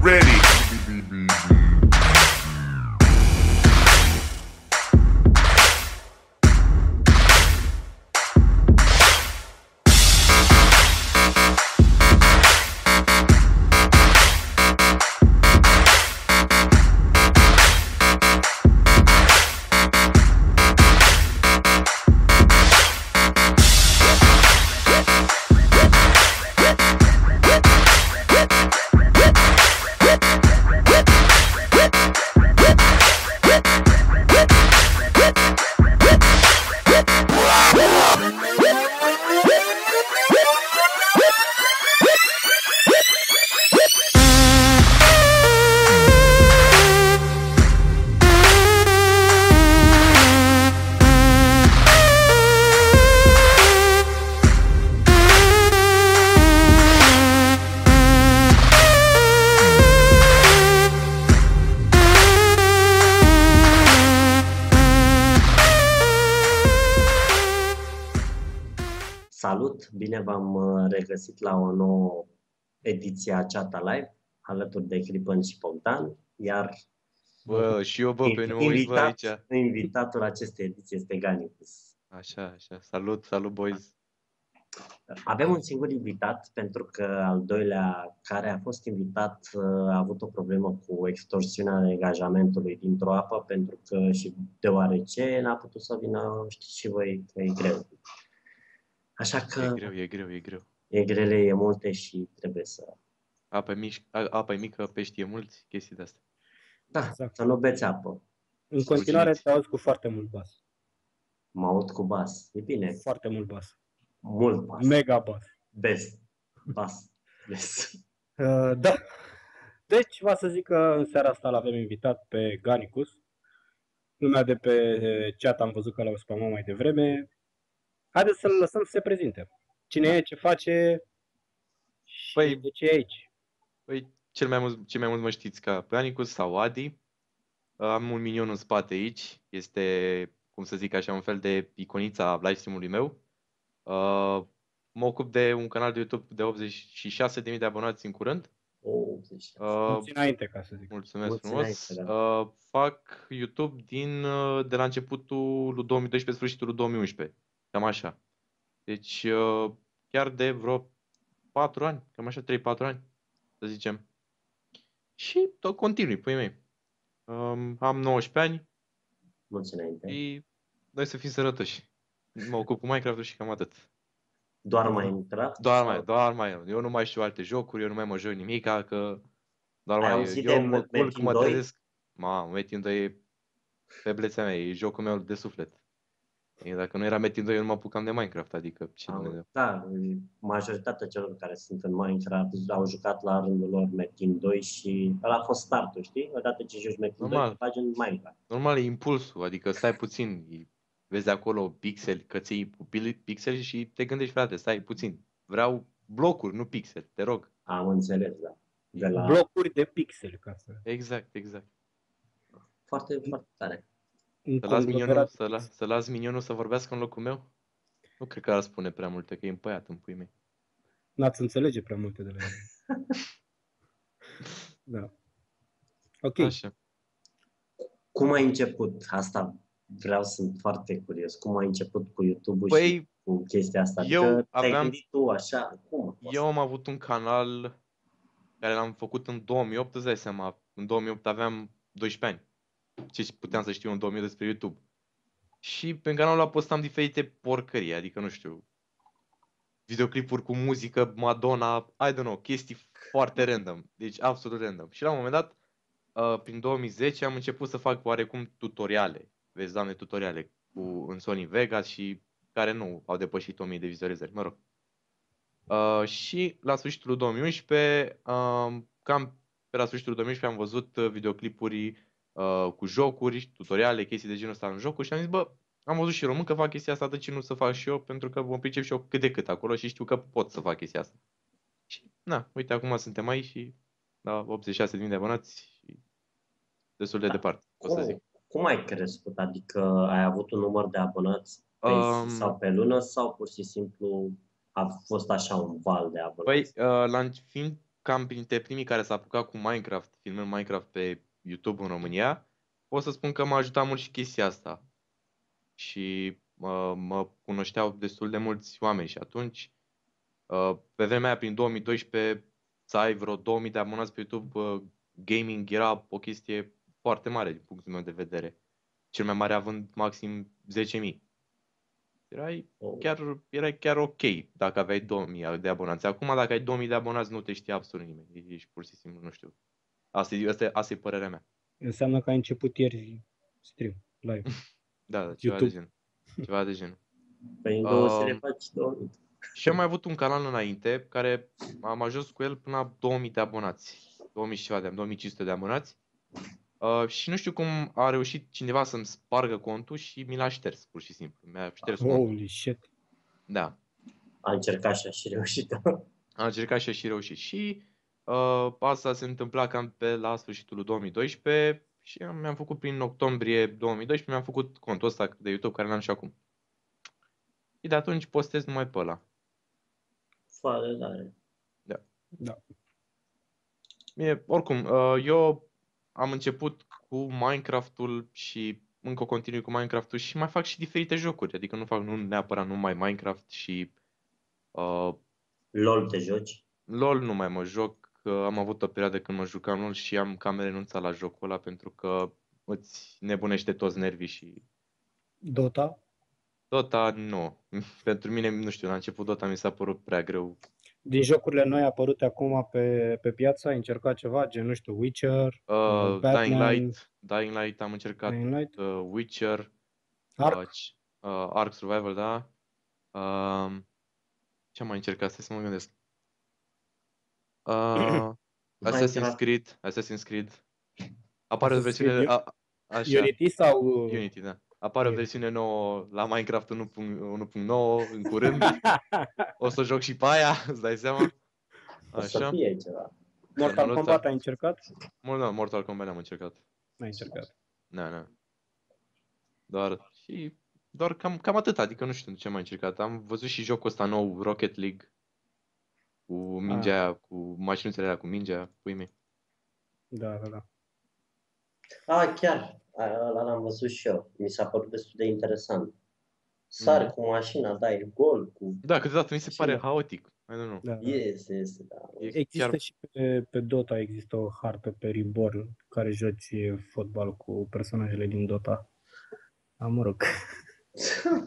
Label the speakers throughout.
Speaker 1: ready.
Speaker 2: Salut! Bine v-am uh, regăsit la o nouă ediție a Chata Live, alături de Cripan și Bogdan, iar
Speaker 3: Bă, și eu, bă, pe mine mă uit, bă,
Speaker 2: invitat,
Speaker 3: aici.
Speaker 2: invitatul acestei ediții este Ganicus.
Speaker 3: Așa, așa. Salut, salut, boys.
Speaker 2: Avem un singur invitat, pentru că al doilea care a fost invitat uh, a avut o problemă cu extorsiunea angajamentului dintr-o apă, pentru că și deoarece n-a putut să vină, știți și voi că e greu. Așa
Speaker 3: E
Speaker 2: că
Speaker 3: greu, e greu, e greu.
Speaker 2: e grele, e multe și trebuie să
Speaker 3: Apa e, miș- a- apa e mică, pești e mulți, chestii de-astea.
Speaker 2: Da,
Speaker 4: Exact.
Speaker 2: să nu beți apă.
Speaker 4: În continuare
Speaker 3: Mulțumit.
Speaker 4: te auzi cu foarte mult bas.
Speaker 2: Mă aud cu bas. E bine.
Speaker 4: Foarte mult bas.
Speaker 2: Mult bas.
Speaker 4: Mega bas.
Speaker 2: Best. Bas. Best.
Speaker 4: Uh, da. Deci, va să zic că în seara asta l-avem invitat pe Ganicus. Lumea de pe eh, chat am văzut că l-au spamat mai devreme. Haideți să-l lăsăm să se prezinte. Cine e, ce face și
Speaker 3: Păi-
Speaker 4: de ce e aici.
Speaker 3: Păi, cel mai mult, cel mai mult mă știți ca Planicus sau Adi. Uh, Am un minion în spate aici. Este, cum să zic așa, un fel de iconița livestream-ului meu. Uh, mă ocup de un canal de YouTube de 86.000 de abonați în curând.
Speaker 2: 86.
Speaker 3: Uh,
Speaker 4: Mulți înainte, ca să zic.
Speaker 3: Mulțumesc
Speaker 2: Mulțumesc,
Speaker 3: frumos.
Speaker 2: Adrian.
Speaker 3: Uh, fac YouTube din, uh, de la începutul lui 2012, sfârșitul lui 2011. Cam așa. Deci uh, chiar de vreo 4 ani, cam așa 3-4 ani, să zicem. Și tot continui, pui mei. Um, am 19 ani
Speaker 2: Mulți înainte.
Speaker 3: și noi să fim sănătoși. Mă ocup cu Minecraft-ul și cam atât.
Speaker 2: Doar mai intrat.
Speaker 3: Doar mai, doar mai. Eu nu mai știu alte jocuri, eu nu mai mă joc nimica, că doar
Speaker 2: Ai
Speaker 3: mai.
Speaker 2: auzit
Speaker 3: Eu
Speaker 2: de
Speaker 3: mă
Speaker 2: Metin
Speaker 3: culc, mă
Speaker 2: 2?
Speaker 3: trezesc. Mamă, Metin 2 e feblețea mea, e jocul meu de suflet. E, dacă nu era Metin 2, eu nu mă apucam de Minecraft, adică ce Dumnezeu.
Speaker 2: Am, da, majoritatea celor care sunt în Minecraft au jucat la rândul lor Metin 2 și ăla a fost startul, știi? Odată ce joci Metin 2,
Speaker 3: Normal.
Speaker 2: te faci în Minecraft.
Speaker 3: Normal e impulsul, adică stai puțin, e- vezi acolo pixel, că ții cu pil- pixel și te gândești, frate, stai puțin. Vreau blocuri, nu pixel, te rog.
Speaker 2: Am înțeles, da. De la...
Speaker 4: Blocuri de pixel, ca să...
Speaker 3: Exact, exact.
Speaker 2: Foarte, foarte tare.
Speaker 4: un
Speaker 3: Să las minionul,
Speaker 4: conglomerat
Speaker 3: să, la, să las minionul să vorbească în locul meu? Nu cred că ar spune prea multe, că e împăiat în pui mei.
Speaker 4: N-ați înțelege prea multe de la el. da. Ok.
Speaker 3: Așa.
Speaker 2: Cum ai început? Asta vreau, sunt foarte curios. Cum ai început cu YouTube-ul și
Speaker 3: Păi,
Speaker 2: cu chestia asta?
Speaker 3: Eu
Speaker 2: adică te-ai
Speaker 3: aveam-
Speaker 2: gândit tu așa, cum?
Speaker 3: eu am avut un canal care l-am făcut în 2008, îți dai seama, în 2008 aveam 12 ani. Ce puteam să știu în 2000 despre YouTube. Și pe canalul ăla postam diferite porcării, adică nu știu, videoclipuri cu muzică, Madonna, I don't know, chestii foarte random, deci absolut random. Și la un moment dat, uh, prin 2010, am început să fac oarecum tutoriale, vezi, doamne, tutoriale cu, în Sony Vegas și care nu au depășit 1000 de vizualizări, mă rog. Uh, și la sfârșitul lui 2011, um, cam pe la sfârșitul lui 2011 am văzut uh, videoclipuri uh, cu jocuri, tutoriale, chestii de genul ăsta în jocuri și am zis, bă, am văzut și român că fac chestia asta, de ce nu să fac și eu? Pentru că mă pricep și eu cât de cât acolo și știu că pot să fac chestia asta. Și, na, uite, acum suntem aici și la 86.000 de abonați și destul de
Speaker 2: Da.
Speaker 3: departe, o să
Speaker 2: cum,
Speaker 3: zic.
Speaker 2: cum ai crescut? Adică ai avut un număr de abonați pe
Speaker 3: Um,
Speaker 2: zi sau pe lună sau pur și simplu a fost așa un val de abonați?
Speaker 3: Păi, uh, la, înc- fiind cam printre primii care s-a apucat cu Minecraft, filmând Minecraft pe YouTube în România, pot să spun că m-a ajutat mult și chestia asta. Și uh, mă cunoșteau destul de mulți oameni și atunci, uh, pe vremea aia, prin 2012, să ai vreo 2000 de abonați pe YouTube, uh, gaming era o chestie foarte mare din punctul meu de vedere. Cel mai mare având maxim 10.000. Erai
Speaker 2: Oh.
Speaker 3: chiar, erai chiar ok dacă aveai 2000 de abonați. Acum dacă ai 2000 de abonați nu te știe absolut nimeni. Ești pur și simplu, nu știu. Asta e, asta, e- asta e părerea mea.
Speaker 4: Înseamnă că ai început ieri stream live.
Speaker 3: Da, da ceva de
Speaker 4: YouTube.
Speaker 3: genul. Ceva de genul.
Speaker 2: Păi în două
Speaker 3: Um,
Speaker 2: zile faci 2000.
Speaker 3: Și am mai avut un canal înainte care am ajuns cu el până la 2000 de abonați. 2000 și ceva de 2500 de abonați. Uh, și nu știu cum a reușit cineva să-mi spargă contul și mi l-a șters, pur și simplu. Mi-a șters contul.
Speaker 4: Holy shit.
Speaker 3: Da.
Speaker 2: A încercat și a și reușit.
Speaker 3: a încercat și a și reușit. Și uh, asta se întâmpla cam pe la sfârșitul lui 2012 și am, mi-am făcut prin octombrie 2012, mi-am făcut contul ăsta de YouTube care l-am și acum. Și de atunci postez numai pe ăla.
Speaker 2: Foarte tare.
Speaker 3: Bine, oricum, uh, eu am început cu Minecraft-ul și încă continui cu Minecraft-ul și mai fac și diferite jocuri. Adică nu fac nu neapărat numai Minecraft și uh,
Speaker 2: LOL te joci?
Speaker 3: LOL nu mai mă joc, că am avut o perioadă când mă jucam LOL și am cam renunțat la jocul ăla pentru că îți nebunește toți nervii și
Speaker 4: Dota?
Speaker 3: Dota nu. pentru mine, nu știu, la început Dota mi s-a părut prea greu. Uh,
Speaker 4: Din jocurile noi apărute acum pe, pe piață, ai încercat ceva, gen, nu știu, Witcher,
Speaker 3: Uh, Dying
Speaker 4: Batman.
Speaker 3: Light, Dying Light am încercat,
Speaker 4: Dying Light?
Speaker 3: uh, Witcher,
Speaker 4: Mm. Ark?
Speaker 3: Uh, c- uh, Ark Survival, da. Uh, ce am mai încercat? Stai să mă gândesc. Uh, Assassin's
Speaker 2: Minecraft.
Speaker 3: Creed, Assassin's Creed. Apare o
Speaker 4: Assassin's Creed,
Speaker 3: versiune,
Speaker 4: eu-
Speaker 3: a, așa.
Speaker 4: Unity sau...
Speaker 3: Unity, da. Apare o
Speaker 4: Unity.
Speaker 3: versiune nouă la Minecraft 1.9 în curând. O să joc și pe aia, îți dai seama?
Speaker 2: O să
Speaker 3: Așa.
Speaker 2: fie ceva.
Speaker 4: Mortal
Speaker 3: Dota.
Speaker 4: Kombat ai încercat?
Speaker 3: Mult, da, Mortal Kombat am încercat.
Speaker 4: N-ai încercat.
Speaker 3: Na, na. Doar, și, doar cam, cam atât, adică nu știu ce am mai încercat. Am văzut și jocul ăsta nou, Rocket League, cu mingea
Speaker 2: Ah.
Speaker 3: aia, cu mașinuțele alea, cu mingea, pui mei.
Speaker 4: Da, da, da.
Speaker 2: A, chiar. A, Ăla l-am văzut și eu. Mi s-a părut destul de interesant. Sar
Speaker 3: Mhm.
Speaker 2: cu mașina, dai gol cu...
Speaker 3: Da, câteodată mi se
Speaker 2: Și
Speaker 3: pare
Speaker 2: eu.
Speaker 3: haotic. I don't know.
Speaker 4: da, da.
Speaker 2: Este, este, da.
Speaker 3: E
Speaker 4: Există
Speaker 3: chiar-
Speaker 4: și pe, pe Dota, există o hartă pe Reborn care joci fotbal cu personajele din Dota. Am mă rog.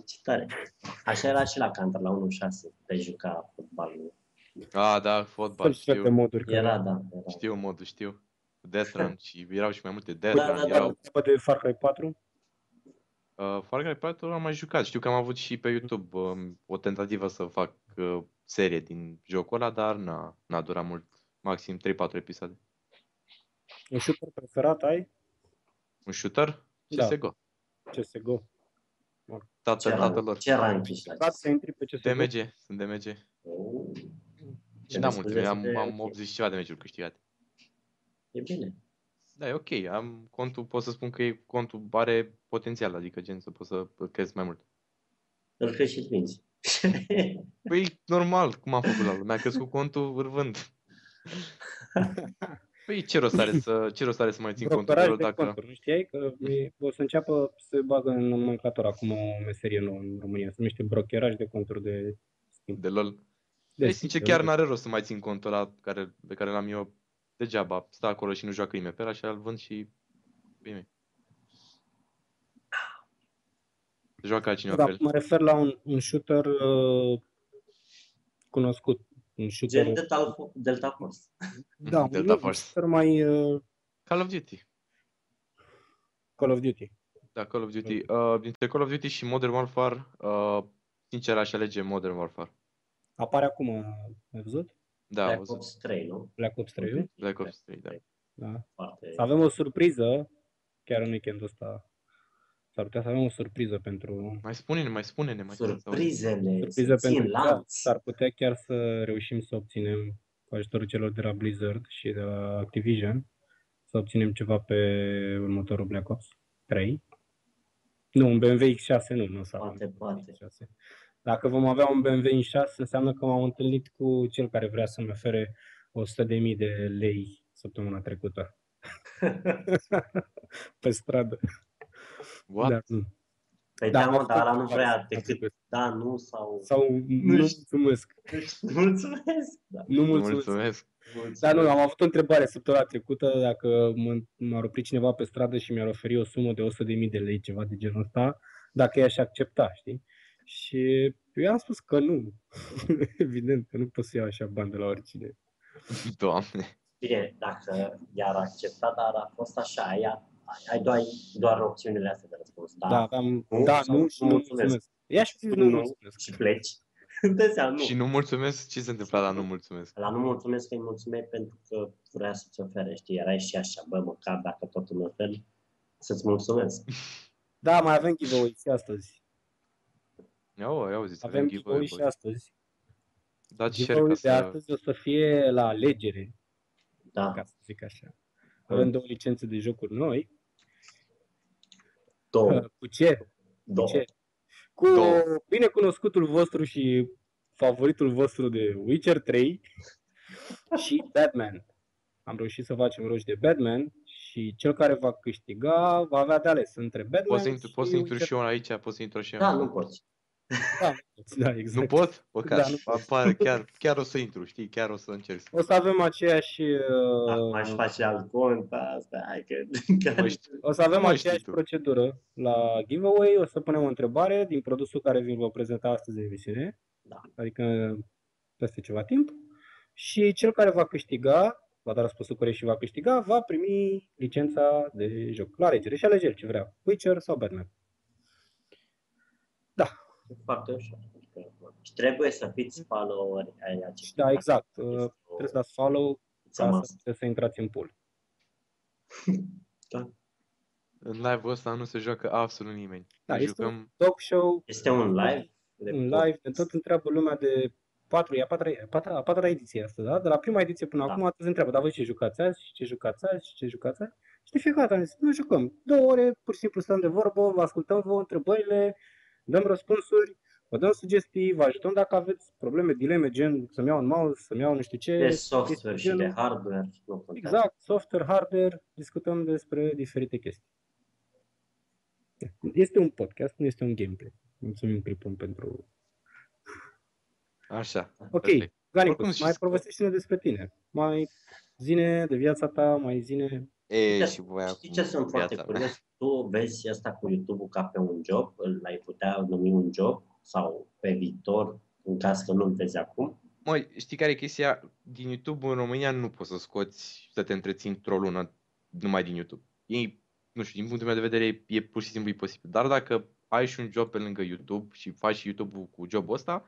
Speaker 2: Ce tare. Așa era și la Counter, la 1.6. Te juca fotbalul.
Speaker 3: Ah, da, fotbal,
Speaker 4: Fel și fel de
Speaker 3: știu,
Speaker 4: moduri. care-
Speaker 2: Era, da, era.
Speaker 3: știu modul, știu. Death Run și erau și mai multe Death
Speaker 2: Da,
Speaker 3: Run,
Speaker 2: da, da.
Speaker 3: erau
Speaker 4: Treaba de Far Cry 4?
Speaker 3: Uh, Far Cry 4 am mai jucat. Știu că am avut și pe YouTube um, o tentativă să fac uh, serie din jocul ăla, dar n-a, n-a durat mult. Maxim 3-4 episoade.
Speaker 4: Un shooter preferat ai?
Speaker 3: Un shooter?
Speaker 4: Da.
Speaker 3: CSGO.
Speaker 4: CSGO.
Speaker 2: Ce
Speaker 3: Tatăl
Speaker 2: rank,
Speaker 3: tatălor.
Speaker 2: ce rank ești la
Speaker 4: Ca să intri pe CSGO?
Speaker 3: DMG. Sunt DMG.
Speaker 2: Oh,
Speaker 3: Și n-am
Speaker 2: ne
Speaker 3: multe. Da, Am,
Speaker 2: scuzați
Speaker 3: am
Speaker 2: de-
Speaker 3: 80 și ceva de meciuri câștigate.
Speaker 2: E bine.
Speaker 3: Da, e ok. Am contul, pot să spun că e, contul are potențial, adică gen să poți să crezi mai mult.
Speaker 2: Îl crești și îl vinzi.
Speaker 3: Păi, normal, cum am făcut la lumea, mi-a crescut contul, îl vând. Păi, ce rost are să, ce rost are să mai țin contul
Speaker 4: Brokeraj
Speaker 3: meu
Speaker 4: de
Speaker 3: dacă...
Speaker 4: conturi, nu știai că e- o să înceapă să bagă în nomenclator acum o meserie nouă în România, se numește brokeraj de conturi de schimb.
Speaker 3: De lol.
Speaker 4: De
Speaker 3: Deci, sincer, chiar n-are rost să mai țin contul ăla care, pe care l-am eu degeaba. Stă acolo și nu joacă nimeni pe ăla și îl vând și... Bine. Joacă altcineva
Speaker 4: Da,
Speaker 3: pe el.
Speaker 4: mă refer la un, un shooter uh, cunoscut. Un shooter,
Speaker 2: Gen Delta, Delta Force.
Speaker 4: da, un,
Speaker 3: Delta
Speaker 4: un
Speaker 3: Force.
Speaker 4: shooter mai uh,
Speaker 3: Call of Duty.
Speaker 4: Call of Duty.
Speaker 3: Da, Call of Duty. Uh, dintre Call of Duty și Modern Warfare, uh, sincer, aș alege Modern Warfare.
Speaker 4: Apare acum, ai văzut?
Speaker 3: Da,
Speaker 2: Black
Speaker 3: Black Ops,
Speaker 2: Ops 3, nu?
Speaker 4: Black Ops 3
Speaker 3: Black Ops 3, da.
Speaker 4: da.
Speaker 2: Foarte...
Speaker 4: Să avem o surpriză, chiar în weekendul ăsta. S-ar putea să avem o surpriză pentru
Speaker 3: Mai spune-ne, mai spune-ne, mai spune-ne, să auzim.
Speaker 2: Surprizele
Speaker 4: surpriză
Speaker 2: se țin
Speaker 4: pentru că
Speaker 2: lanț.
Speaker 4: s-ar putea chiar să reușim să obținem cu ajutorul celor de la Blizzard și de la Activision să obținem ceva pe următorul Black Ops 3. Nu, un BMW X6 nu, nu s-a
Speaker 2: Poate, poate.
Speaker 4: X6. Dacă vom avea un BMW X6, înseamnă că m-am întâlnit cu cel care vrea să-mi ofere 100.000 de lei săptămâna trecută. pe stradă.
Speaker 3: What?
Speaker 4: Da, nu.
Speaker 2: Păi
Speaker 4: Da,
Speaker 2: da, mă,
Speaker 4: am
Speaker 2: dar ăla
Speaker 4: făcut
Speaker 2: nu vrea
Speaker 4: asta.
Speaker 2: decât da, nu sau...
Speaker 4: Sau nu
Speaker 2: știu.
Speaker 4: mulțumesc.
Speaker 2: Mulțumesc! Da.
Speaker 4: Nu mulțumesc. mulțumesc.
Speaker 3: Mulțumesc.
Speaker 4: Dar nu, am avut o întrebare săptămâna trecută dacă mă- m-ar opri cineva pe stradă și mi-ar oferi o sumă de 100.000 de lei, ceva de genul ăsta, dacă i-aș accepta, știi? Și eu am spus că nu. Evident că nu pot să iau așa bani de la oricine.
Speaker 3: Doamne.
Speaker 2: Bine, dacă i-ar accepta, dar a fost așa, ea, ai doar, doar opțiunile astea de răspuns. Da,
Speaker 4: Da,
Speaker 2: da.
Speaker 4: da, am,
Speaker 2: Nu,
Speaker 4: da
Speaker 2: sau
Speaker 4: nu, și nu
Speaker 2: nu
Speaker 4: mulțumesc.
Speaker 2: mulțumesc.
Speaker 4: Ia și zis, nu
Speaker 2: Nu.
Speaker 4: mulțumesc.
Speaker 2: Și pleci. De seama, nu.
Speaker 3: Și nu mulțumesc? Ce se întâmplă la nu mulțumesc?
Speaker 2: La nu mulțumesc că îi mulțumeai pentru că vrea să-ți ofere, știi, erai și așa, bă, măcar dacă tot îmi oferi, să-ți mulțumesc.
Speaker 4: Da, mai avem giveaway și astăzi.
Speaker 3: Ia o, ia o zis,
Speaker 4: Avem
Speaker 3: avem
Speaker 4: giveaway
Speaker 3: giveaway.
Speaker 4: și astăzi.
Speaker 3: Dați share ca
Speaker 4: Giveaway de
Speaker 3: să...
Speaker 4: astăzi o să fie la alegere,
Speaker 2: Da.
Speaker 4: ca să zic așa. Avem două licențe de jocuri noi.
Speaker 2: Două.
Speaker 4: Cu ce?
Speaker 2: Două.
Speaker 4: ce? Cu
Speaker 3: Două.
Speaker 4: binecunoscutul vostru și favoritul vostru de Witcher 3 și Batman. Am reușit să facem roș de Batman și cel care va câștiga va avea de ales între Batman
Speaker 3: Poți să intru,
Speaker 4: și
Speaker 3: poți să intru
Speaker 4: Witcher
Speaker 3: și eu aici, poți să intru și eu.
Speaker 2: Da, nu poți.
Speaker 4: 3. Da, exact.
Speaker 3: Nu pot? Bă,
Speaker 4: Da, nu Da.
Speaker 3: da, apare, chiar, chiar o să intru, știi? Chiar o să încerc. să-
Speaker 4: O să avem aceeași
Speaker 2: Acum aș
Speaker 4: uh,
Speaker 2: face alt cont, asta, hai că...
Speaker 3: Mă știu.
Speaker 4: o să avem
Speaker 3: Mai știi
Speaker 4: aceeași
Speaker 3: tu.
Speaker 4: procedură la giveaway, o să punem o întrebare din produsul care vi-l vă prezenta astăzi în emisiune,
Speaker 2: Da.
Speaker 4: adică peste ceva timp, și cel care va câștiga, va da răspunsul corect și va câștiga, va primi licența de joc la alegere și alegeri ce vrea, Witcher sau Batman. Păi-
Speaker 2: Foarte ușor. adică, bă, Și trebuie să fiți followeri ai acestui
Speaker 4: Da, exact. Uh,
Speaker 2: canal. Este o-
Speaker 4: Trebuie să dați follow
Speaker 2: it's a
Speaker 4: ca să,
Speaker 2: must.
Speaker 4: puteți să intrați în pool.
Speaker 3: În live-ul ăsta nu se joacă absolut nimeni.
Speaker 4: Da,
Speaker 3: Ne
Speaker 4: este un
Speaker 3: Jucăm
Speaker 4: talk show,
Speaker 2: Este un live. de
Speaker 4: un
Speaker 2: podcast.
Speaker 4: live, de tot întreabă lumea de patru, e a patra, a patra, a patra ediție asta, da? De la prima ediție până
Speaker 2: Da.
Speaker 4: acum, te întreabă, dar voi ce jucați azi, și ce jucați azi, și ce jucați azi? Și de fiecare dată am zis, nu jucăm. Două ore, pur și simplu stăm de vorbă, vă ascultăm vouă întrebările, dăm răspunsuri, vă dăm sugestii, vă ajutăm dacă aveți probleme, dileme, gen să-mi iau un mouse, să-mi iau nu știu ce.
Speaker 2: de
Speaker 4: chestii
Speaker 2: Deci software
Speaker 4: de
Speaker 2: și de
Speaker 4: genul.
Speaker 2: hardware. Nu contează.
Speaker 4: Exact, software, hardware, discutăm despre diferite chestii. Este un podcast, nu este un gameplay. Mulțumim, Cripon, pentru
Speaker 3: așa.
Speaker 4: Ok,
Speaker 3: perfect. Oricum,
Speaker 4: Ganicus, mai
Speaker 3: știți că-
Speaker 4: povestește-ne despre tine. Mai zine de viața ta, mai zine...
Speaker 3: E,
Speaker 2: Știi-
Speaker 3: și voi
Speaker 2: Știi ce sunt foarte
Speaker 3: mea.
Speaker 2: curios? Tu vezi asta cu YouTube-ul ca pe un job, îl ai putea numi un job sau pe viitor, în caz că nu-l vezi acum?
Speaker 3: Măi, știi care e chestia? Din YouTube în România nu poți să scoți să te întreții într-o lună numai din YouTube. E, nu știu, din punctul meu de vedere e pur și simplu imposibil. Dar dacă ai și un job pe lângă YouTube și faci și YouTube-ul cu jobul ăsta,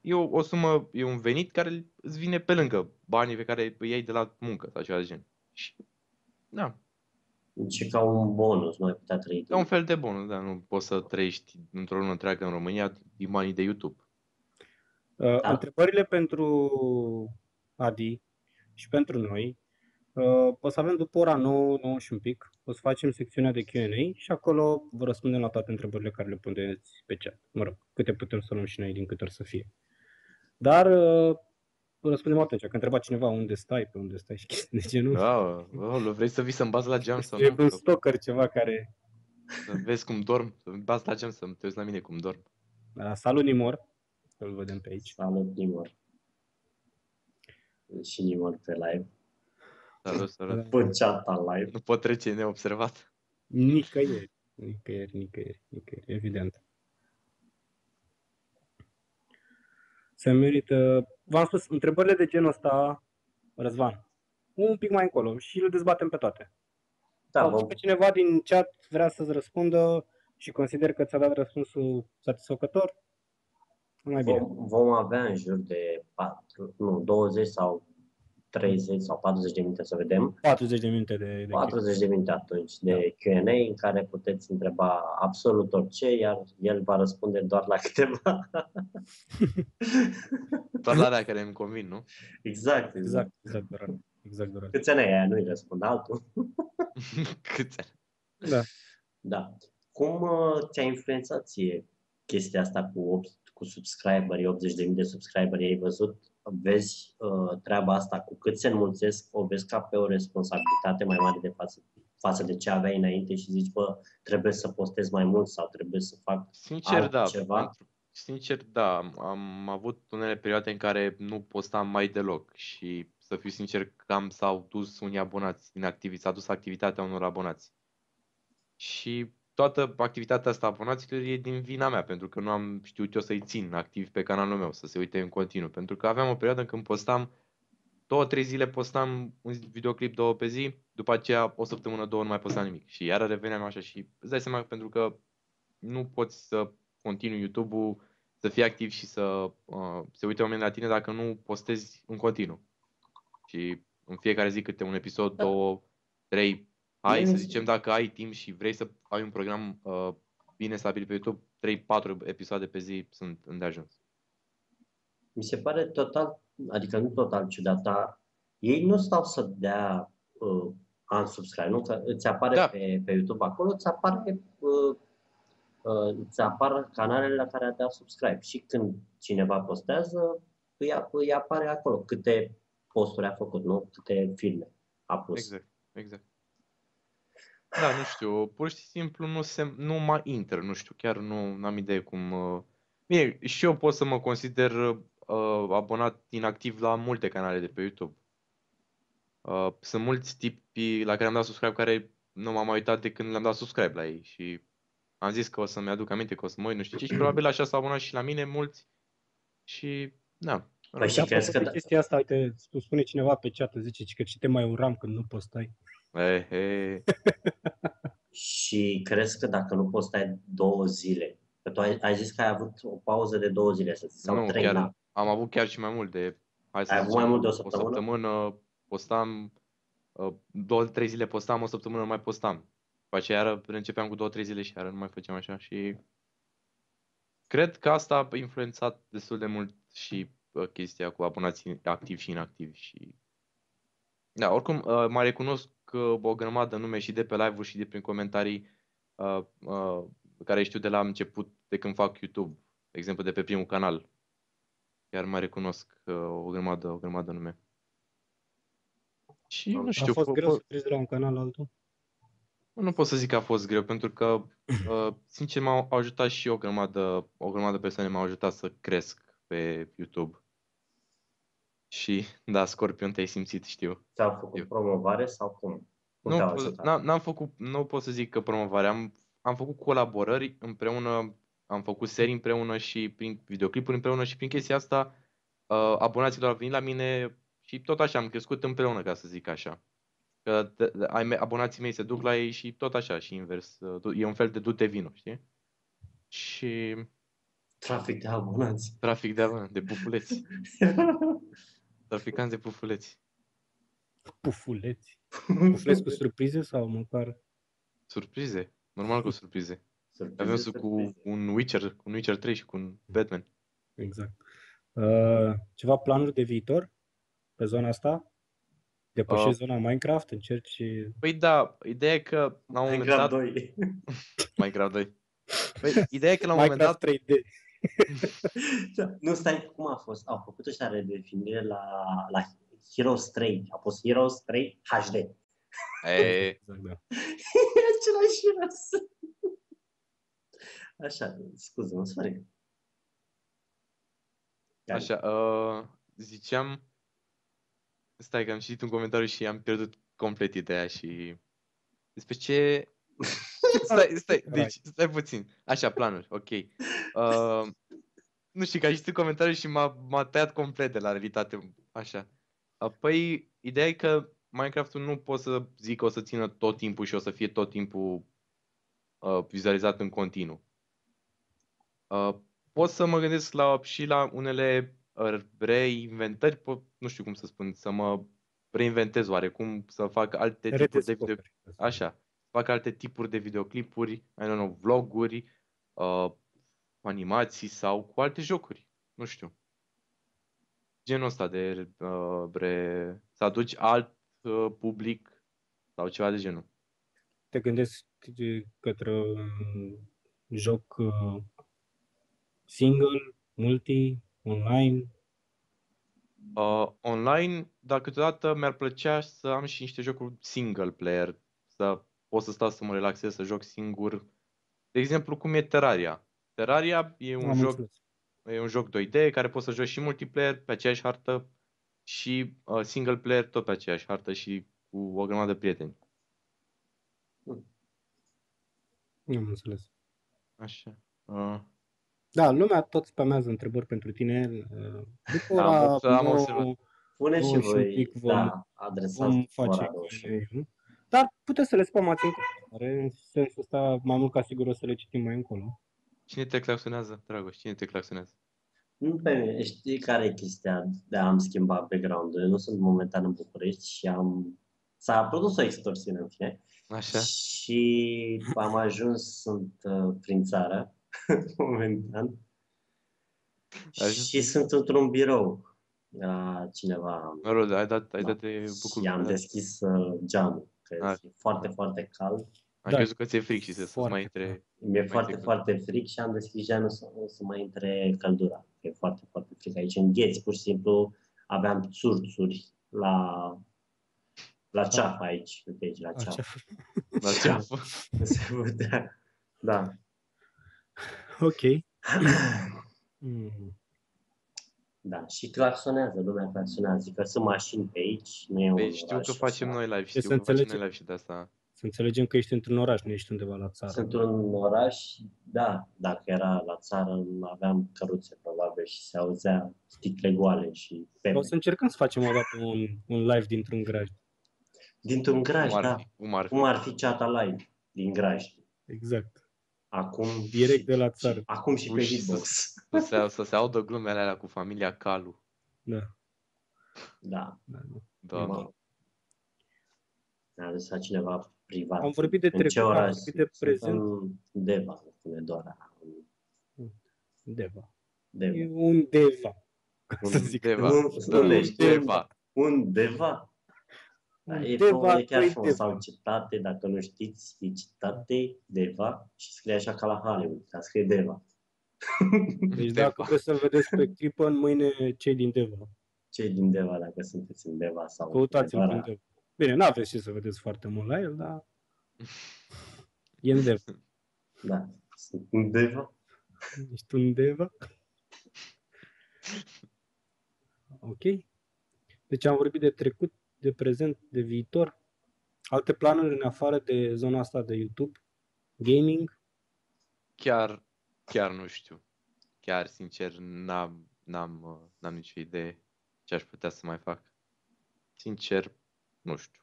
Speaker 3: e o, o sumă, e un venit care îți vine pe lângă banii pe care îi iei de la muncă sau ceva de gen. Și, da,
Speaker 2: Deci e ca un bonus, nu ai putea trăi.
Speaker 3: e un fel de bonus, dar nu poți să trăiești într-o lună întreagă în România din banii de YouTube.
Speaker 4: Uh,
Speaker 2: Da.
Speaker 4: Întrebările pentru Adi și pentru noi uh, o să avem după ora 9, 9 și un pic. O să facem secțiunea de Q&A și acolo vă răspundem la toate întrebările care le puneți pe chat. Mă rog, câte putem să luăm și noi din câte ori să fie. Dar uh, vă răspundem atunci. Că întreba cineva unde stai, pe unde stai și chestii de genul.
Speaker 3: Da, oh, vrei să vii să-mi bați la geam sau
Speaker 4: E
Speaker 3: nu?
Speaker 4: un stalker ceva care
Speaker 3: Să vezi cum dorm, să bați la gem, să te uiți la mine cum dorm.
Speaker 4: Uh, salut Nimor, îl vedem pe aici.
Speaker 2: Salut, Nimor. Și Nimor pe live.
Speaker 3: Salut, salut.
Speaker 2: Pe chat live.
Speaker 3: Nu pot trece neobservat.
Speaker 4: Nicăieri, nicăieri, nicăieri, nicăieri, evident. Se merită, v-am spus, întrebările de genul ăsta, Răzvan, un pic mai încolo și le dezbatem pe toate.
Speaker 2: Da,
Speaker 4: Sau
Speaker 2: vom,
Speaker 4: dacă cineva din chat vrea să-ți răspundă și consider că ți-a dat răspunsul satisfăcător, mai bine.
Speaker 2: vom, vom avea în jur de 4, nu, 20 sau 30 sau 40 de minute să vedem.
Speaker 4: 40 de minute de, de
Speaker 2: 40 de minute atunci de Q&A în care puteți întreba absolut orice, iar el va răspunde doar la câteva.
Speaker 3: Doar la alea care îmi convin, nu?
Speaker 2: exact, exact.
Speaker 4: Exact, exact, Doran. Exact, Doran.
Speaker 2: Câți ani ai aia nu-i răspund altul.
Speaker 3: Câți ani?
Speaker 4: Da.
Speaker 2: Da. Cum uh, te-a influențat ție chestia asta cu, opt- cu subscriberii, 80.000 de subscriberi, ai văzut vezi uh, treaba asta, cu cât se înmulțesc, o vezi ca pe o responsabilitate mai mare de față, față de ce aveai înainte și zici, bă, trebuie să postez mai mult sau trebuie să fac
Speaker 3: Sincer, da.
Speaker 2: altceva?
Speaker 3: Pentru, sincer, da. Am, am avut unele perioade în care nu postam mai deloc și să fiu sincer, cam s-au dus unii abonați din activitate, s-a dus activitatea unor abonați. Și toată activitatea asta a abonaților e din vina mea, pentru că nu am știut eu să-i țin activ pe canalul meu, să se uite în continuu. Pentru că aveam o perioadă când postam, două, trei zile postam un videoclip, două pe zi, după aceea o săptămână, două nu mai postam nimic. Și iară reveneam așa și îți dai seama pentru că nu poți să continui YouTube-ul, să fii activ și să uh, se uite oamenii la tine dacă nu postezi în continuu. Și în fiecare zi câte un episod,
Speaker 2: Da.
Speaker 3: două, trei, hai
Speaker 2: Bine
Speaker 3: să
Speaker 2: zis.
Speaker 3: zicem dacă ai timp și vrei să ai un program uh, bine stabilit pe YouTube, 3-4 episoade pe zi sunt îndeajuns.
Speaker 2: Mi se pare total, adică nu total ciudat, dar ei nu stau să dea uh, unsubscribe, nu? Că îți apare
Speaker 3: Da.
Speaker 2: pe, pe YouTube acolo, îți apare uh, uh, îți apar canalele la care a dat subscribe și când cineva postează, îi, ap- îi apare acolo câte posturi a făcut, nu? Câte filme a pus.
Speaker 3: Exact, exact. Da, nu știu, pur și simplu nu, se, nu mă intră, nu știu, chiar nu am idee cum... uh, Bine, și eu pot să mă consider uh, abonat inactiv la multe canale de pe YouTube. Uh, sunt mulți tipi la care am dat subscribe care nu m-am mai uitat de când le-am dat subscribe la ei și am zis că o să-mi aduc aminte, că o să mă uit, nu știu ce, și probabil așa s-au abonat și la mine mulți și, da.
Speaker 2: Păi și
Speaker 4: Și
Speaker 2: crezi
Speaker 4: crezi
Speaker 2: că
Speaker 4: că
Speaker 2: da-
Speaker 4: chestia asta, uite, îmi spune cineva pe chat, îmi zice că și te mai uram când nu postai.
Speaker 3: E, e,
Speaker 2: Și crezi că dacă nu postai două zile, că tu ai, ai zis că ai avut o pauză de două zile să- sau
Speaker 3: Nu,
Speaker 2: trei,
Speaker 3: chiar-
Speaker 2: da?
Speaker 3: Am avut chiar și mai mult de, hai să
Speaker 2: Ai avut mai mult de o
Speaker 3: o
Speaker 2: săptămână?
Speaker 3: săptămână postam, uh, două, trei zile postam, o săptămână nu mai postam. După aceea iară începeam cu două, trei zile și iară nu mai făceam așa și cred că asta a influențat destul de mult și uh, chestia cu abonații activi și inactivi și da, oricum uh, mai recunosc că o grămadă nume și de pe live-uri și de prin comentarii uh, uh, care știu de la început de când fac YouTube, de exemplu de pe primul canal, Chiar mai recunosc uh, o grămadă, o grămadă nume. Și nu
Speaker 4: a
Speaker 3: știu,
Speaker 4: fost
Speaker 3: po-
Speaker 4: greu să
Speaker 3: po-
Speaker 4: treci de la un canal la altul?
Speaker 3: nu pot să zic că a fost greu, pentru că, uh, sincer, m-au ajutat și o grămadă, o grămadă persoane m-au ajutat să cresc pe YouTube. Și, da, Scorpion, te-ai simțit, știu.
Speaker 2: Ți-au făcut promovare sau cum? Cum
Speaker 3: Nu,
Speaker 2: te-au
Speaker 3: po-
Speaker 2: ajutat?
Speaker 3: n-am, n-am făcut, nu pot să zic că promovare, am, am făcut colaborări împreună, am făcut serii împreună și prin videoclipuri împreună și prin chestia asta uh, abonaților au venit la mine și tot așa am crescut împreună, ca să zic așa. Că te, ai me, abonații mei se duc la ei și tot așa și invers. uh, du- E un fel de du-te vino, știi? Și
Speaker 2: Trafic de abonați.
Speaker 3: trafic de, abon- de pufuleți, traficanți de pufuleți.
Speaker 4: Pufuleți. Pufuleți cu surprize sau măcar...
Speaker 3: Surprize, normal cu surprize.
Speaker 2: Surprize,
Speaker 3: Avem să- cu
Speaker 2: surprize.
Speaker 3: un Witcher, cu un Witcher 3 și cu un Batman.
Speaker 4: Exact. Uh, ceva planuri de viitor pe zona asta? Depășești
Speaker 3: Uh.
Speaker 4: zona Minecraft, încerci...
Speaker 3: Păi da, ideea e că la un moment
Speaker 2: Minecraft
Speaker 3: dat...
Speaker 2: 2.
Speaker 3: Mai grav 2. Păi, ideea e că la un moment
Speaker 4: Minecraft
Speaker 3: dat...
Speaker 4: 3D.
Speaker 2: nu, stai, cum a fost? Au făcut ăștia redefinire la, la Heroes 3. A fost Heroes 3 HD. E
Speaker 3: E,
Speaker 4: Exact, da.
Speaker 2: același Heroes. Așa, scuze, mă sfărig.
Speaker 3: așa, uh, ziceam... Stai că am citit un comentariu și am pierdut complet ideea și... Despre ce... Stai, stai,
Speaker 4: Hai.
Speaker 3: deci, stai puțin. Așa, planuri, ok. Uh, nu știu, că am citit comentariul și m-a, m-a tăiat complet de la realitate. Așa. Uh, Păi, ideea e că Minecraft-ul nu pot să zic că o să țină tot timpul și o să fie tot timpul uh, vizualizat în continuu. Uh, pot să mă gândesc la, și la unele uh, reinventări, pot, nu știu cum să spun, să mă reinventez oarecum, să fac alte tipuri de video,
Speaker 4: Redescoperi.
Speaker 3: Așa. Fac alte tipuri de videoclipuri, I don't know, vloguri, uh, animații sau cu alte jocuri. Nu știu. Genul ăsta de uh, re... să aduci alt uh, public sau ceva de genul.
Speaker 4: Te gândești către un joc uh, single, multi, online,
Speaker 3: Uh, online, dar câteodată mi-ar plăcea să am și niște jocuri single player, să pot să stau să mă relaxez, să joc singur. De exemplu, cum e Terraria. Terraria e un
Speaker 4: Am
Speaker 3: joc
Speaker 4: înțeles.
Speaker 3: E un joc 2D care poți să joci și multiplayer pe aceeași hartă și uh, single player tot pe aceeași hartă și cu o grămadă de prieteni.
Speaker 4: Am înțeles.
Speaker 3: Așa. Uh,
Speaker 4: Da, lumea tot spamează întrebări pentru tine. Uh, După
Speaker 3: Da, am
Speaker 4: ora
Speaker 3: observat, am
Speaker 4: nouă
Speaker 3: observat.
Speaker 2: Pune și
Speaker 4: Bun, și un
Speaker 2: voi,
Speaker 4: pic vom-
Speaker 2: da, adresați
Speaker 4: vom face
Speaker 2: fără roșu.
Speaker 4: Q&A-ul. Dar puteți să le spamați în continuare, în sensul ăsta mai mult ca sigur o să le citim mai încolo.
Speaker 3: cine te claxonează, Dragoș? Cine te claxonează?
Speaker 2: Nu pe mine. Știi care e chestia de am schimbat background-ul? Eu nu sunt momentan în București și am... S-a produs o extorsiune în fine
Speaker 3: Așa.
Speaker 2: și am ajuns, sunt uh, prin țară momentan
Speaker 3: Ai ajuns
Speaker 2: și sunt într-un birou la cineva
Speaker 3: Mă rog, ai dat, ai
Speaker 2: Da.
Speaker 3: dat de bucur.
Speaker 2: și am deschis uh, geamul, că
Speaker 3: Ah.
Speaker 2: e foarte, foarte cald.
Speaker 3: Ai
Speaker 4: Da.
Speaker 3: crezut că ți-e fric și să- să
Speaker 4: Foarte
Speaker 3: mai intre.
Speaker 2: Mi-e foarte,
Speaker 3: sigur.
Speaker 2: foarte fric și am deschis geamul să, să mai intre căldura. E foarte, foarte fric aici. Îngheți, pur și simplu, aveam țurțuri la,
Speaker 3: Da.
Speaker 2: la ceafă aici, de aici, la ceafă.
Speaker 3: La ceafă.
Speaker 2: Nu se putea. Da.
Speaker 4: Ok. Mm.
Speaker 2: Da, și claxonează, lumea claxonează, că sunt mașini pe aici, nu e un
Speaker 3: Păi știu
Speaker 2: oraș
Speaker 3: că facem
Speaker 2: așa.
Speaker 3: noi live,
Speaker 4: să
Speaker 3: știu că facem
Speaker 4: înțelegem.
Speaker 3: noi live și de asta.
Speaker 4: Să înțelegem că ești într-un oraș, nu ești undeva la țară.
Speaker 2: Sunt un oraș, da, dacă era la țară, aveam căruțe probabil și se auzea sticle goale și
Speaker 4: O
Speaker 2: pene.
Speaker 4: să încercăm să facem o dată un, un live dintr-un graj.
Speaker 2: Dintr-un graj,
Speaker 3: Cum ar
Speaker 2: da.
Speaker 3: fi? Cum ar fi?
Speaker 2: Cum ar fi ceata live din graj?
Speaker 4: Exact.
Speaker 2: Acum
Speaker 4: Direct de la țară.
Speaker 2: Acum și pe
Speaker 3: Uși,
Speaker 2: Hitbox.
Speaker 3: Să se, să se audă glumele alea cu familia Calu.
Speaker 2: Da.
Speaker 4: Da, nu.
Speaker 3: Da.
Speaker 2: Mamă. Ne-a lăsat cineva privat.
Speaker 4: Am vorbit de
Speaker 2: în
Speaker 4: trecut,
Speaker 2: ce
Speaker 4: am
Speaker 2: oraș?
Speaker 4: vorbit de
Speaker 2: sunt?
Speaker 4: prezent.
Speaker 2: În Deva, îmi spune Dora. În
Speaker 4: Deva. E
Speaker 2: Deva.
Speaker 4: un deva.
Speaker 2: Un
Speaker 4: Să zic.
Speaker 3: Deva.
Speaker 2: Nu,
Speaker 3: Da,
Speaker 2: nu,
Speaker 3: ești Deva.
Speaker 2: Un Deva? Da,
Speaker 4: Un
Speaker 2: e,
Speaker 4: deva,
Speaker 2: deva, e chiar
Speaker 4: doi
Speaker 2: frumos,
Speaker 4: deva.
Speaker 2: sau citate, dacă nu știți, e citate, Deva, și scrie așa ca la Hollywood, dar scrie Deva.
Speaker 4: Deci
Speaker 3: Deva.
Speaker 4: dacă vreți să-l vedeți pe clipă, în mâine cei din Deva.
Speaker 2: Cei din Deva, dacă sunteți în Deva sau
Speaker 4: Căutați-l
Speaker 2: Deva,
Speaker 4: prin Deva. Bine, n-aveți ce să vedeți foarte mult la el, dar e în Deva.
Speaker 2: Da, sunt în Deva.
Speaker 4: Ești un Deva. Ok. Deci am vorbit de trecut, de prezent, de viitor. Alte planuri în afară de zona asta de YouTube, gaming,
Speaker 3: Chiar, chiar nu știu. Chiar, sincer, n-am, n-am, uh, n-am nicio idee ce aș putea să mai fac. Sincer, nu știu.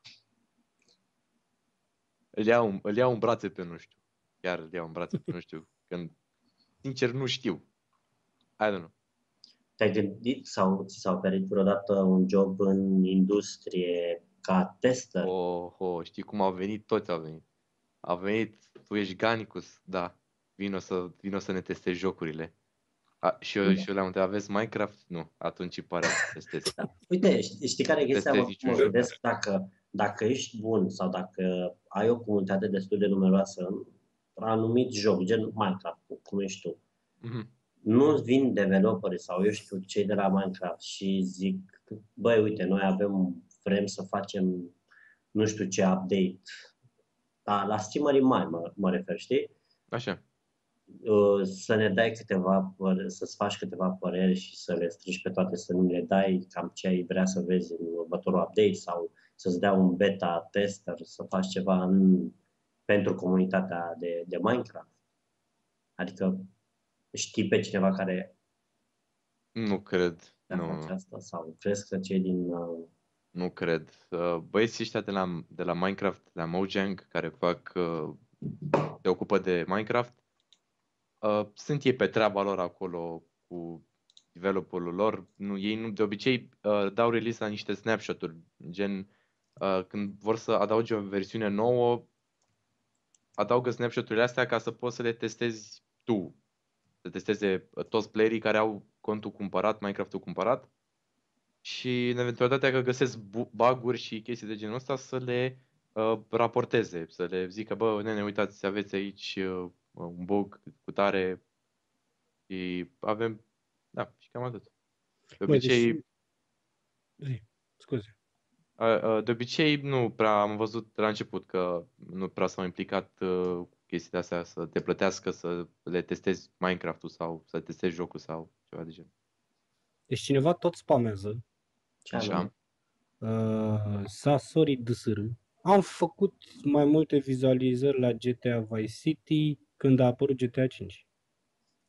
Speaker 3: Îl iau, îl iau în brațe pe nu știu. Chiar îl iau în brațe pe nu știu. Când, sincer, nu știu. I don't know.
Speaker 2: Te-ai gândit sau ți s-a oferit vreodată un job în industrie ca tester?
Speaker 3: Oh, oh, știi cum au venit? Toți au venit. Au venit, tu ești Ganicus, da. Vino să, vino să ne testezi jocurile. A, și eu,
Speaker 2: Da.
Speaker 3: și eu le-am întrebat, aveți Minecraft? Nu, atunci îi pare să testez.
Speaker 2: Uite, știi, știi care e chestia? Mă,
Speaker 3: Testezi
Speaker 2: mă
Speaker 3: niciun
Speaker 2: gândesc dacă, dacă ești bun sau dacă ai o comunitate destul de numeroasă în un anumit joc, gen Minecraft, cum ești tu,
Speaker 3: Mhm.
Speaker 2: nu vin developerii sau eu știu cei de la Minecraft și zic, băi, uite, noi avem, vrem să facem nu știu ce update. Da, la streamerii mari mă, mă refer, știi?
Speaker 3: Așa.
Speaker 2: Uh, să ne dai câteva, păr- să-ți faci câteva păreri și să le strigi pe toate, să nu le dai cam ce ai vrea să vezi în următorul update sau să-ți dea un beta tester, să faci ceva în, pentru comunitatea de, de Minecraft. Adică știi pe cineva care
Speaker 3: Nu cred.
Speaker 2: ar
Speaker 3: Nu,
Speaker 2: face asta sau crezi că cei din... uh,
Speaker 3: nu cred. Uh, Băieții ăștia de la, de la Minecraft, de la Mojang, care fac, uh, se ocupă de Minecraft, uh, sunt ei pe treaba lor acolo cu developerul lor. Nu, ei nu, de obicei uh, dau release la niște snapshot-uri, gen uh, când vor să adauge o versiune nouă, adaugă snapshot-urile astea ca să poți să le testezi tu. Să testeze uh, toți playerii care au contul cumpărat, Minecraft-ul cumpărat și în eventualitatea că găsesc bu- bug-uri și chestii de genul ăsta să le uh, raporteze, să le zică, bă, nene, uitați, aveți aici uh, un bug cu tare și avem, da, și cam atât. De
Speaker 4: Bă, deci
Speaker 3: obicei,
Speaker 4: Zi, scuze.
Speaker 3: Uh, uh, De obicei, nu prea am văzut de la început că nu prea s-au implicat uh, cu chestiile astea să te plătească să le testezi Minecraft-ul sau să testezi jocul sau ceva de genul.
Speaker 4: Deci cineva tot spamează.
Speaker 2: Ce
Speaker 3: Așa.
Speaker 2: anume?
Speaker 4: Uh, Sasori DSR. Am făcut mai multe vizualizări la GTA Vice City când a apărut GTA 5.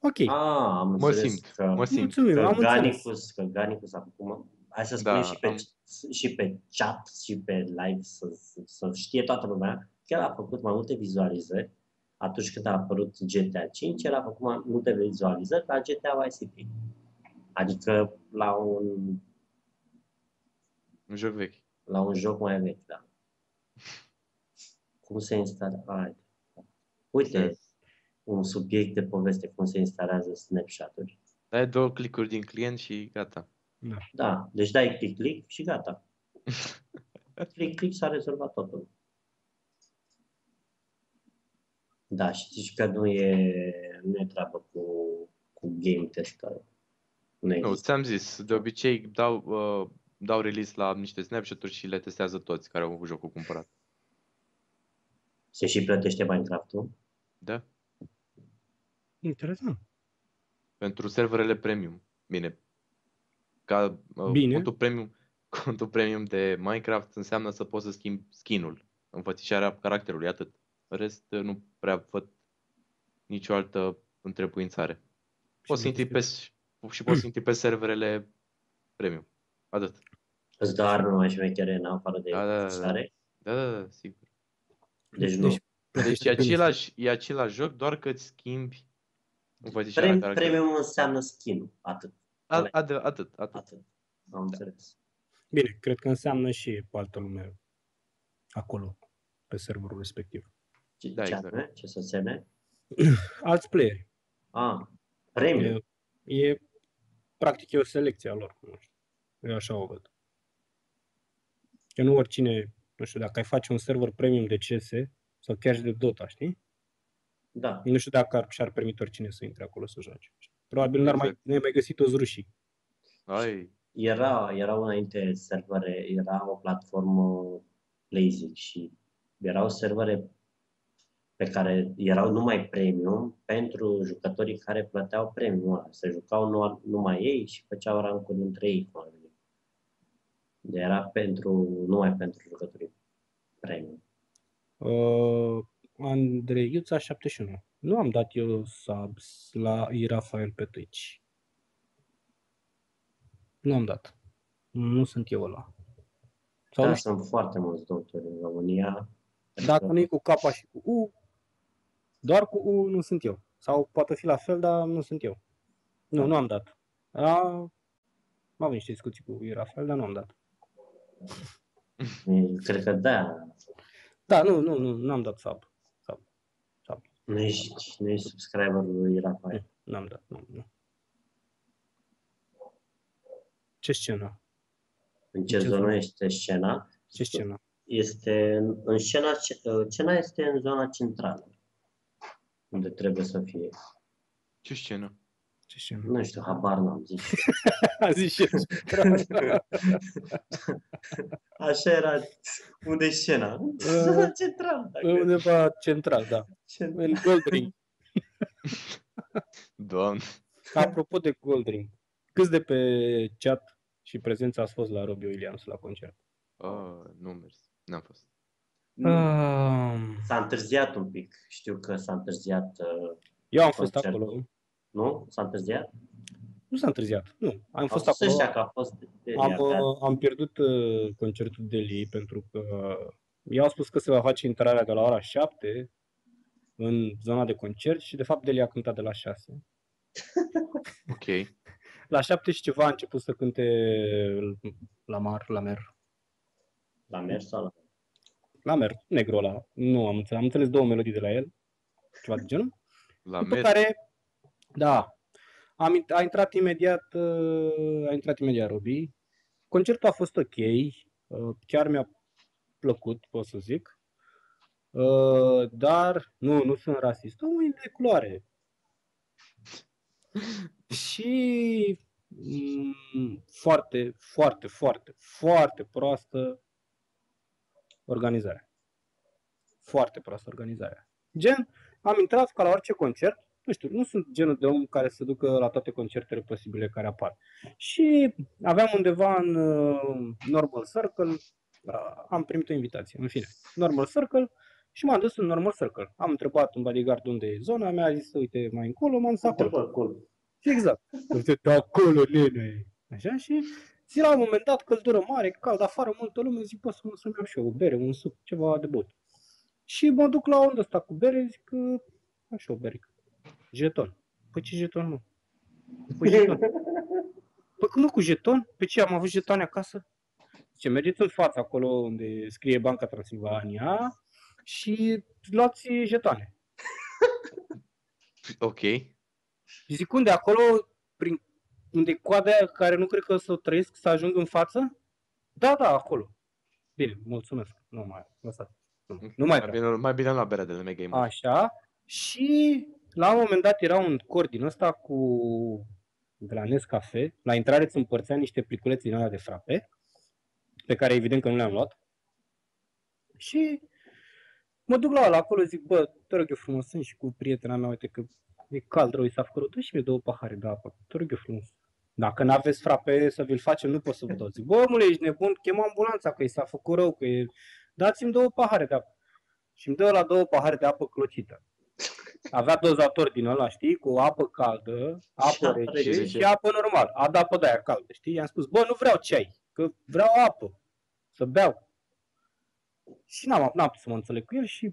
Speaker 4: Ok,
Speaker 2: Ah, am
Speaker 3: Mă
Speaker 2: înțeles
Speaker 3: simt,
Speaker 2: că,
Speaker 3: mă simt.
Speaker 4: mulțumim,
Speaker 2: că
Speaker 4: am înțeles.
Speaker 2: Ganicus, că Ganicus acum, hai să spunem
Speaker 3: Da,
Speaker 2: și, pe,
Speaker 3: am-
Speaker 2: și pe chat și pe live să, să- să știe toată lumea, chiar a făcut mai multe vizualizări atunci când a apărut GTA 5, el a făcut mai multe vizualizări la GTA Vice City. Adică la un,
Speaker 3: Un joc vechi.
Speaker 2: la un joc mai vechi, da. Cum se instalează? Uite, un subiect de poveste, cum se instalează Snapchat-uri.
Speaker 3: Dai două clicuri din client și gata.
Speaker 2: Da, deci dai click, click și gata. Click, click s-a rezolvat totul. Da, și zici că nu e, nu e treabă cu, cu game testare. Nu
Speaker 3: Nu,
Speaker 2: există.
Speaker 3: ți-am zis, de obicei dau, uh, dau release la niște snapshot-uri și le testează toți care au jocul cumpărat.
Speaker 2: Se și plătește Minecraft-ul.
Speaker 3: Da?
Speaker 4: Interesant.
Speaker 3: Pentru serverele premium. Bine. Ca uh,
Speaker 4: Bine.
Speaker 3: contul premium, contul premium de Minecraft înseamnă să poți să schimbi skin-ul, înfățișarea caracterului, atât. În rest uh, nu prea văd nicio altă întrebuințare. Poți să intri pe, s- și poți să intri pe serverele premium. Atât.
Speaker 2: Îți dă arme mai șmechere în afară de
Speaker 3: Da, da, da, da.
Speaker 2: testare.
Speaker 3: Da, da, da, sigur.
Speaker 2: Deci nu.
Speaker 3: Deci e același, e același joc, doar că îți schimbi înfățișarea
Speaker 2: Prem,
Speaker 3: caracterului.
Speaker 2: premium înseamnă skin atât,
Speaker 3: A- ad- Atât, atât.
Speaker 2: atât.
Speaker 3: Da.
Speaker 2: Am înțeles.
Speaker 4: Bine, cred că înseamnă și pe altă lume acolo, pe serverul respectiv.
Speaker 2: Ce,
Speaker 3: Da,
Speaker 2: ce
Speaker 3: exact.
Speaker 2: anume? Ce să se
Speaker 4: Alți playeri.
Speaker 2: Ah, premium.
Speaker 4: E, e, practic, e o selecție a lor. Nu știu. Eu așa o văd. Că nu oricine, nu știu, dacă ai face un server premium de CS sau chiar și de Dota, știi?
Speaker 2: Da.
Speaker 4: Nu știu dacă ar, și-ar permite oricine să intre acolo să joace. Probabil n-ar mai,
Speaker 3: Exact.
Speaker 4: ne-ai mai găsit toți rușii.
Speaker 3: Ai,
Speaker 2: Era, erau înainte servere, era o platformă Lazy și erau servere pe care erau numai premium pentru jucătorii care plăteau premium ăla. Se jucau nu- numai ei și făceau rancuri între ei. cum ar veni. De era pentru, numai pentru jucătorii premium.
Speaker 4: Uh, Andrei Iuța 71. Nu am dat eu subs la Irafael pe Twitch. Nu am dat. Nu sunt eu ăla. Sau
Speaker 2: Da,
Speaker 4: nu știu,
Speaker 2: sunt foarte mulți doctori în România.
Speaker 4: Dacă nu e cu K și cu U, doar cu U nu sunt eu. Sau poate fi la fel, dar nu sunt eu. Nu, nu am dat. A, am avut niște discuții cu Rafael, dar nu am dat.
Speaker 2: E, Cred că da,
Speaker 4: Da, nu, nu, nu, nu am dat sub.
Speaker 2: nu ești, nu ești subscriberul lui Rafael.
Speaker 4: Nu am dat, nu, nu. Ce scenă?
Speaker 2: În ce
Speaker 4: Ce
Speaker 2: zonă
Speaker 4: zonă?
Speaker 2: este scena?
Speaker 4: Ce scenă?
Speaker 2: este în- în scena, ce- uh, scena este în zona centrală, unde trebuie să fie.
Speaker 3: ce scenă?
Speaker 4: Ce scenă?
Speaker 2: Nu știu, habar n-am zis.
Speaker 4: A zis și eu.
Speaker 2: Așa era. Unde e scena? În Zona centrală. Dacă...
Speaker 4: Undeva central, da.
Speaker 2: Cent-
Speaker 4: În Goldring.
Speaker 3: Doamne,
Speaker 4: Apropo de Goldring, câți de pe chat și prezența ați fost la Robbie Williams la concert?
Speaker 3: oh, nu mers, n-am fost.
Speaker 4: uh,
Speaker 2: S-a întârziat un pic. Știu că s-a întârziat. uh,
Speaker 4: Eu am fost
Speaker 2: Concertul.
Speaker 4: acolo.
Speaker 2: Nu? S-a întârziat?
Speaker 4: Nu s-a întârziat. Nu, am
Speaker 2: Au
Speaker 4: fost acolo.
Speaker 2: ăștia că a fost de
Speaker 4: Am,
Speaker 2: abia.
Speaker 4: uh, am pierdut uh, concertul de Lee pentru că i-au spus că se va face intrarea de la ora 7 în zona de concert și de fapt Deli a cântat de la 6.
Speaker 3: Ok,
Speaker 4: La 7 și ceva a început să cânte la mar, la mer.
Speaker 2: La mers sau la...
Speaker 4: La mer, negru ăla. Nu am înțeles, am înțeles două melodii de la el, ceva de genul.
Speaker 3: la
Speaker 4: După
Speaker 3: mer,
Speaker 4: care, da, am, int- a intrat imediat, uh, a intrat imediat Robi. Concertul a fost ok, uh, chiar mi-a plăcut, pot să zic. Uh, dar, nu, nu sunt rasist, omul e de culoare. Și mm, foarte, foarte, foarte, foarte proastă organizare. Foarte proastă organizare. Gen, am intrat ca la orice concert, nu știu, nu sunt genul de om care se ducă la toate concertele posibile care apar. Și aveam undeva în uh, Normal Circle, uh, am primit o invitație, în fine, Normal Circle, și m-am dus în Normal Circle. Am întrebat un bodyguard unde e zona, mi-a zis, uite, mai încolo, m-am dus da, acolo.
Speaker 2: După cool.
Speaker 4: Și exact. Uite, de acolo, nene. Așa și zi la un moment dat, căldură mare, cald afară, multă lume, zic, pot să mă să-mi iau și eu o bere, un suc, ceva de băut. Și mă duc la undă asta cu bere, zic că am și o bere. Jeton. Păi ce jeton, mă? Păi jeton. Păi cum nu cu jeton? Pe ce, am avut jetoane acasă? Ce mergeți în fața acolo unde scrie Banca Transilvania și luați jetoane.
Speaker 3: Ok.
Speaker 4: Și zic, unde? Acolo, prin, unde e coada aia care nu cred că o să o trăiesc, să ajung în față? Da, da, acolo. Bine, mulțumesc. Nu mai, lăsați. Nu, nu mai
Speaker 3: Mai
Speaker 4: vreau.
Speaker 3: bine, mai bine am luat berea de la Mega Game.
Speaker 4: Așa. Și la un moment dat era un cor din ăsta cu de la Nescafe. La intrare îți împărțea niște pliculețe din alea de frape, pe care evident că nu le-am luat. Și mă duc la ăla acolo, zic, bă, te rog eu frumos, sunt și cu prietena mea, uite că e cald rău, i s-a făcut rău, dă și mie două pahare de apă, te rog eu frumos. Dacă n-aveți frape să vi-l facem, nu pot să vă dau. Zic, bă, omule, ești nebun, chem ambulanța, că i s-a făcut rău, că e... Dați-mi două pahare de apă și îmi dă la două pahare de apă clocită. Avea dozator din ăla, știi, cu apă caldă,
Speaker 2: Și
Speaker 4: apă
Speaker 2: apă
Speaker 4: rece
Speaker 3: rece.
Speaker 4: și apă normal. A dat apă de aia caldă, știi? I-am spus, bă, nu vreau ceai, că vreau apă, să beau. Și n-am, n-am putut să mă înțeleg cu el și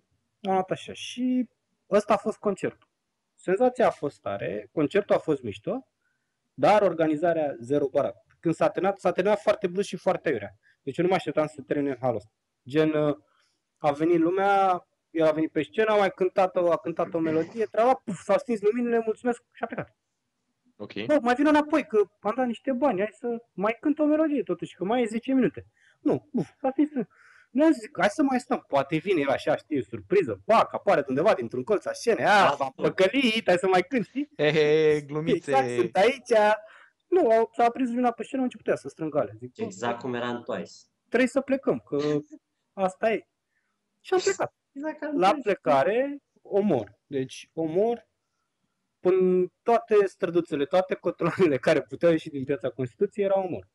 Speaker 4: am luat așa. Și ăsta a fost concertul. Senzația a fost tare, concertul a fost mișto, dar organizarea zero barat. Când s-a terminat, s-a terminat foarte brusc și foarte iurea. Deci eu nu mă așteptam să se termine în halul ăsta. Gen, uh, a venit lumea, el a venit pe scenă, a mai cântat o, a cântat o melodie, treaba, puf, s-au stins luminile, mulțumesc și a plecat.
Speaker 3: Ok.
Speaker 4: Bă, mai vin înapoi, că am dat niște bani, hai să mai cânt o melodie totuși, că mai e 10 minute. Nu, buf, s-a stins nu zic, hai să mai stăm, poate vine el așa, știi, surpriză, pac, apare de undeva dintr-un colț a scenei, a, v-am păcălit, hai să mai cânt, știi?
Speaker 3: He, he, glumițe.
Speaker 4: Exact, sunt aici. Nu, au- s-a aprins lumina pe scenă, au început ea să strângă alea. Zic, bă,
Speaker 2: Exact cum era în Twice.
Speaker 4: Trebuie să plecăm, că asta e. Și am plecat.
Speaker 2: Exact ca în
Speaker 4: La
Speaker 2: Twice.
Speaker 4: plecare, omor. Deci, omor până toate străduțele, toate cotroanele care puteau ieși din piața Constituției erau omor.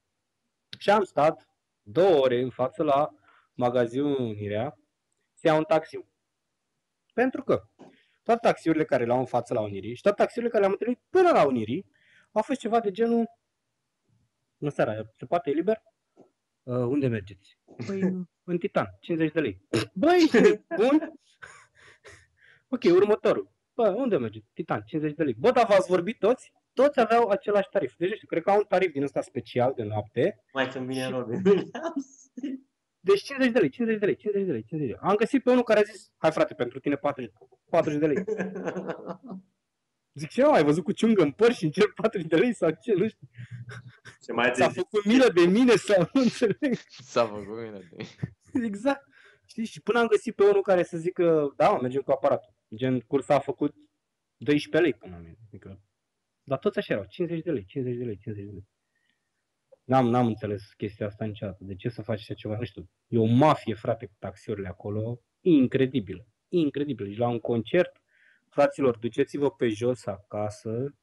Speaker 4: Și am stat două ore în față la magazinul Unirea să iau un taxi. Pentru că toate taxiurile care le-au în față la Unirii și toate taxiurile care le-am întâlnit până la Unirii au fost ceva de genul Bună seara, se poate e liber? Uh, unde mergeți? Păi, în Titan, 50 de lei. Băi, bun? Ok, următorul. Bă, unde mergeți? Titan, 50 de lei. Bă, dar v-ați vorbit toți? Toți aveau același tarif. Deci, nu știu, cred că au un tarif din ăsta special de noapte,
Speaker 2: Mai când vine Robin Williams.
Speaker 4: deci 50 de lei, 50 de lei, 50 de lei, 50 de lei. Am găsit pe unul care a zis, hai frate, pentru tine 40, 40 de lei. Zic, ce am mai văzut cu ciungă în păr și încerc 40 de lei sau ce, nu știu. Deci-
Speaker 2: Se mai
Speaker 4: S-a făcut milă de mine sau nu înțeleg.
Speaker 3: S-a făcut bine. de-
Speaker 4: Exact. Știi, și până am găsit pe unul care să zică, da, mă, mergem cu aparatul. Gen, cursa a făcut 12 lei până la mine. Adică, dar toți așa erau, 50 de lei, 50 de lei, 50 de lei. N-am, n-am înțeles chestia asta niciodată. De ce să faci așa ceva? Nu știu. E o mafie, frate, cu taxiurile acolo. Incredibilă. Incredibilă. Deci la un concert, fraților, duceți-vă pe jos acasă,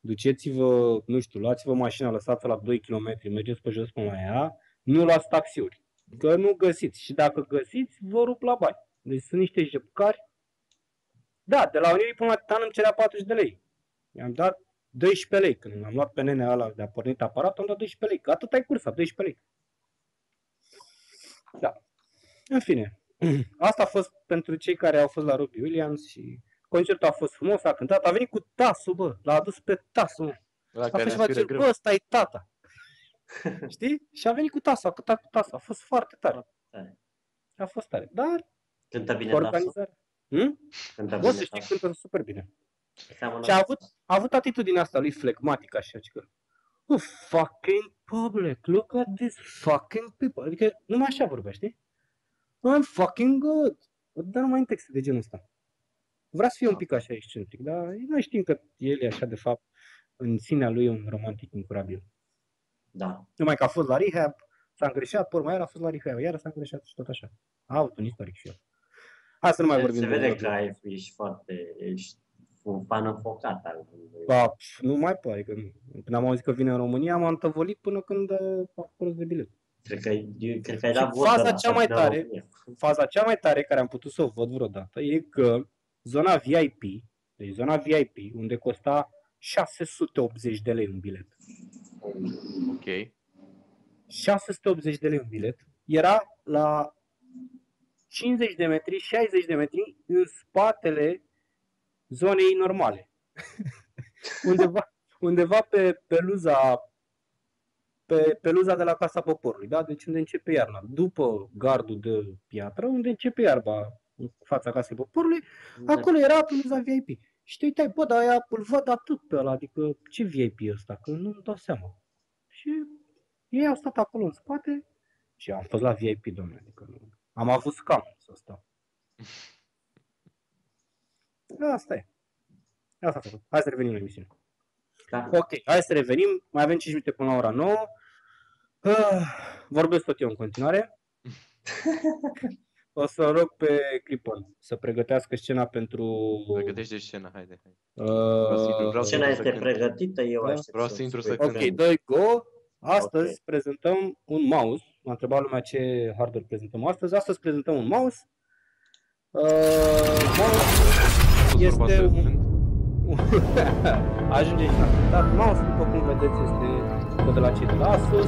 Speaker 4: duceți-vă, nu știu, luați-vă mașina, lăsați la 2 km, mergeți pe jos până la ea, nu luați taxiuri că nu găsiți. Și dacă găsiți, vă rup la bani. Deci sunt niște jepcari. Da, de la Unirii până la Titan îmi cerea 40 de lei. I-am dat 12 lei. Când am luat pe nenea ăla de a pornit aparatul, am dat 12 lei. Că atât ai cursa, 12 lei. Da. În fine. Asta a fost pentru cei care au fost la Robbie Williams și concertul a fost frumos, a cântat, a venit cu tasul, bă, l-a adus pe tasul, mă.
Speaker 3: La
Speaker 4: A
Speaker 3: care
Speaker 4: fost ceva
Speaker 3: respiră
Speaker 4: gen,
Speaker 3: greu.
Speaker 4: bă, ăsta e tata. Știi? Și a venit cu tasa, a cântat cu tasa. A fost foarte tare.
Speaker 2: Tare.
Speaker 4: A fost tare. Dar
Speaker 2: Cântă bine Dasu.
Speaker 4: organizarea... Hmm?
Speaker 2: Cântă
Speaker 4: Bă,
Speaker 2: bine da.
Speaker 4: să știi,
Speaker 2: Dasu.
Speaker 4: cântă super bine.
Speaker 2: Seamănă
Speaker 4: Și a avut, a avut atitudinea asta lui flegmatic, așa, că "Oh, fucking public, look at this fucking people. Adică numai așa vorbea, știi? I'm fucking good. Dar numai în texte de genul ăsta. Vrea să fie un pic așa excentric, dar noi știm că el e așa de fapt. în sinea lui e un romantic incurabil.
Speaker 2: Da.
Speaker 4: Numai că a fost la rehab, s-a îngreșat, pe urmă iar a fost la rehab, iar s-a îngreșat și tot așa. A avut un istoric și el. Hai să nu mai
Speaker 2: Se-
Speaker 4: vorbim.
Speaker 2: Se
Speaker 4: de
Speaker 2: vede
Speaker 4: Robin.
Speaker 2: că ai, ești foarte, ești un fan înfocat al lui.
Speaker 4: Ba, pf, nu mai pare că nu. Când am auzit că vine în România, m-am tăvălit până când uh, a fost de bilet.
Speaker 2: Cred că, eu, cred că ai
Speaker 4: Și
Speaker 2: dat
Speaker 4: faza
Speaker 2: votul la
Speaker 4: cea mai
Speaker 2: Ferdinand
Speaker 4: tare-
Speaker 2: România.
Speaker 4: Faza cea mai tare care am putut să o văd vreodată e că zona VIP, deci zona VIP, unde costa 680 de lei un bilet.
Speaker 3: Ok.
Speaker 4: 680 de lei un bilet, era la 50 de metri, 60 de metri în spatele zonei normale. undeva, undeva pe peluza pe peluza de la Casa Poporului, da? Deci unde începe iarna. După gardul de piatră, unde începe iarba în fața Casei Poporului, acolo era peluza VIP. Și te uitai, bă, dar aia îl văd atât pe ăla, adică ce VIP e ăsta, că nu-mi dau seama. Și ei au stat acolo în spate și am fost la VIP, domnule, adică nu. Am avut scam să stau. Asta e. Asta a făcut. Hai să revenim la emisiune.
Speaker 2: Da.
Speaker 4: Ok, hai să revenim. Mai avem 5 minute până la ora 9. Ah, Vorbesc tot eu în continuare. O să rog pe Clipon să pregătească scena pentru...
Speaker 3: Pregătește scena, haide. haide.
Speaker 4: Uh,
Speaker 3: vreau să
Speaker 2: Scena
Speaker 3: vreau
Speaker 2: este
Speaker 3: cânt.
Speaker 2: pregătită, eu
Speaker 4: Da.
Speaker 2: aștept
Speaker 3: Vreau să intru să
Speaker 2: spui.
Speaker 3: cânt.
Speaker 4: Ok,
Speaker 3: Suntem.
Speaker 4: doi go. Astăzi
Speaker 2: Ok.
Speaker 4: prezentăm un mouse. M-a întrebat lumea ce hardware prezentăm astăzi. Astăzi prezentăm un mouse. Uh, mouse
Speaker 3: Tot
Speaker 4: Este
Speaker 3: vorba să
Speaker 4: un-
Speaker 3: cânt.
Speaker 4: ajunge și la cântat. Mouse, după cum vedeți, este tot de la cei de la Asus.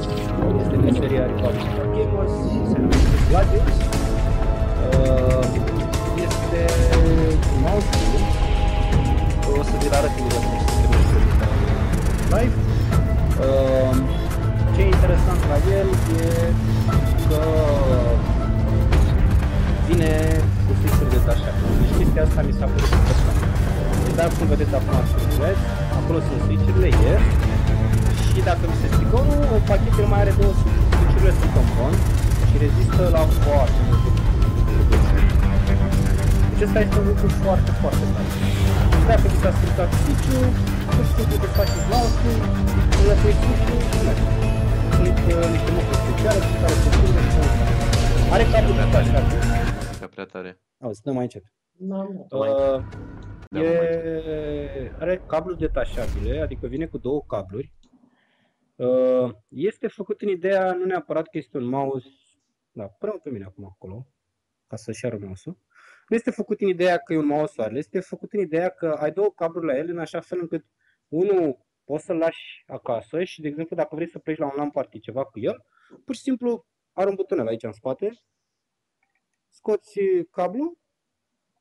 Speaker 4: Este din seria Republic of Gamers. Se numește Gladius. Uh, este un mouse bun. O să vi-l arăt imediat cum se termină live. Uh, ce e interesant la el e că vine cu fixuri detașate. Deci chestia asta mi s-a părut interesantă. Deci dacă cum vedeți acum switch acolo sunt switch-urile ieri și dacă mi se strică unul, pachetul mai are două switch- switch-urile sunt în front și rezistă la foarte multe deci ăsta este un lucru foarte, foarte tare. Și Dacă vi s-a stricat switch-ul, nu știu cum să faceți mouse-ul, înlătuiți switch-ul și merge. Sunt uh, niște lucruri speciale pe care se pun și sunt. Are capul de adică. așa.
Speaker 3: Ca adică prea tare.
Speaker 4: Auzi, dăm mai încet.
Speaker 2: Nu, nu, mai-
Speaker 4: Uh,
Speaker 3: Da, mă, mai încet.
Speaker 4: E, are cabluri detașabile, adică vine cu două cabluri. Uh, Este făcut în ideea, nu neapărat că este un mouse, da, până pe mine acum acolo, ca să-și ară mouse-ul. Nu este făcut în ideea că e un mouse wireless, este făcut în ideea că ai două cabluri la el în așa fel încât unul poți să-l lași acasă și, de exemplu, dacă vrei să pleci la un LAN party ceva cu el, pur și simplu are un butonel aici în spate, scoți cablul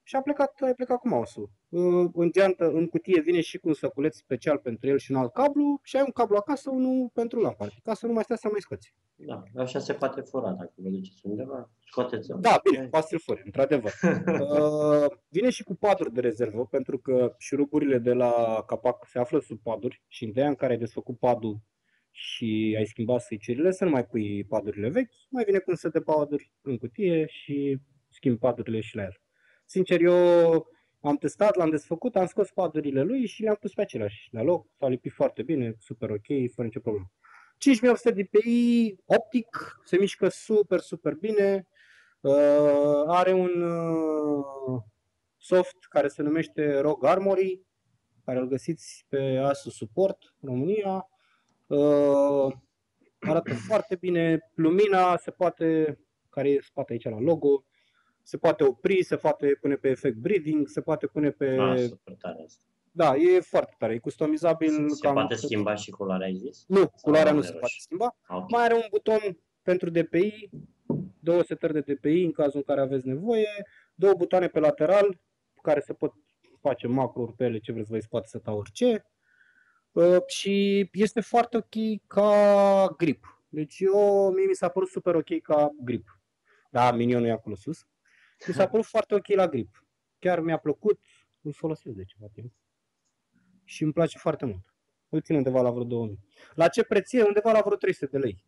Speaker 4: și a plecat, a plecat cu mouse-ul. Uh, În geantă, în cutie vine și cu un săculeț special pentru el și un alt cablu și ai un cablu acasă, unul pentru lampă, ca să nu mai stai să mai scoți.
Speaker 2: Da, așa se poate fura dacă vă duceți undeva, scoateți-o.
Speaker 4: Da, bine, poate să-l furi, într-adevăr. Uh, Vine și cu paduri de rezervă, pentru că șuruburile de la capac se află sub paduri și în ideea în care ai desfăcut padul și ai schimbat switch-urile, să nu mai pui padurile vechi, mai vine cu un set de paduri în cutie și schimbi padurile și la el. Sincer, eu am testat, l-am desfăcut, am scos padurile lui și le-am pus pe același la loc. S-a lipit foarte bine, super ok, fără nicio problemă. 5800 DPI, optic, se mișcă super, super bine. Uh, are un uh, soft care se numește ROG Armory, care îl găsiți pe Asus Support România. Uh, arată foarte bine. Lumina se poate, care e în spate aici la logo, se poate opri, se poate pune pe efect breathing, se poate pune pe...
Speaker 2: Ah, super tare asta.
Speaker 4: Da, e foarte tare, e customizabil.
Speaker 2: Se poate schimba și culoarea, ai zis?
Speaker 4: Nu, culoarea nu
Speaker 2: rămâne
Speaker 4: se poate
Speaker 2: roșie?
Speaker 4: schimba.
Speaker 2: Ah, ok.
Speaker 4: Mai are un buton pentru DPI, două setări de DPI în cazul în care aveți nevoie, două butoane pe lateral cu care se pot face macro-uri pe ele, ce vreți voi, se poate seta orice. Uh, Și este foarte ok ca grip. Deci eu, mie mi s-a părut super ok ca grip. Da, minionul e acolo sus. Mi s-a părut foarte ok la grip. Chiar mi-a plăcut, îl folosesc de ceva timp. Și îmi place foarte mult. Îl țin undeva la vreo 2000. La ce preț e? Undeva la vreo 300 de lei.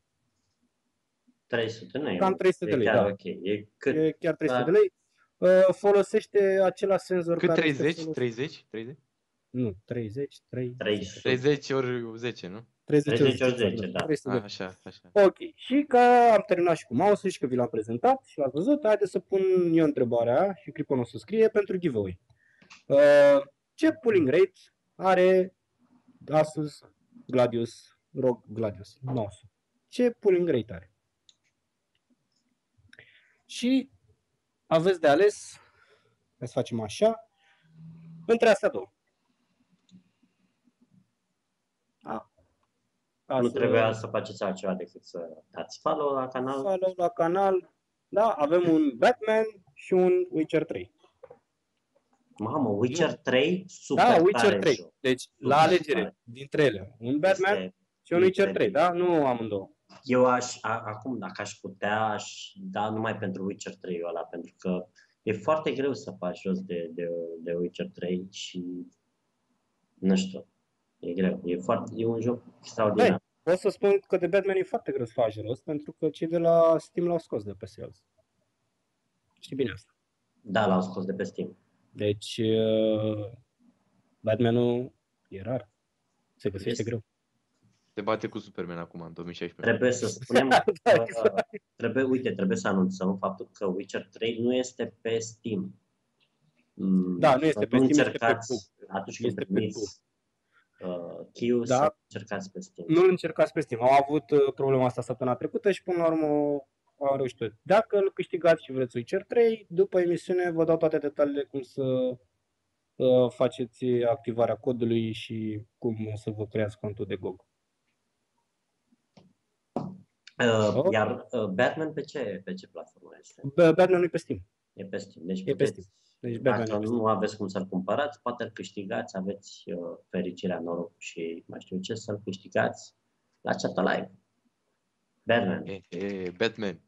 Speaker 2: 300 nu e
Speaker 4: Cam
Speaker 2: mult,
Speaker 4: 300 de
Speaker 2: e
Speaker 4: lei,
Speaker 2: chiar
Speaker 4: da.
Speaker 2: ok. E cât?
Speaker 4: E chiar 300
Speaker 2: Da.
Speaker 4: de lei. Uh, Ă, Folosește același senzor
Speaker 3: Cât
Speaker 4: care este
Speaker 3: 30?
Speaker 4: folosit-
Speaker 3: 30? 30?
Speaker 4: Nu, 30, 3,
Speaker 2: 30.
Speaker 3: 30 ori 10, nu?
Speaker 4: 30,
Speaker 2: 30 ori 10, da.
Speaker 4: 300
Speaker 3: A,
Speaker 4: de
Speaker 3: așa, așa.
Speaker 4: Ok, și că am terminat și cu mouse și că vi l-am prezentat și l-ați văzut, haideți să pun eu întrebarea și Cripon o să scrie pentru giveaway. Uh, ce pulling rate are Asus Gladius, rog Gladius, mouse Ce pulling rate are? Și aveți de ales, hai să facem așa, între astea două. A,
Speaker 2: Nu
Speaker 4: Asus-
Speaker 2: trebuia să faceți altceva decât să dați follow la canal.
Speaker 4: follow la canal. Da, avem un Batman și un Witcher 3.
Speaker 2: Mamă, Witcher 3, super
Speaker 4: da, Witcher
Speaker 2: tare
Speaker 4: 3.
Speaker 2: joc.
Speaker 4: Deci, la
Speaker 2: Super
Speaker 4: alegere
Speaker 2: tare.
Speaker 4: dintre ele. Un Batman
Speaker 2: Este-
Speaker 4: și un Witcher
Speaker 2: Witcher
Speaker 4: 3, da? Nu amândouă.
Speaker 2: Eu aș, a, acum, dacă aș putea, aș da numai pentru Witcher 3 ăla, pentru că e foarte greu să faci jos de, de, de Witcher 3 și, nu știu, e greu. E, foarte, e un joc extraordinar.
Speaker 4: Hai. Pot să spun că de Batman e foarte greu să faci rost, pentru că cei de la Steam l-au scos de pe sales. Știi bine asta.
Speaker 2: Da, l-au scos de pe Steam.
Speaker 4: Deci, uh, Batmanul e rar. Se găsește
Speaker 2: Este.
Speaker 4: greu.
Speaker 3: Se bate cu Superman acum, în 2016.
Speaker 2: Trebuie să spunem
Speaker 4: Da,
Speaker 2: că,
Speaker 4: exact.
Speaker 2: trebuie, uite, trebuie să anunțăm faptul că Witcher 3 nu este pe Steam. Mm,
Speaker 4: Da, nu este
Speaker 2: să
Speaker 4: pe Steam, este pe
Speaker 2: încercați atunci când
Speaker 4: Este pe
Speaker 2: primiți uh, key
Speaker 4: Da.
Speaker 2: să încercați pe Steam.
Speaker 4: nu-l încercați pe Steam. Au avut uh, problema asta săptămâna trecută și până la urmă au reușit. tot. Dacă îl câștigați și vreți Witcher 3, după emisiune vă dau toate detaliile cum să uh, faceți activarea codului și cum să vă creați contul de GOG.
Speaker 2: Uh,
Speaker 4: Oh.
Speaker 2: iar uh, Batman pe ce, pe ce platformă este?
Speaker 4: Ba- Batman nu e pe Steam.
Speaker 2: E pe Steam. Deci,
Speaker 4: pe
Speaker 2: puteți,
Speaker 4: Steam. Deci Batman nu
Speaker 2: dacă
Speaker 4: e pe Steam.
Speaker 2: nu aveți cum să-l cumpărați, poate îl câștigați, aveți uh, fericirea, noroc și mai știu ce, să-l câștigați la chat live. Batman.
Speaker 3: E, e, Batman.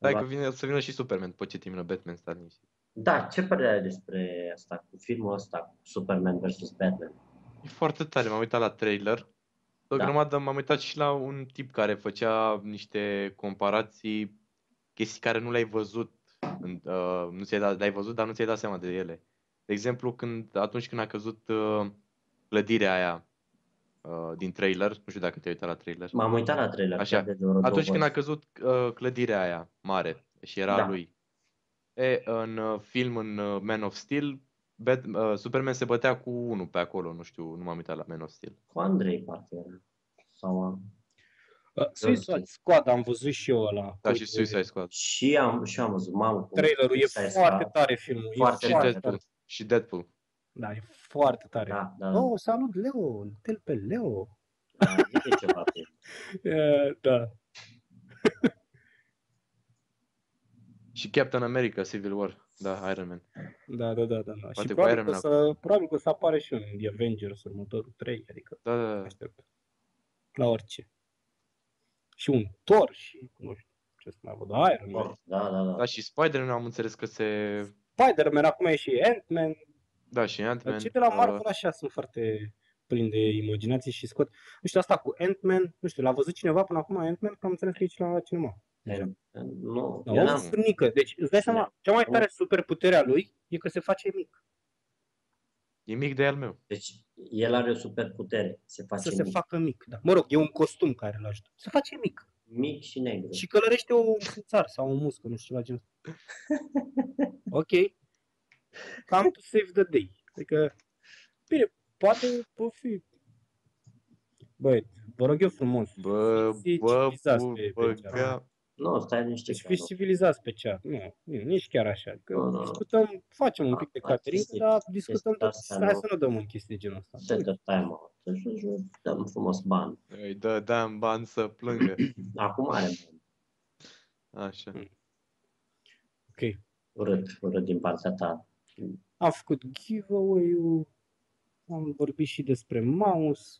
Speaker 3: Hai
Speaker 2: Da.
Speaker 3: că vine, să vină și Superman după ce termină Batman, stai liniștit.
Speaker 2: Da, ce părere ai despre asta, cu filmul ăsta, cu Superman vs. Batman?
Speaker 3: E foarte tare, m-am uitat la trailer. O
Speaker 2: Da.
Speaker 3: grămadă, m-am uitat și la un tip care făcea niște comparații, chestii care nu le-ai văzut, în, uh, nu ți-ai dat, le-ai văzut, dar nu ți-ai dat seama de ele. De exemplu, când, atunci când a căzut uh, clădirea aia uh, din trailer, nu știu dacă te-ai uitat la trailer.
Speaker 2: M-am uitat la trailer.
Speaker 3: Așa.
Speaker 2: cred, de vreo două
Speaker 3: Atunci când a
Speaker 2: ori.
Speaker 3: căzut uh, clădirea aia mare și era
Speaker 2: Da.
Speaker 3: a lui. E, în uh, film, în uh, Man of Steel, Bat- uh, Superman se bătea cu unul pe acolo, nu știu, nu m-am uitat la Man of Steel.
Speaker 2: Cu Andrei, parcă era. Sau a-
Speaker 4: Uh, Suicide Squad am văzut și eu ăla.
Speaker 2: Păi,
Speaker 3: Da, și
Speaker 4: Uite,
Speaker 3: Suicide Squad.
Speaker 2: Și am, și am văzut, mamă, cu
Speaker 4: Trailerul e
Speaker 2: Suicide
Speaker 4: foarte
Speaker 2: Squad.
Speaker 4: tare filmul.
Speaker 2: Foarte
Speaker 4: e
Speaker 3: Și
Speaker 4: foarte
Speaker 2: tare.
Speaker 4: tare.
Speaker 3: Deadpool. Și Deadpool.
Speaker 4: Da, e foarte tare.
Speaker 2: Da, da, da.
Speaker 4: Oh, salut Leo, îl pe Leo.
Speaker 2: da, e ceva pe
Speaker 4: Uh, da.
Speaker 3: Și Captain America, Civil War. Da, Iron Man.
Speaker 4: Da, da, da, da. da.
Speaker 3: Poate cu
Speaker 4: Și probabil
Speaker 3: Iron
Speaker 4: că, o
Speaker 3: Man
Speaker 4: să, probabil că o să apare și un The Avengers următorul 3, adică
Speaker 3: Da, da, da.
Speaker 4: aștept. La orice. Și un Thor și, nu știu, ce să mai văd, Iron Man.
Speaker 2: sport. Da, da, da.
Speaker 3: Da, și Spider-Man am înțeles că se...
Speaker 4: Spider-Man, acum e și Ant-Man.
Speaker 3: Da, și Ant-Man.
Speaker 4: Cei de la
Speaker 3: uh,
Speaker 4: Marvel așa sunt foarte plini de imaginație și scot. Nu știu, asta cu Ant-Man, nu știu, l-a văzut cineva până acum Ant-Man, că am înțeles că e și la cinema. Deja.
Speaker 2: Nu,
Speaker 4: Da,
Speaker 2: eu
Speaker 4: omul
Speaker 2: n-am.
Speaker 4: furnică. Deci îți dai
Speaker 2: Da.
Speaker 4: seama, cea mai tare superputerea lui e că se face mic.
Speaker 3: E mic de al meu.
Speaker 2: Deci el are o superputere, se face
Speaker 4: Să se
Speaker 2: mic,
Speaker 4: facă mic. Da. Mă rog, e un costum care îl ajută. Se face mic.
Speaker 2: mic și negru.
Speaker 4: Și călărește un țar sau un muscă, nu știu ceva genul. ăsta. Ok. Cam to save the day. Adică, bine, poate po fi. Băi, vă rog eu frumos.
Speaker 3: Bă,
Speaker 2: Păi,
Speaker 4: Fiți
Speaker 3: bă,
Speaker 4: civilizați
Speaker 3: bă,
Speaker 4: pe- pe
Speaker 3: bă,
Speaker 4: chat.
Speaker 3: gă-
Speaker 2: Nu, stai niște
Speaker 4: Deci fiți civilizați pe chat. Nu, nu, nici chiar așa. Adică
Speaker 2: Nu, nu, nu.
Speaker 4: discutăm, facem un
Speaker 2: Da,
Speaker 4: pic de
Speaker 2: da,
Speaker 4: catering,
Speaker 2: chestii-
Speaker 4: dar discutăm
Speaker 2: chestii
Speaker 4: tot.
Speaker 2: astea
Speaker 4: Hai
Speaker 2: nu-
Speaker 4: să nu dăm în chestii de genul ăsta.
Speaker 2: Set the time out. Deci nu dăm frumos bani.
Speaker 3: Îi dă Dan bani să plângă.
Speaker 2: Acum are bani.
Speaker 3: Așa.
Speaker 4: Ok.
Speaker 2: Urât, urât din partea ta.
Speaker 4: Am făcut giveaway-ul, am vorbit și despre mouse.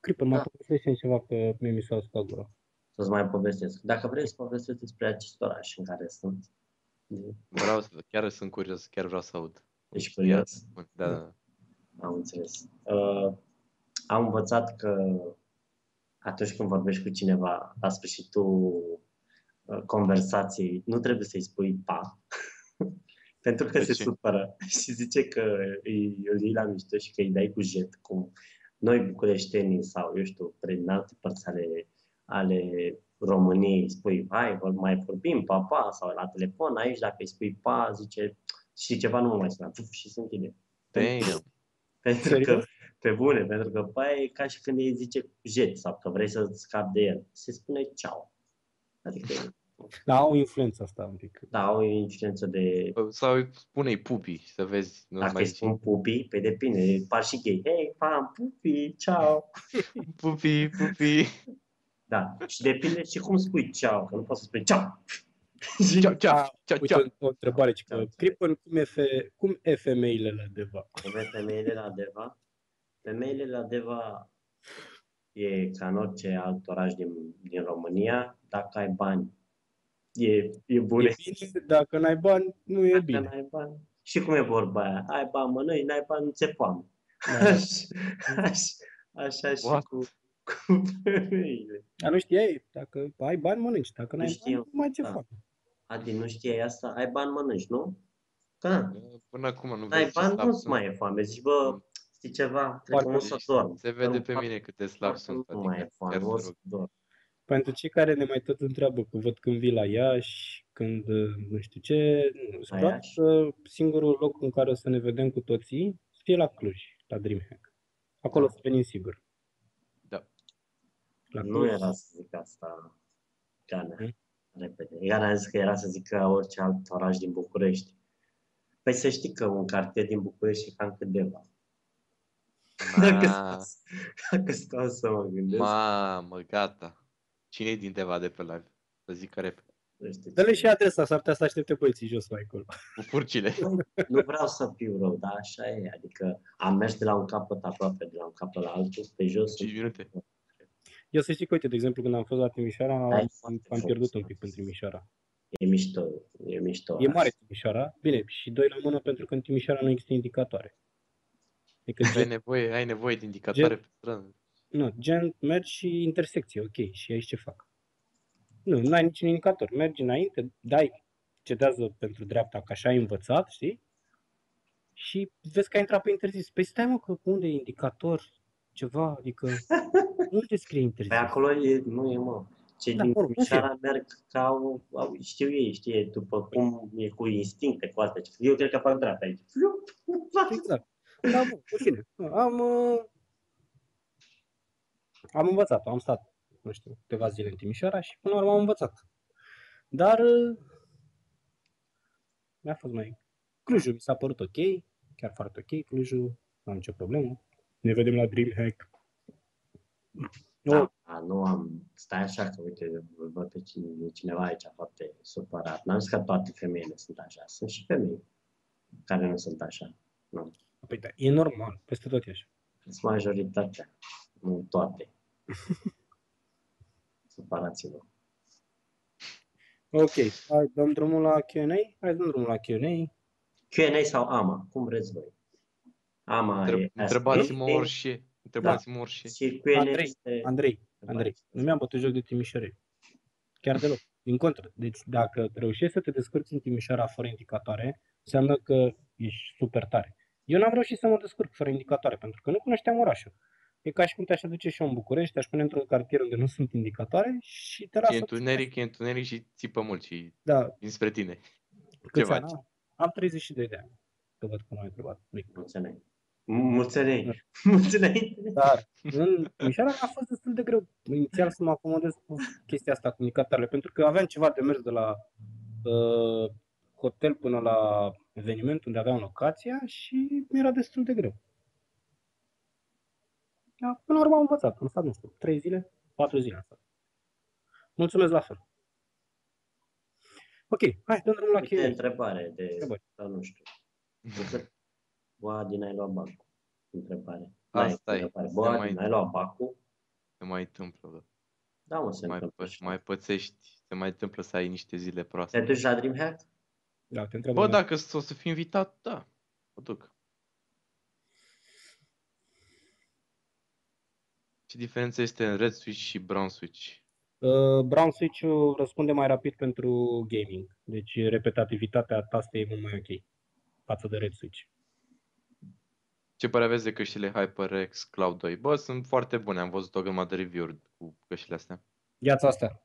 Speaker 4: Cripper, mai
Speaker 2: Da.
Speaker 4: povestește ceva că mie mi s-a uscat gura.
Speaker 2: Să-ți mai povestesc. Dacă vrei să povestesc despre acest oraș în care sunt.
Speaker 3: Vreau să, chiar sunt curios, chiar vreau să aud.
Speaker 2: Ești
Speaker 3: Ia,
Speaker 2: curios?
Speaker 3: spune. Da, da, da.
Speaker 2: Am înțeles. Uh, am învățat că atunci când vorbești cu cineva, la sfârșitul uh, conversației, nu trebuie să-i spui pa. Pentru că
Speaker 3: De
Speaker 2: se
Speaker 3: ce?
Speaker 2: supără și zice că îi, îl iei la mișto și că îi dai cu jet, cum noi bucureștenii sau, eu știu, prin alte părți ale, ale României spui, hai, vor- mai vorbim, pa, pa, sau la telefon aici, dacă îi spui pa, zice, și ceva nu mă mai sună, puf, și se închide.
Speaker 3: Damn.
Speaker 2: Pentru
Speaker 4: Serios?
Speaker 2: că, pe bune, pentru că, băi, e ca și când îi zice jet sau că vrei să scapi de el, se spune ceau. Adică,
Speaker 4: Da, au influența asta un pic.
Speaker 2: da, o incidență de
Speaker 3: Sau pune-i pupii, să vezi. Nu
Speaker 2: Dacă
Speaker 3: mai
Speaker 2: îi spun pupi, pe depinde, par și gay. Hei, pam, pupi, ceau.
Speaker 3: Pupii, pupii.
Speaker 2: Da, și depinde și cum spui ceau, că nu poți să spui ceau. Și-
Speaker 3: Ceau, ceau, ceau,
Speaker 4: Uite,
Speaker 3: ceau.
Speaker 4: o- o întrebare, ci că
Speaker 2: Ceau.
Speaker 4: Crippen, cum e, fe, cum e femeile la Deva?
Speaker 2: Avem femeile la Deva. Femeile la Deva e ca în orice alt oraș din, din România, dacă ai bani. E, e bune.
Speaker 4: E bine, dacă n-ai bani, nu e
Speaker 2: Dacă
Speaker 4: bine.
Speaker 2: n-ai bani. Și cum e vorba aia? Ai bani mănânci, n-ai bani, nu ți-e foame.
Speaker 4: Da.
Speaker 2: Așa, așa și
Speaker 3: What?
Speaker 2: cu, cu femeile.
Speaker 4: Dar nu știai, dacă ai bani, mănânci. Dacă
Speaker 2: Nu
Speaker 4: n-ai bani,
Speaker 2: știu.
Speaker 4: nu mai ce
Speaker 2: Da.
Speaker 4: fac.
Speaker 2: Adi, nu știai asta? Ai bani mănânci, nu? Da.
Speaker 3: Până acum nu
Speaker 2: Ai
Speaker 3: vezi
Speaker 2: bani, nu-ți mai e foame. Zici, bă, știi ceva? Cred că
Speaker 4: Foarte
Speaker 2: o să dorm.
Speaker 3: Se vede
Speaker 2: Dorm
Speaker 3: pe
Speaker 2: patru
Speaker 3: mine cât de slab
Speaker 2: ore,
Speaker 3: sunt.
Speaker 2: Nu mai e
Speaker 3: Adică
Speaker 2: foame,
Speaker 3: chiar
Speaker 2: o
Speaker 3: să
Speaker 2: să
Speaker 3: rog.
Speaker 2: dorm.
Speaker 4: Pentru cei care ne mai tot întreabă, că văd când vii la Iași, când uh, nu știu ce, nu,
Speaker 2: La
Speaker 4: sper
Speaker 2: Iași?
Speaker 4: că singurul loc în care o să ne vedem cu toții să fie la Cluj, la Dreamhack. Acolo
Speaker 2: Da.
Speaker 4: o să venim sigur.
Speaker 3: Da.
Speaker 4: La
Speaker 2: Nu
Speaker 4: Cluj,
Speaker 2: era să zic asta, Ganea.
Speaker 4: Hmm?
Speaker 2: Repede. Ganea a zis că era să zic că orice alt oraș din București. Păi să știi că un cartier din București e cam câteva. Dacă stau,
Speaker 3: Ah.
Speaker 2: dacă stau să mă gândesc,
Speaker 3: Mamă, gata. Cine e din Deva de pe live? Să zic care
Speaker 2: nu știu
Speaker 4: Dă-le
Speaker 2: ce.
Speaker 4: și adresa, s-ar putea să aștepte băieții jos mai acolo.
Speaker 3: Cu furcile.
Speaker 2: nu vreau să fiu rău, dar așa e. Adică am mers de la un capăt aproape, de la un capăt la altul, pe jos.
Speaker 3: 5 minute.
Speaker 4: Eu să știi că, uite, de exemplu, când am fost la Timișoara,
Speaker 2: Da, e
Speaker 4: am,
Speaker 2: foarte
Speaker 4: am
Speaker 2: frumos.
Speaker 4: pierdut un pic în Timișoara.
Speaker 2: E mișto, e mișto.
Speaker 4: E mare Timișoara, bine, și doi la mână pentru că în Timișoara nu există indicatoare. Adică
Speaker 3: Ai
Speaker 4: gen,
Speaker 3: nevoie, ai nevoie de indicatoare pe stradă.
Speaker 4: nu, gen, mergi și intersecție, ok, și aici ce fac? Nu, nu ai niciun indicator. Mergi înainte, dai, cedează pentru dreapta, că așa ai învățat, știi? Și vezi că ai intrat pe interzis. Păi stai mă, că unde e indicator, ceva, adică unde scrie interzis?
Speaker 2: Pe Păi acolo e, nu e, mă. Cei
Speaker 4: Da,
Speaker 2: din
Speaker 4: oricum,
Speaker 2: Timișoara merg ca au, au, știu ei, știe, după cum e cu instincte, cu astea. Eu cred că fac dreapta aici.
Speaker 4: Exact. Da, bun, în fine. Am, uh, am învățat, am stat, nu știu, câteva zile în Timișoara și până la urmă am învățat. Dar uh, mi-a fost mai... Clujul mi s-a părut ok, chiar foarte ok, Clujul, nu am nicio problemă. Ne vedem la Dreamhack.
Speaker 2: Da, nu am, stai așa că uite, îl văd pe cine, e cineva aici foarte supărat. N-am zis că toate femeile sunt așa, sunt și femei care nu sunt așa.
Speaker 4: Păi da, e normal, peste tot e așa.
Speaker 2: Sunt majoritatea, nu toate. Supărați-vă.
Speaker 4: Ok, hai, dăm drumul la Q&A? Hai, dăm drumul la Q&A.
Speaker 2: Q&A sau AMA, cum vreți voi. AMA e
Speaker 3: Întreb- Întrebați-mă
Speaker 2: asking
Speaker 3: orice. Întrebați-mă orice.
Speaker 2: da. Și Q&A
Speaker 4: Andrei,
Speaker 2: este...
Speaker 4: Andrei, Andrei, nu mi-am bătut joc de Timișorei. Chiar deloc. Din contră. Deci dacă reușești să te descurci în Timișoara fără indicatoare, înseamnă că ești super tare. Eu n-am reușit să mă descurc fără indicatoare, pentru că nu cunoșteam orașul. E ca și cum te-aș aduce și eu în București, te-aș pune într-un cartier unde nu sunt indicatoare și te lasă.
Speaker 3: E întuneric, e întuneric și țipă mult și
Speaker 4: Da,
Speaker 3: dinspre tine.
Speaker 4: câți
Speaker 3: Ceva.
Speaker 4: ani am? Am 32 de ani. Că văd că m-ai întrebat. Ui.
Speaker 2: Mulțumesc. Mulțumesc. Mulțumesc.
Speaker 4: Dar în Timișoara a fost destul de greu inițial să mă acomodez cu chestia asta cu indicatoarele, pentru că aveam ceva de mers de la uh, hotel până la eveniment unde aveam locația și mi era destul de greu. Da, până la urmă am învățat, am stat, nu știu, 3 zile, 4 zile am stat. Mulțumesc la fel. Ok, hai, dăm drumul la
Speaker 2: Uite,
Speaker 4: cheie.
Speaker 2: întrebare de...
Speaker 4: Întrebări.
Speaker 2: Sau nu știu. Boa, din ai luat bacul? Întrebare.
Speaker 3: Asta
Speaker 2: N-ai
Speaker 3: e.
Speaker 2: întrebare.
Speaker 3: Se
Speaker 2: Boa,
Speaker 3: mai-
Speaker 2: din ai luat bacul?
Speaker 3: Se mai întâmplă. bă.
Speaker 2: Da, mă, se
Speaker 3: Mai,
Speaker 2: întâmplă.
Speaker 3: pă- mai pățești. Se mai întâmplă să ai niște zile
Speaker 2: Te
Speaker 3: proaste.
Speaker 2: duci la DreamHack?
Speaker 4: Da, te întreb.
Speaker 3: Bă, dacă s- o să fiu invitat, da. Mă duc. Ce diferență este în Red Switch și Brown Switch?
Speaker 4: Uh, Brown Switch-ul răspunde mai rapid pentru gaming, deci repetativitatea tastei e mult mai ok față de Red Switch.
Speaker 3: Ce părere aveți de căștile HyperX Cloud 2? Bă, sunt foarte bune, am văzut o grămadă de review-uri cu căștile astea.
Speaker 4: Iați asta.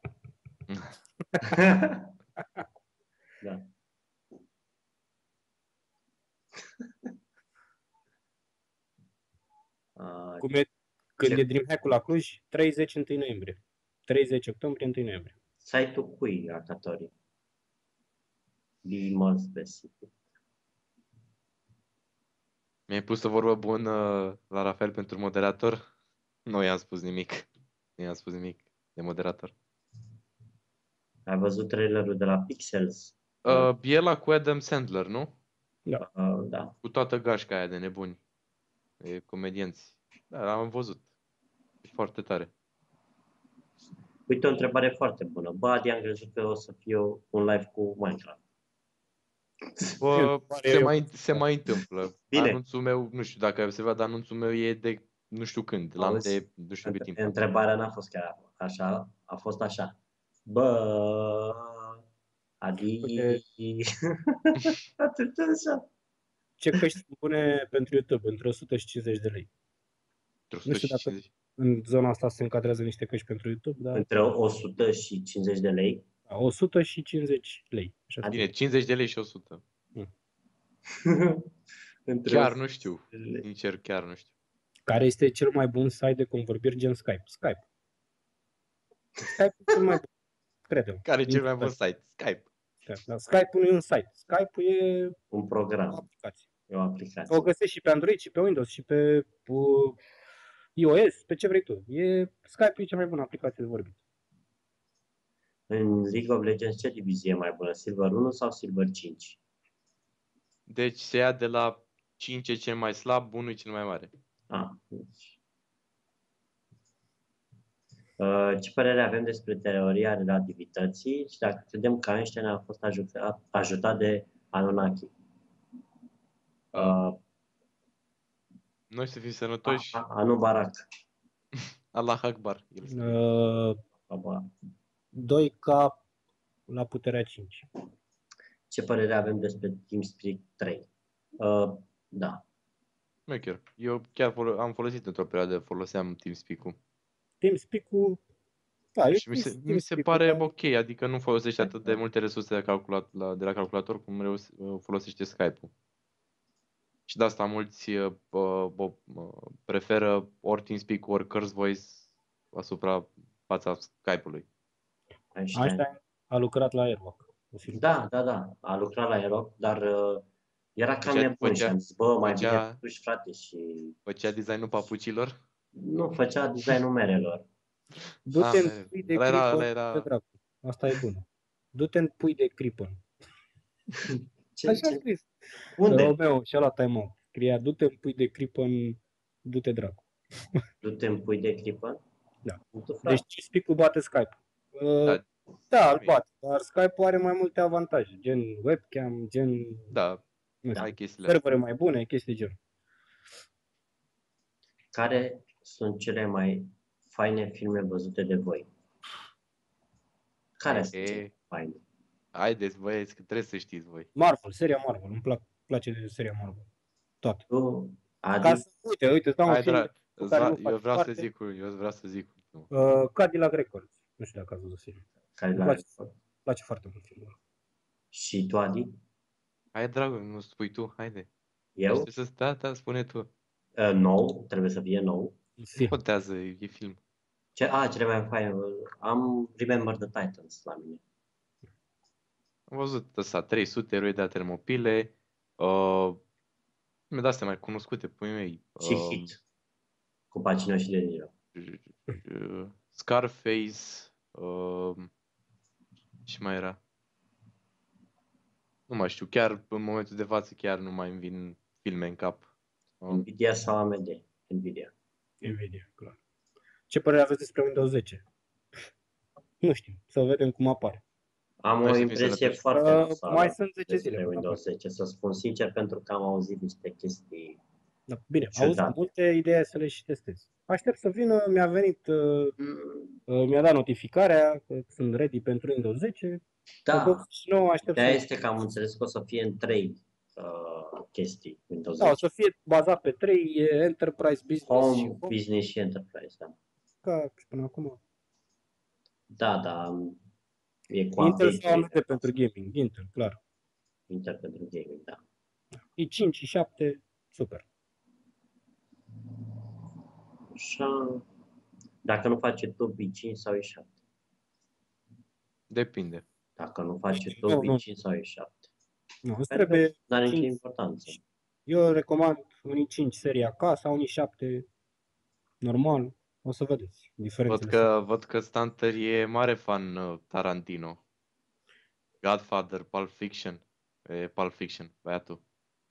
Speaker 2: da. A,
Speaker 4: Cum e, când
Speaker 2: Ce?
Speaker 4: e DreamHack-ul la Cluj, 30 1 noiembrie. 30 octombrie 1 noiembrie.
Speaker 2: Site-ul cui, Akatori? Be more specific.
Speaker 3: Mi-ai pus o vorbă bună la Rafael pentru moderator? Nu i-am spus nimic. Nu i-am spus nimic de moderator.
Speaker 2: Ai văzut trailerul de la Pixels?
Speaker 3: Uh, e la cu Adam Sandler, nu?
Speaker 2: Uh, da.
Speaker 3: Cu toată gașca aia de nebuni. E comedienți. Da, am văzut. E foarte tare.
Speaker 2: Uite o întrebare foarte bună. Bă, Adi, am crezut că o să fie un live cu Minecraft.
Speaker 3: Bă,
Speaker 4: Pare
Speaker 3: se,
Speaker 4: eu.
Speaker 3: mai, se mai întâmplă.
Speaker 2: Bine.
Speaker 3: Anunțul meu, nu știu dacă ai observat, dar anunțul meu e de nu știu când, la
Speaker 2: Auzi?
Speaker 3: de nu știu cât timp.
Speaker 2: Întrebarea n-a fost chiar așa, a fost așa. Bă, Adi... Atât așa.
Speaker 4: Ce căști sunt bune pentru YouTube? Între 150 de lei.
Speaker 3: Nu
Speaker 4: știu dacă- În zona asta se încadrează niște căști pentru YouTube, dar
Speaker 2: Între 100 și 50 de lei.
Speaker 4: da, 100 și 50 lei. Așa.
Speaker 2: Adică-
Speaker 3: Bine, 50 de lei și 100.
Speaker 2: Între
Speaker 3: Chiar
Speaker 2: 100
Speaker 3: nu știu.
Speaker 2: de lei.
Speaker 3: Sincer, chiar nu știu.
Speaker 4: Care este cel mai bun site de convorbiri gen Skype? Skype. Skype e cel mai bun, credem.
Speaker 3: Care e cel mai bun site? Skype.
Speaker 4: Da, Skype nu e un site. Skype e
Speaker 2: Un
Speaker 4: o
Speaker 2: program,
Speaker 4: aplicație.
Speaker 2: e o aplicație.
Speaker 4: O găsești și pe Android, și pe Windows, și pe uh, iOS, pe ce vrei tu. E, Skype e cea mai bună aplicație de vorbit.
Speaker 2: În League of Legends ce divizie e mai bună? Silver 1 sau Silver 5?
Speaker 3: Deci se ia de la 5 e cel mai slab, 1 e cel mai mare.
Speaker 2: Ah, deci. Uh, Ce părere avem despre teoria relativității și dacă credem că Einstein a fost ajutat, ajutat de Anunnaki? Uh,
Speaker 3: Noi să fim sănătoși,
Speaker 2: A- Anubarak.
Speaker 3: Allah Akbar. El să-
Speaker 4: Uh,
Speaker 2: Baba.
Speaker 4: 2K la puterea 5.
Speaker 2: Ce părere avem despre TeamSpeak 3? Uh, Da.
Speaker 3: Smecher. Eu chiar folo- am folosit într-o perioadă, foloseam TeamSpeak-ul.
Speaker 4: TeamSpeak-ul... Da, eu
Speaker 3: Și mi se, mi se pare
Speaker 4: da?
Speaker 3: ok, adică nu folosești atât de multe resurse de, calculat, la, de la calculator cum reus- folosește Skype-ul. Și de asta mulți uh, bă, bă, bă, preferă ori TeamSpeak, ori Curse Voice asupra fața Skype-ului.
Speaker 2: Einstein.
Speaker 4: Einstein a lucrat la Airlock. un film.
Speaker 2: Da, da, da. A lucrat la Aerob, dar uh, era cam
Speaker 3: Făcea-
Speaker 2: nebun și
Speaker 3: făcea-
Speaker 2: am zis, bă, mai
Speaker 3: făcea-
Speaker 2: bine puși, frate, și
Speaker 3: Făcea designul papucilor.
Speaker 2: nu făcea designul merelor.
Speaker 4: Du-te
Speaker 3: Ah,
Speaker 4: în pui de
Speaker 3: ăla era-
Speaker 4: Creeper
Speaker 3: ăla era-
Speaker 4: de dracu. Asta e bună. Du-te în pui de Creeper.
Speaker 2: Ce,
Speaker 4: Așa a
Speaker 2: ce,
Speaker 4: scris.
Speaker 2: unde?
Speaker 4: Romeo și-a luat time-out. Scria, du-te în pui de Creeper, du-te dracu.
Speaker 2: Tu te împui de clipă?
Speaker 4: Da.
Speaker 2: Tu, frate,
Speaker 4: Deci Speak-ul bate Skype. Uh,
Speaker 3: Da.
Speaker 4: da, îl bate, dar Skype-ul are mai multe avantaje, gen webcam, gen
Speaker 3: Da,
Speaker 4: nu
Speaker 3: ai
Speaker 4: știu,
Speaker 3: chestiile.
Speaker 4: servere mai bune, chestii de genul.
Speaker 2: care sunt cele mai faine filme văzute de voi? Care sunt cele mai
Speaker 3: E,
Speaker 2: faine?
Speaker 3: haideți băieți, că trebuie să știți voi.
Speaker 4: Marvel, seria Marvel, îmi plac, place de seria Marvel.
Speaker 2: Tu, Adi,
Speaker 4: Ca să, uite, uite, îți dau un
Speaker 3: Hai,
Speaker 4: film,
Speaker 3: drag,
Speaker 4: cu care nu
Speaker 3: îți va- eu
Speaker 4: faci
Speaker 3: vreau să
Speaker 4: parte.
Speaker 3: zic, un- eu vreau să zic. unul.
Speaker 4: uh, Cadillac Records. Nu știu dacă ați văzut filmul.
Speaker 2: care l-a
Speaker 4: place.
Speaker 2: făcut?
Speaker 4: Îmi place foarte mult filmul.
Speaker 2: Și tu, Adi?
Speaker 3: Hai, dragul, nu spui tu, haide.
Speaker 2: Eu?
Speaker 3: Trebuie Să, da, da, spune tu.
Speaker 2: Uh, nou, trebuie să fie nou.
Speaker 4: Un
Speaker 3: Nu
Speaker 4: film.
Speaker 3: contează, e film.
Speaker 2: Ce, a, cele mai faine, am Remember the Titans la mine.
Speaker 3: Am văzut ăsta, 300 eroi de la termopile, uh, mi astea mai cunoscute, pui mei.
Speaker 2: Și Hit, cu Pacino și De Niro.
Speaker 3: uh, Scarface, uh, și mai era. Nu mai știu, chiar în momentul de față chiar nu mai îmi vin filme în cap. Uh,
Speaker 2: Nvidia sau AMD? Nvidia.
Speaker 4: Nvidia, clar. Ce părere aveți despre Windows 10? Nu știu, să vedem cum apare.
Speaker 2: Am
Speaker 3: Hai
Speaker 2: o
Speaker 3: să fim
Speaker 2: impresie
Speaker 3: sănătoși.
Speaker 2: foarte
Speaker 4: Uh,
Speaker 2: nasoală.
Speaker 4: mai sunt 10
Speaker 2: despre
Speaker 4: zile. până
Speaker 2: Windows 10, să spun sincer, pentru că am auzit niște chestii
Speaker 4: apare. Da, bine,
Speaker 2: Ciudat.
Speaker 4: auzi multe, ideea e să le și testez. Aștept să vină, mi-a venit, uh, uh, mi-a dat notificarea că sunt ready pentru Windows 10.
Speaker 2: Da,
Speaker 4: Cu 89 aștept
Speaker 2: de
Speaker 4: să...
Speaker 2: este că am înțeles că o să fie în trei uh, chestii Windows
Speaker 4: Da, o
Speaker 2: 10.
Speaker 4: să fie bazat pe trei, e Enterprise, Business
Speaker 2: Home,
Speaker 4: și Home,
Speaker 2: Business și Enterprise, da.
Speaker 4: ca și până acum.
Speaker 2: Da, da, e cu
Speaker 4: Intel
Speaker 2: update
Speaker 4: sau AMD pentru gaming, Intel, clar.
Speaker 2: Intel pentru gaming, da.
Speaker 4: i5, i7, super.
Speaker 2: Așa, dacă nu face tu B5 sau E7.
Speaker 3: Depinde.
Speaker 2: Dacă nu face tu
Speaker 4: Nu, nu.
Speaker 2: B5 sau E7.
Speaker 4: Nu, îți
Speaker 2: Pentru-
Speaker 4: trebuie,
Speaker 2: N-are nicio
Speaker 4: Cinci.
Speaker 2: importanță.
Speaker 4: eu recomand un i5 seria K sau un i7 normal, o să vedeți
Speaker 3: Văd
Speaker 4: diferențele.
Speaker 3: că, văd că Stanter e mare fan uh, Tarantino. Godfather, Pulp Fiction. E Pulp Fiction, băiatul.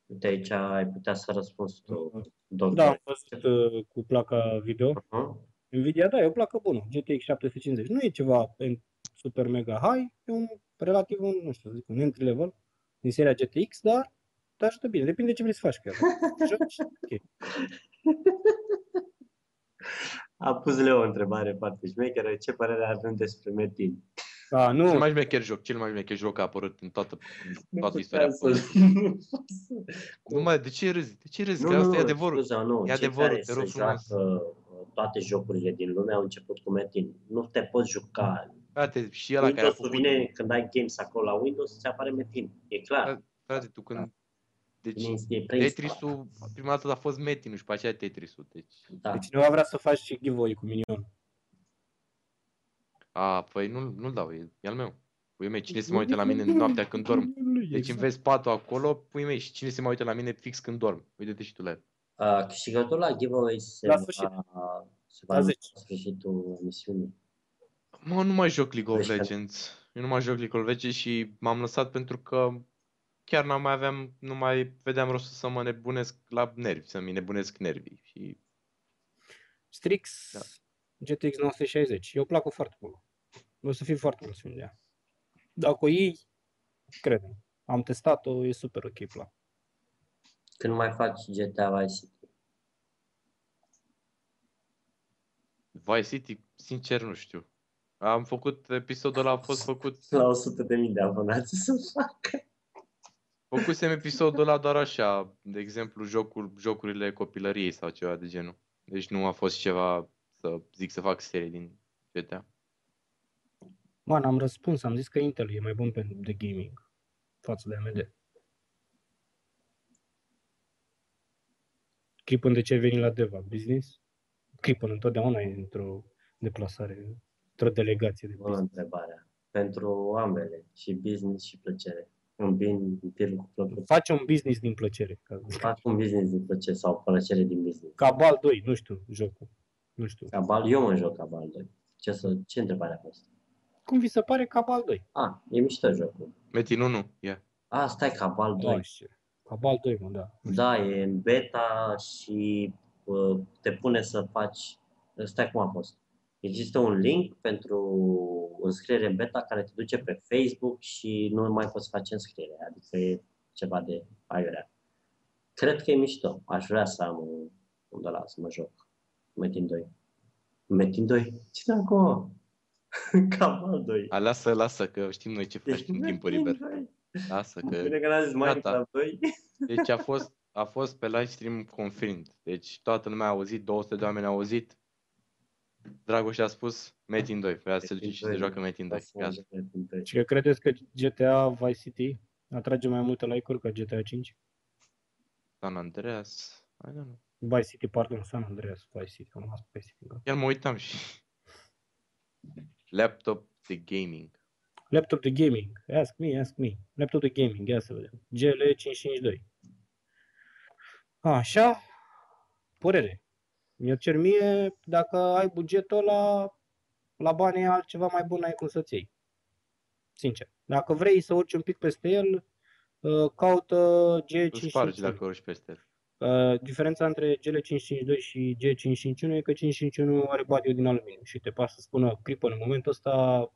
Speaker 2: Uite aici ai putea să răspunzi tu,
Speaker 4: Da,
Speaker 2: doctor.
Speaker 4: am văzut uh, cu placa video.
Speaker 2: Aha.
Speaker 4: Nvidia, da, e o placă bună, GTX 750. Nu e ceva în super mega high, e un relativ un, nu știu, să zic, un entry level din seria GTX, dar te ajută bine. Depinde ce vrei să faci chiar. Joci? Ok.
Speaker 2: A pus Leo o întrebare foarte șmecheră. Ce părere avem despre Metin?
Speaker 4: Da, nu,
Speaker 3: Cel mai șmecher joc, cel mai șmecher joc a apărut în toată, în toată istoria. păi. Nu mai, de ce râzi? De ce râzi?
Speaker 2: Nu,
Speaker 3: Că
Speaker 2: nu,
Speaker 3: asta
Speaker 2: nu,
Speaker 3: e adevărul.
Speaker 2: scuza, nu.
Speaker 3: E
Speaker 2: Cei
Speaker 3: adevărul,
Speaker 2: care
Speaker 3: te rog
Speaker 2: se
Speaker 3: frumos.
Speaker 2: joacă uh, toate jocurile din lume au început cu Metin. Nu te poți juca.
Speaker 3: Frate, și ăla care a
Speaker 2: windows
Speaker 3: făcut...
Speaker 2: vine când ai games acolo la Windows, ți apare Metin. E clar.
Speaker 3: Frate, tu
Speaker 2: Da.
Speaker 3: când... Deci,
Speaker 2: Vine- e preinstalat.
Speaker 3: Tetris-ul, prima dată a fost Metin și pe aceea Tetris-ul. Deci,
Speaker 2: Da.
Speaker 4: Deci cineva vrea să faci și giveaway cu minion.
Speaker 3: a, păi nu, nu-l dau, e, e al meu. Pui mei, cine se mai uită la mine noaptea când dorm? Deci
Speaker 2: Exact.
Speaker 3: îmi vezi patul acolo, pui mei, și cine se mai uită la mine fix când dorm? Uite-te și tu la el.
Speaker 2: Uh, Câștigătorul la giveaway se
Speaker 4: La
Speaker 2: va,
Speaker 4: sfârșit.
Speaker 2: se va
Speaker 4: La
Speaker 2: anunța
Speaker 4: 10.
Speaker 2: la sfârșitul emisiunii.
Speaker 3: Mă, nu mai joc League of
Speaker 2: Deci,
Speaker 3: Legends. Eu nu mai joc League of Legends și m-am lăsat pentru că chiar n-am mai aveam, nu mai vedeam rostul să mă nebunesc la nervi, să mi nebunesc nervii. Și
Speaker 4: Strix
Speaker 3: Da.
Speaker 4: GTX 960. Eu plac foarte mult. O să fii foarte mulțumit de ea. Dacă o iei, cred Am testat-o, e super ok plac.
Speaker 2: Când mai faci GTA Vice City?
Speaker 3: Vice City, sincer, nu știu. Am făcut, episodul ăla a fost făcut,
Speaker 2: La 100 de mii de abonați să facă.
Speaker 3: făcusem episodul ăla doar așa, de exemplu, jocul, jocurile copilăriei sau ceva de genul. Deci nu a fost ceva să zic să fac serie din GTA.
Speaker 4: Man, am răspuns, am zis că Intel e mai bun pentru de gaming față de AMD. Clipul de ce ai venit la Deva Business? Clipul întotdeauna e într-o deplasare, într-o delegație de
Speaker 2: Bună
Speaker 4: business.
Speaker 2: întrebarea. Pentru ambele, și business și plăcere. Îmbin pirul cu plăcut.
Speaker 4: Face un business din plăcere. Ca,
Speaker 2: Fac un business din plăcere sau plăcere din business.
Speaker 4: ca Bal 2, nu știu, jocul. Nu știu.
Speaker 2: Cabal, eu mă joc Cabal 2. Ce, să, ce întrebare a fost?
Speaker 4: Cum vi se pare ca Bal 2?
Speaker 2: A, e mișto jocul.
Speaker 3: Metin, nu, nu, ia.
Speaker 2: A, stai, Cabal 2.
Speaker 4: Da, știu. Ca Bal 2, mă, da.
Speaker 2: Da, e în beta și uh, te pune să faci... Stai cum a fost. Există un link pentru înscriere în beta care te duce pe Facebook și nu mai poți face înscriere, adică e ceva de aiurea. Cred că e mișto. Aș vrea să am un, un de la să mă joc. Metin 2. Metin 2? Ce dracu? Cabal 2.
Speaker 3: A, lasă, lasă, că știm noi ce
Speaker 2: Deci
Speaker 3: faci în timpul liber. Lasă, că...
Speaker 2: Bine că n-a zis Minecraft 2.
Speaker 3: Deci a fost, a fost pe live stream confirmed. Deci toată lumea a auzit, 200 de oameni au auzit. Dragoș a spus Metin 2, vrea să se duce
Speaker 2: Metin
Speaker 3: și să
Speaker 2: 2,
Speaker 3: joacă Metin
Speaker 2: da,
Speaker 3: 2. Gata.
Speaker 2: Metin 2.
Speaker 4: Și că credeți că GTA Vice City atrage mai multe like-uri ca GTA 5?
Speaker 3: San Andreas, I don't know.
Speaker 4: Vice City, pardon, San Andreas, Vice City, am asta Vice City. da.
Speaker 3: Chiar mă uitam și... Laptop de gaming.
Speaker 4: Laptop de gaming, ask me, ask me. Laptop de gaming, ia să vedem. GL552. Așa, părere. Mi-o cer mie, dacă ai bugetul la, la bani altceva mai bun ai cum să-ți iei. Sincer. Dacă vrei să urci un pic peste el, uh, caută
Speaker 3: Tu spargi
Speaker 4: G552.
Speaker 3: dacă urci peste el.
Speaker 4: Uh, diferența între GL552 și G551 e că 551 are body din aluminiu și te pasă să spună clipă în momentul ăsta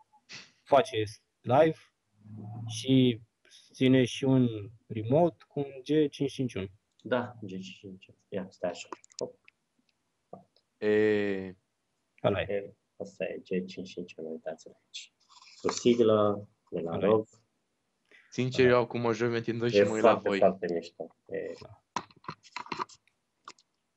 Speaker 4: face live și ține și un remote cu un G551.
Speaker 2: Da, deci, ia, stai așa. Hop,
Speaker 3: E,
Speaker 4: Ăla e.
Speaker 2: e, asta e G55, nu uitați aici. Cu sigla, de la
Speaker 4: Ăla e.
Speaker 2: rog.
Speaker 3: sincer, eu acum joi mă întind și
Speaker 2: Da. E
Speaker 3: mă uit la
Speaker 2: foarte,
Speaker 3: voi.
Speaker 2: foarte mișto. E,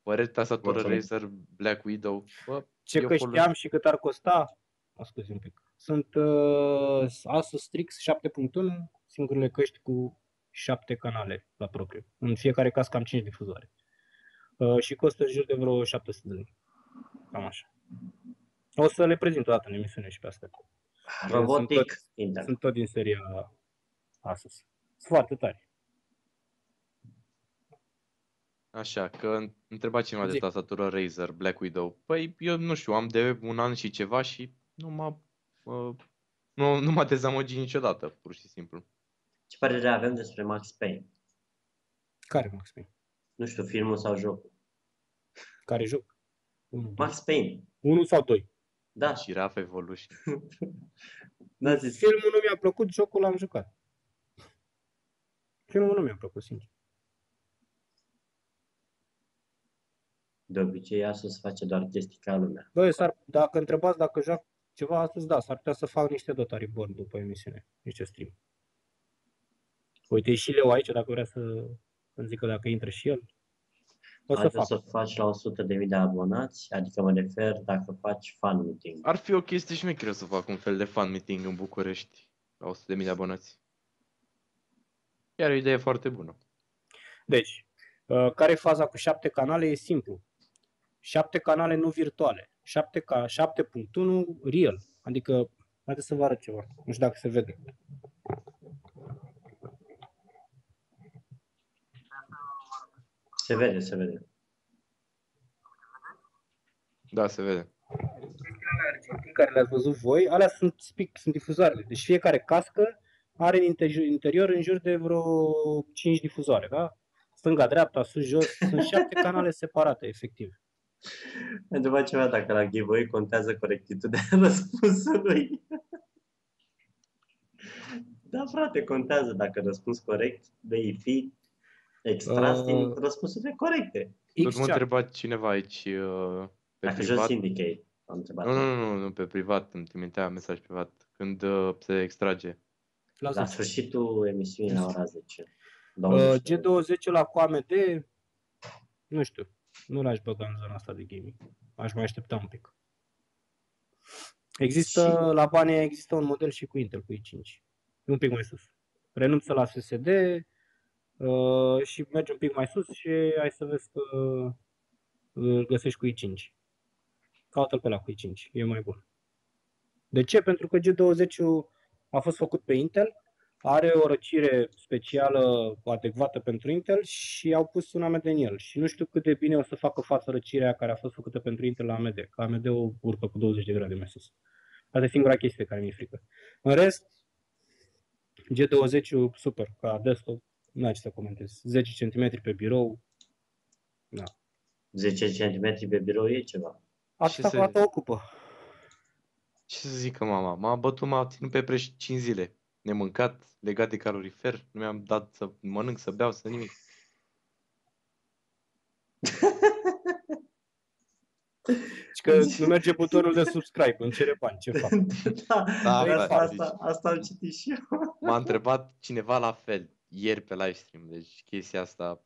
Speaker 3: Pare tastatură
Speaker 2: Mulțumesc.
Speaker 3: Razer Black Widow. Bă,
Speaker 4: Ce
Speaker 3: Eu
Speaker 4: că
Speaker 3: folos-
Speaker 4: știam și cât ar costa? Mă scuze un pic. Sunt uh, Asus Strix 7.1, singurele căști cu 7 canale la propriu. În fiecare caz cam 5 difuzoare. Uh, și costă în jur de vreo 700 de lei. Cam așa. O să le prezint o dată în emisiune și pe astea.
Speaker 2: robotic,
Speaker 4: tot-
Speaker 2: inter.
Speaker 4: Sunt tot din seria Asus. Sunt foarte tare.
Speaker 3: Așa, că întreba cineva de
Speaker 4: Zi.
Speaker 3: tastatură Razer Black Widow. Păi, eu nu știu, am de un an și ceva și nu m-a, uh, nu, nu m-a dezamăgit niciodată, pur și simplu.
Speaker 2: Ce părere avem despre Max Payne?
Speaker 4: Care, Max Payne?
Speaker 2: Nu știu, filmul sau jocul.
Speaker 4: Care joc? 1
Speaker 2: Max Payne,
Speaker 4: sau 2?
Speaker 2: da.
Speaker 3: Giraffe Deci Evolution.
Speaker 2: N-a zis.
Speaker 4: Filmul nu mi-a plăcut, jocul l-am jucat. Filmul nu mi-a plăcut, sincer.
Speaker 2: De obicei, Asus face doar chestii ca lumea.
Speaker 4: Băi, s-ar, dacă întrebați dacă joacă ceva astăzi, da, s-ar putea să fac niște Dota Reborn după emisiune, niște stream. Uite, e și Leo aici, dacă vrea să îmi zică dacă intră și el. O să
Speaker 2: Adică
Speaker 4: fac.
Speaker 2: să faci la 100.000 de abonați, adică mă refer dacă faci fan meeting.
Speaker 3: Ar fi o chestie șmecheră să fac un fel de fan meeting în București la 100.000 de abonați. Iar o idee foarte bună.
Speaker 4: Deci, uh, care e faza cu șapte canale? E simplu. Șapte canale nu virtuale. 7 ca 7.1 real. Adică, haideți să vă arăt ceva. Nu știu dacă se vede.
Speaker 2: Se vede, se vede.
Speaker 3: Da, se vede.
Speaker 4: argentin care le-ați văzut voi, alea sunt spic, sunt difuzoarele. Deci fiecare cască are în interior, interior în jur de vreo 5 difuzoare, da? Stânga, dreapta, sus, jos, sunt șapte canale separate, efectiv.
Speaker 2: M-a Întrebat ceva dacă la giveaway contează corectitudinea răspunsului. Da, frate, contează dacă răspuns corect, vei fi extras
Speaker 4: Uh,
Speaker 2: din răspunsurile corecte.
Speaker 3: Tot m-a
Speaker 4: X-Chat,
Speaker 3: întrebat cineva aici uh, pe Mm,
Speaker 2: Dacă
Speaker 3: privat.
Speaker 2: jos indicate, am întrebat.
Speaker 3: Nu, nu, nu, nu, pe privat, îmi trimitea mesaj privat când uh, se extrage.
Speaker 4: la
Speaker 2: La
Speaker 4: zece.
Speaker 2: sfârșitul emisiunii la ora 10.
Speaker 4: da. Uh,
Speaker 2: 20.
Speaker 4: G20 la cu AMD, nu știu, nu l-aș băga în zona asta de gaming. Aș mai aștepta un pic. Există,
Speaker 2: Și-
Speaker 4: la bani există un model și cu Intel, cu i5. Un pic mai sus. Renunță la SSD uh, și mergi un pic mai sus și ai să vezi că îl găsești cu i5. Caută-l pe la cu i5, e mai bun. De ce? Pentru că G20 a fost făcut pe Intel, are o răcire specială adecvată pentru Intel și au pus un AMD în el. Și nu știu cât de bine o să facă față răcirea care a fost făcută pentru Intel la AMD, că AMD o urcă cu 20 de grade mai sus. Asta e singura chestie care mi-e frică. În rest, G20 super, ca desktop, n-ai ce să comentez. 10 cm pe birou,
Speaker 2: 10 cm pe birou e ceva.
Speaker 4: asta
Speaker 3: să-
Speaker 4: cu asta ocupă.
Speaker 3: Ce să zică mama? M-a bătut, m-a ținut pe preș 5 zile. Nemâncat, legat de calorifer, nu mi-am dat să mănânc, să beau, să nimic.
Speaker 4: Și că nu merge butonul de subscribe, îmi cere bani, ce fac?
Speaker 2: da,
Speaker 3: Da,
Speaker 2: vezi,
Speaker 3: frate,
Speaker 2: asta, asta am citit și eu.
Speaker 3: M-a întrebat cineva la fel, ieri pe livestream, deci chestia asta...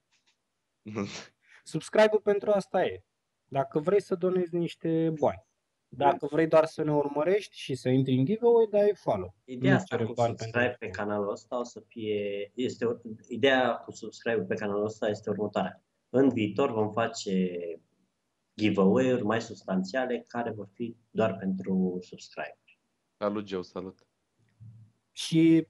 Speaker 4: Subscribe-ul pentru asta e. Dacă vrei să donezi niște bani. Dacă vrei doar să ne urmărești și să intri în giveaway, dai follow.
Speaker 2: Ideea
Speaker 4: Nu
Speaker 2: asta
Speaker 4: cere
Speaker 2: cu
Speaker 4: bani
Speaker 2: subscribe
Speaker 4: pentru
Speaker 2: pe
Speaker 4: asta.
Speaker 2: canalul ăsta o să fie... Este, ur- ideea cu subscribe pe canalul ăsta este următoarea. În viitor vom face giveaway-uri mai substanțiale care vor fi doar pentru subscribe.
Speaker 3: salut, Joe, salut.
Speaker 4: Și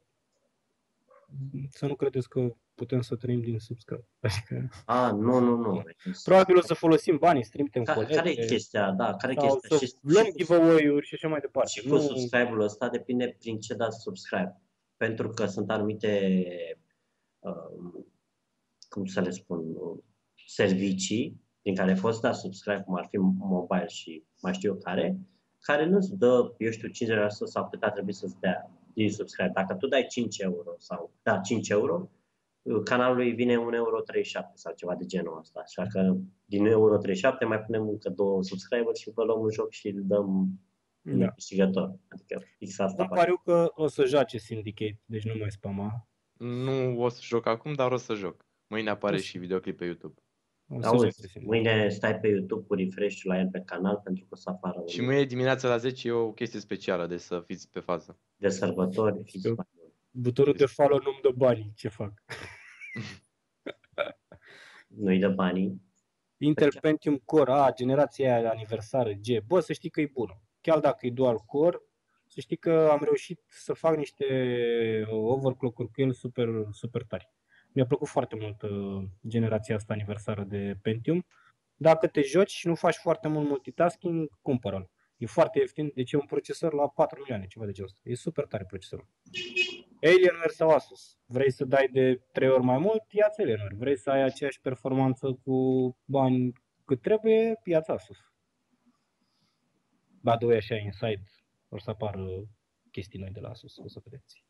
Speaker 4: să nu credeți că putem să trăim din subscribe. Adică,
Speaker 2: A, nu, nu, nu.
Speaker 4: probabil o să folosim banii, să trimitem
Speaker 2: Ca,
Speaker 4: colegi.
Speaker 2: care e chestia, da, care e
Speaker 4: Sau
Speaker 2: chestia?
Speaker 4: să
Speaker 2: Și,
Speaker 4: luăm
Speaker 2: și,
Speaker 4: giveaway-uri și așa mai departe.
Speaker 2: și cu subscribe-ul ăsta depinde prin ce dați subscribe. Pentru că sunt anumite, um, cum să le spun, um, servicii prin care poți da subscribe, cum ar fi mobile și mai știu eu care, care nu-ți dă, eu știu, 50% sau cât ar trebui să-ți dea din subscribe. Dacă tu dai 5 euro sau, da, 5 euro, canalului vine 1,37 euro sau ceva de genul ăsta. Așa că din 1,37 euro mai punem încă două subscriber și vă luăm un joc și îl dăm da.
Speaker 4: Da.
Speaker 2: câștigător. Adică fix asta
Speaker 4: Am
Speaker 2: fac.
Speaker 4: pariu că o să joace Syndicate, deci nu mai spama.
Speaker 3: Nu o să joc acum, dar o să joc. Mâine apare și videoclip pe YouTube.
Speaker 4: O să joace
Speaker 2: Auzi,
Speaker 4: Syndicate.
Speaker 2: mâine stai pe YouTube cu refresh la el pe canal pentru că o să apară un
Speaker 3: Și mâine dimineața la 10 e o chestie specială, deci să fiți pe fază.
Speaker 2: de sărbători. fiți
Speaker 4: Știu.
Speaker 2: mai buni.
Speaker 4: Butonul de follow nu-mi dă banii, ce fac?
Speaker 2: Nu-i de banii.
Speaker 4: Intel Pentium Core, a, generația aia aniversară, G. Bă, să știi că e bună. Chiar dacă e dual core, să știi că am reușit să fac niște uh, overclock-uri cu el super, super tari. Mi-a plăcut foarte mult uh, generația asta aniversară de Pentium. Dacă te joci și nu faci foarte mult multitasking, cumpără-l. E foarte ieftin, deci e un procesor la 4 milioane, ceva de genul ăsta. E super tare procesorul. Alienware sau Asus. Vrei să dai de 3 ori mai mult, ia-ți Alienware. Vrei să ai aceeași performanță cu bani cât trebuie, ia-ți Asus. Ba doi așa, inside, o să apară chestii noi de la Asus, o să vedeți.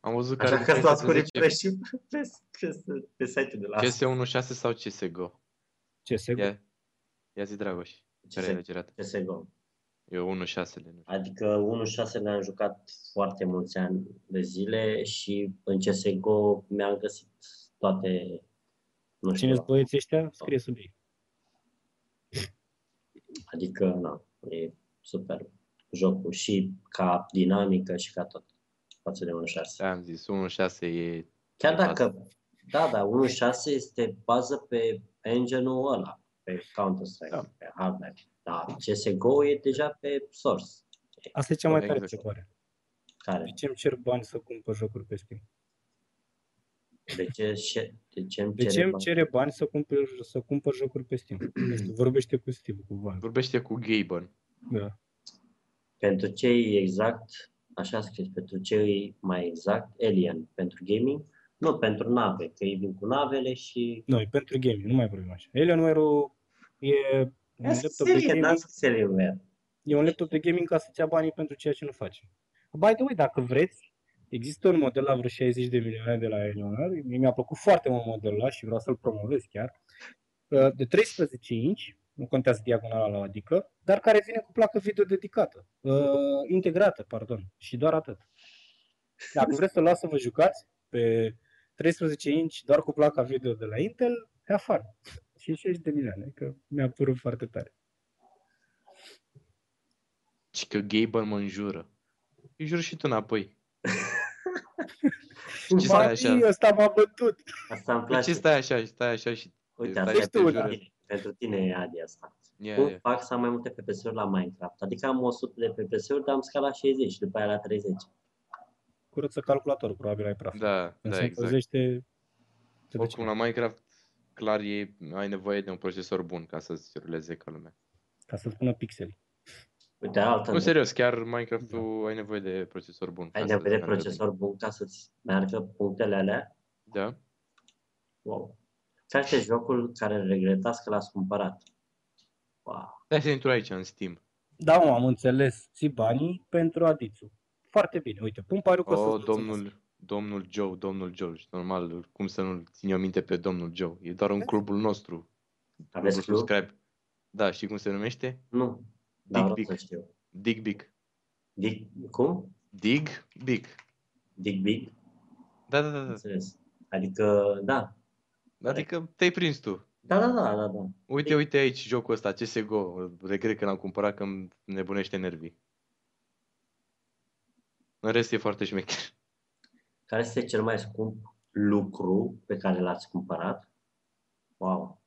Speaker 3: Am văzut că
Speaker 2: Așa
Speaker 3: are
Speaker 2: că stați cu
Speaker 3: 15
Speaker 2: refresh și pe, pe, pe site-ul de la
Speaker 3: CS16 sau CSGO?
Speaker 4: Ce se
Speaker 3: Ia, ia zi, Dragoș, care ai
Speaker 2: CS-
Speaker 3: alegerat?
Speaker 2: CSGO.
Speaker 3: Eu 1-6 de nu știu.
Speaker 2: Adică 1.6 le-am jucat foarte mulți ani de zile și în CSGO mi-am găsit toate, nu știu,
Speaker 4: Cine sunt băieții ăștia? Scrie sub ei.
Speaker 2: adică, na, e super jocul și ca dinamică și ca tot față de 1.6.
Speaker 3: Am zis, 1-6 e...
Speaker 2: Chiar
Speaker 3: Bază.
Speaker 2: dacă, da, da, 1.6 este bază pe engine-ul ăla, pe Counter-Strike,
Speaker 3: Da.
Speaker 2: pe Half-Life, dar CSGO e deja pe Source,
Speaker 4: Asta e cea mai
Speaker 3: Corect,
Speaker 4: tare
Speaker 3: exact.
Speaker 4: întrebare. De
Speaker 2: care,
Speaker 4: ce îmi cer bani să cumpăr jocuri pe Steam?
Speaker 2: de ce, șe- de ce îmi
Speaker 4: De
Speaker 2: cere
Speaker 4: ce îmi
Speaker 2: bani?
Speaker 4: cere bani să cumpăr, să cumpăr jocuri pe Steam? Nu știu, Vorbește cu Steam, cu bani.
Speaker 3: Vorbește cu Gaben.
Speaker 4: Da.
Speaker 2: Pentru cei exact, așa scris, pentru cei mai exact, alien, pentru gaming, nu pentru nave, că ei vin cu navele și...
Speaker 4: Noi, pentru gaming, nu mai vorbim așa. Alienware-ul e un
Speaker 2: Am scris
Speaker 4: laptop de
Speaker 2: alien, n-am
Speaker 4: gaming,
Speaker 2: scris alienware.
Speaker 4: e un laptop de gaming ca să-ți ia banii pentru ceea ce nu faci. By the way, dacă vreți, există un model la vreo 60 de milioane de la Alienware. Mie mi-a plăcut foarte mult modelul ăla și vreau să-l promovez chiar. Uh, De 13 inch, nu contează diagonala la adică, dar care vine cu placă video dedicată, uh, integrată, pardon, și doar atât. Dacă vreți să-l luați să vă jucați pe 13 inch doar cu placa video de la Intel, e afară. Și 60 de milioane, că mi-a părut foarte tare.
Speaker 3: Și că Gaben mă înjură. Îi jur și tu înapoi. ce stai
Speaker 4: Ba,
Speaker 3: așa?
Speaker 4: ii, ăsta m-a bătut!
Speaker 2: Asta îmi
Speaker 3: De Păi ce
Speaker 2: place.
Speaker 3: stai așa, stai așa și...
Speaker 2: Uite,
Speaker 3: stai
Speaker 2: asta
Speaker 3: și
Speaker 2: e
Speaker 3: te
Speaker 4: tu,
Speaker 2: pentru
Speaker 3: jură?
Speaker 2: tine. Pentru tine e Adi asta.
Speaker 3: Ia,
Speaker 2: Cum
Speaker 3: ia.
Speaker 2: fac să am mai multe PPS-uri la Minecraft? Adică am 100 de PPS-uri, dar am scala la 60 și după aia la 30.
Speaker 4: Curăță calculatorul, probabil ai praf.
Speaker 3: Da,
Speaker 4: Când
Speaker 3: da,
Speaker 4: se
Speaker 3: exact.
Speaker 4: încălzește, te duce.
Speaker 3: Oricum, la Minecraft, clar, e, ai nevoie de un procesor bun ca să-ți ruleze ca lumea.
Speaker 4: Ca să-ți pună pixeli.
Speaker 2: Uite, altă
Speaker 3: Nu, serios, chiar Minecraft-ul ai nevoie de procesor bun. ca
Speaker 2: Ai
Speaker 3: să
Speaker 2: nevoie de
Speaker 3: meargă bine.
Speaker 2: procesor bun ca să-ți meargă punctele alea
Speaker 3: Da.
Speaker 2: Wow. Care este jocul care îl regretați că l-ați cumpărat? Wow.
Speaker 3: Hai să intru aici, în Steam.
Speaker 4: Da, mă, am înțeles. Ții banii pentru Adițu. Foarte bine. Uite, pun pariu că o
Speaker 3: O,
Speaker 4: să-ți mulțumesc.
Speaker 3: Oh, domnul, domnul Joe, domnul George. Normal, cum să nu-l țin eu minte pe domnul Joe? E doar un clubul nostru.
Speaker 2: Aveți
Speaker 3: clubul
Speaker 2: club?
Speaker 3: subscribe. Da, știi cum se numește?
Speaker 2: Nu. Dar
Speaker 3: Dig
Speaker 2: vreau să
Speaker 3: Big.
Speaker 2: știu.
Speaker 3: Dig Big.
Speaker 2: Dig, cum?
Speaker 3: Dig Big.
Speaker 2: Dig Big?
Speaker 3: Da, da, da, da.
Speaker 2: Înțeles. Adică, da.
Speaker 3: Adică te-ai prins tu.
Speaker 2: Da, da, da, da, da.
Speaker 3: Uite,
Speaker 2: Big.
Speaker 3: uite aici jocul ăsta, CSGO. Îl Regret că l-am cumpărat că îmi nebunește nervii. În rest e foarte șmecher.
Speaker 2: Care este cel mai scump lucru pe care l-ați cumpărat? Wow.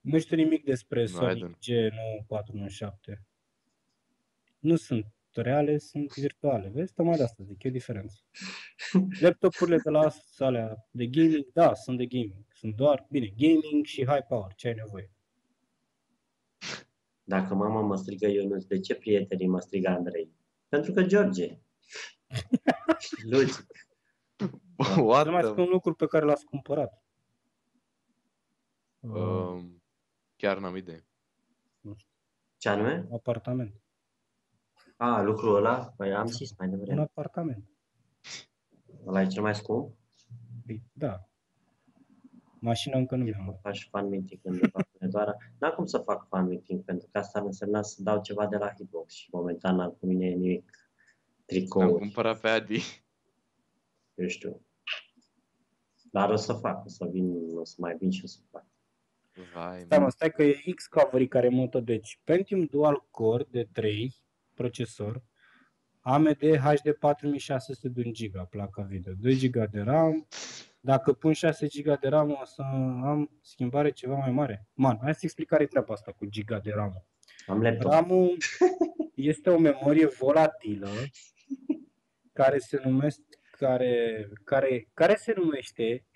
Speaker 4: Nu știu nimic despre Sonic
Speaker 3: don't.
Speaker 4: G9417. Nu sunt reale, sunt virtuale. Vezi, tocmai de asta zic, e o diferență. Laptopurile de la Asus, alea de gaming, da, sunt de gaming. Sunt doar, bine, gaming și high power, ce ai nevoie.
Speaker 2: Dacă mama mă strigă Ionuț, de ce prietenii mă strigă Andrei? Pentru că George. Logic. Da.
Speaker 4: Să mai
Speaker 3: What the...
Speaker 4: spun lucruri pe care l-ați cumpărat. Uh,
Speaker 3: Um, chiar n-am idee.
Speaker 2: Ce anume?
Speaker 4: un apartament.
Speaker 2: A, lucrul ăla? Păi am zis mai
Speaker 4: Un
Speaker 2: devreme.
Speaker 4: apartament.
Speaker 2: Ăla e cel mai scump?
Speaker 4: Da. Mașina încă nu
Speaker 2: Mă
Speaker 4: mi-am.
Speaker 2: faci fan meeting undeva pe doar. N-am cum să fac fan meeting, pentru că asta ar însemna să dau ceva de la Hitbox și momentan n-am cu mine nimic.
Speaker 3: Am
Speaker 2: Tricouri,
Speaker 3: cumpărat pe Adi.
Speaker 2: eu știu. Dar o să fac, o să vin, o să mai vin și o să fac.
Speaker 3: Vai,
Speaker 4: Stai
Speaker 3: mă.
Speaker 4: Da, mă, stai că e X-Cavalry care mută, deci Pentium Dual Core de 3, procesor, AMD HD 4600 de 1 GB, placa video, 2 GB de RAM, dacă pun 6 GB de RAM o să am schimbare ceva mai mare. Man, hai să explic care e treaba asta cu giga de RAM.
Speaker 2: Am laptop.
Speaker 4: RAM-ul este o memorie volatilă care se numește care, care, care se numește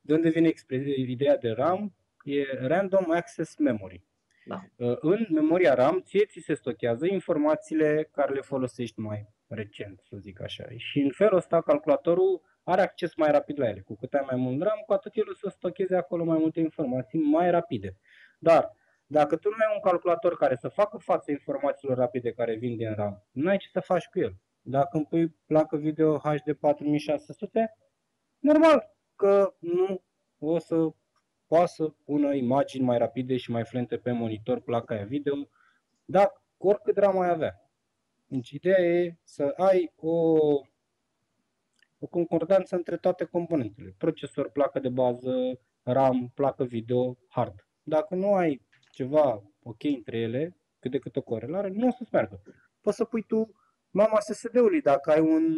Speaker 4: de unde vine expre- ideea de RAM e Random Access Memory.
Speaker 2: Da.
Speaker 4: Uh, În memoria RAM ție ți se stochează informațiile care le folosești mai recent, să zic așa. Și în felul ăsta calculatorul are acces mai rapid la ele. Cu cât ai mai mult RAM, cu atât el o să stocheze acolo mai multe informații mai rapide. Dar dacă tu nu ai un calculator care să facă față informațiilor rapide care vin din RAM, nu ai ce să faci cu el. Dacă îmi pui placă video HD 4600, normal că nu o să poată să pună imagini mai rapide și mai flente pe monitor placa aia video, dar cu oricât RAM ai avea. Deci ideea e să ai o, o concordanță între toate componentele. Procesor, placă de bază, RAM, placă video, hard. Dacă nu ai ceva ok între ele, cât de cât o corelare, nu o să-ți meargă. Poți să pui tu mama SSD-ului dacă ai un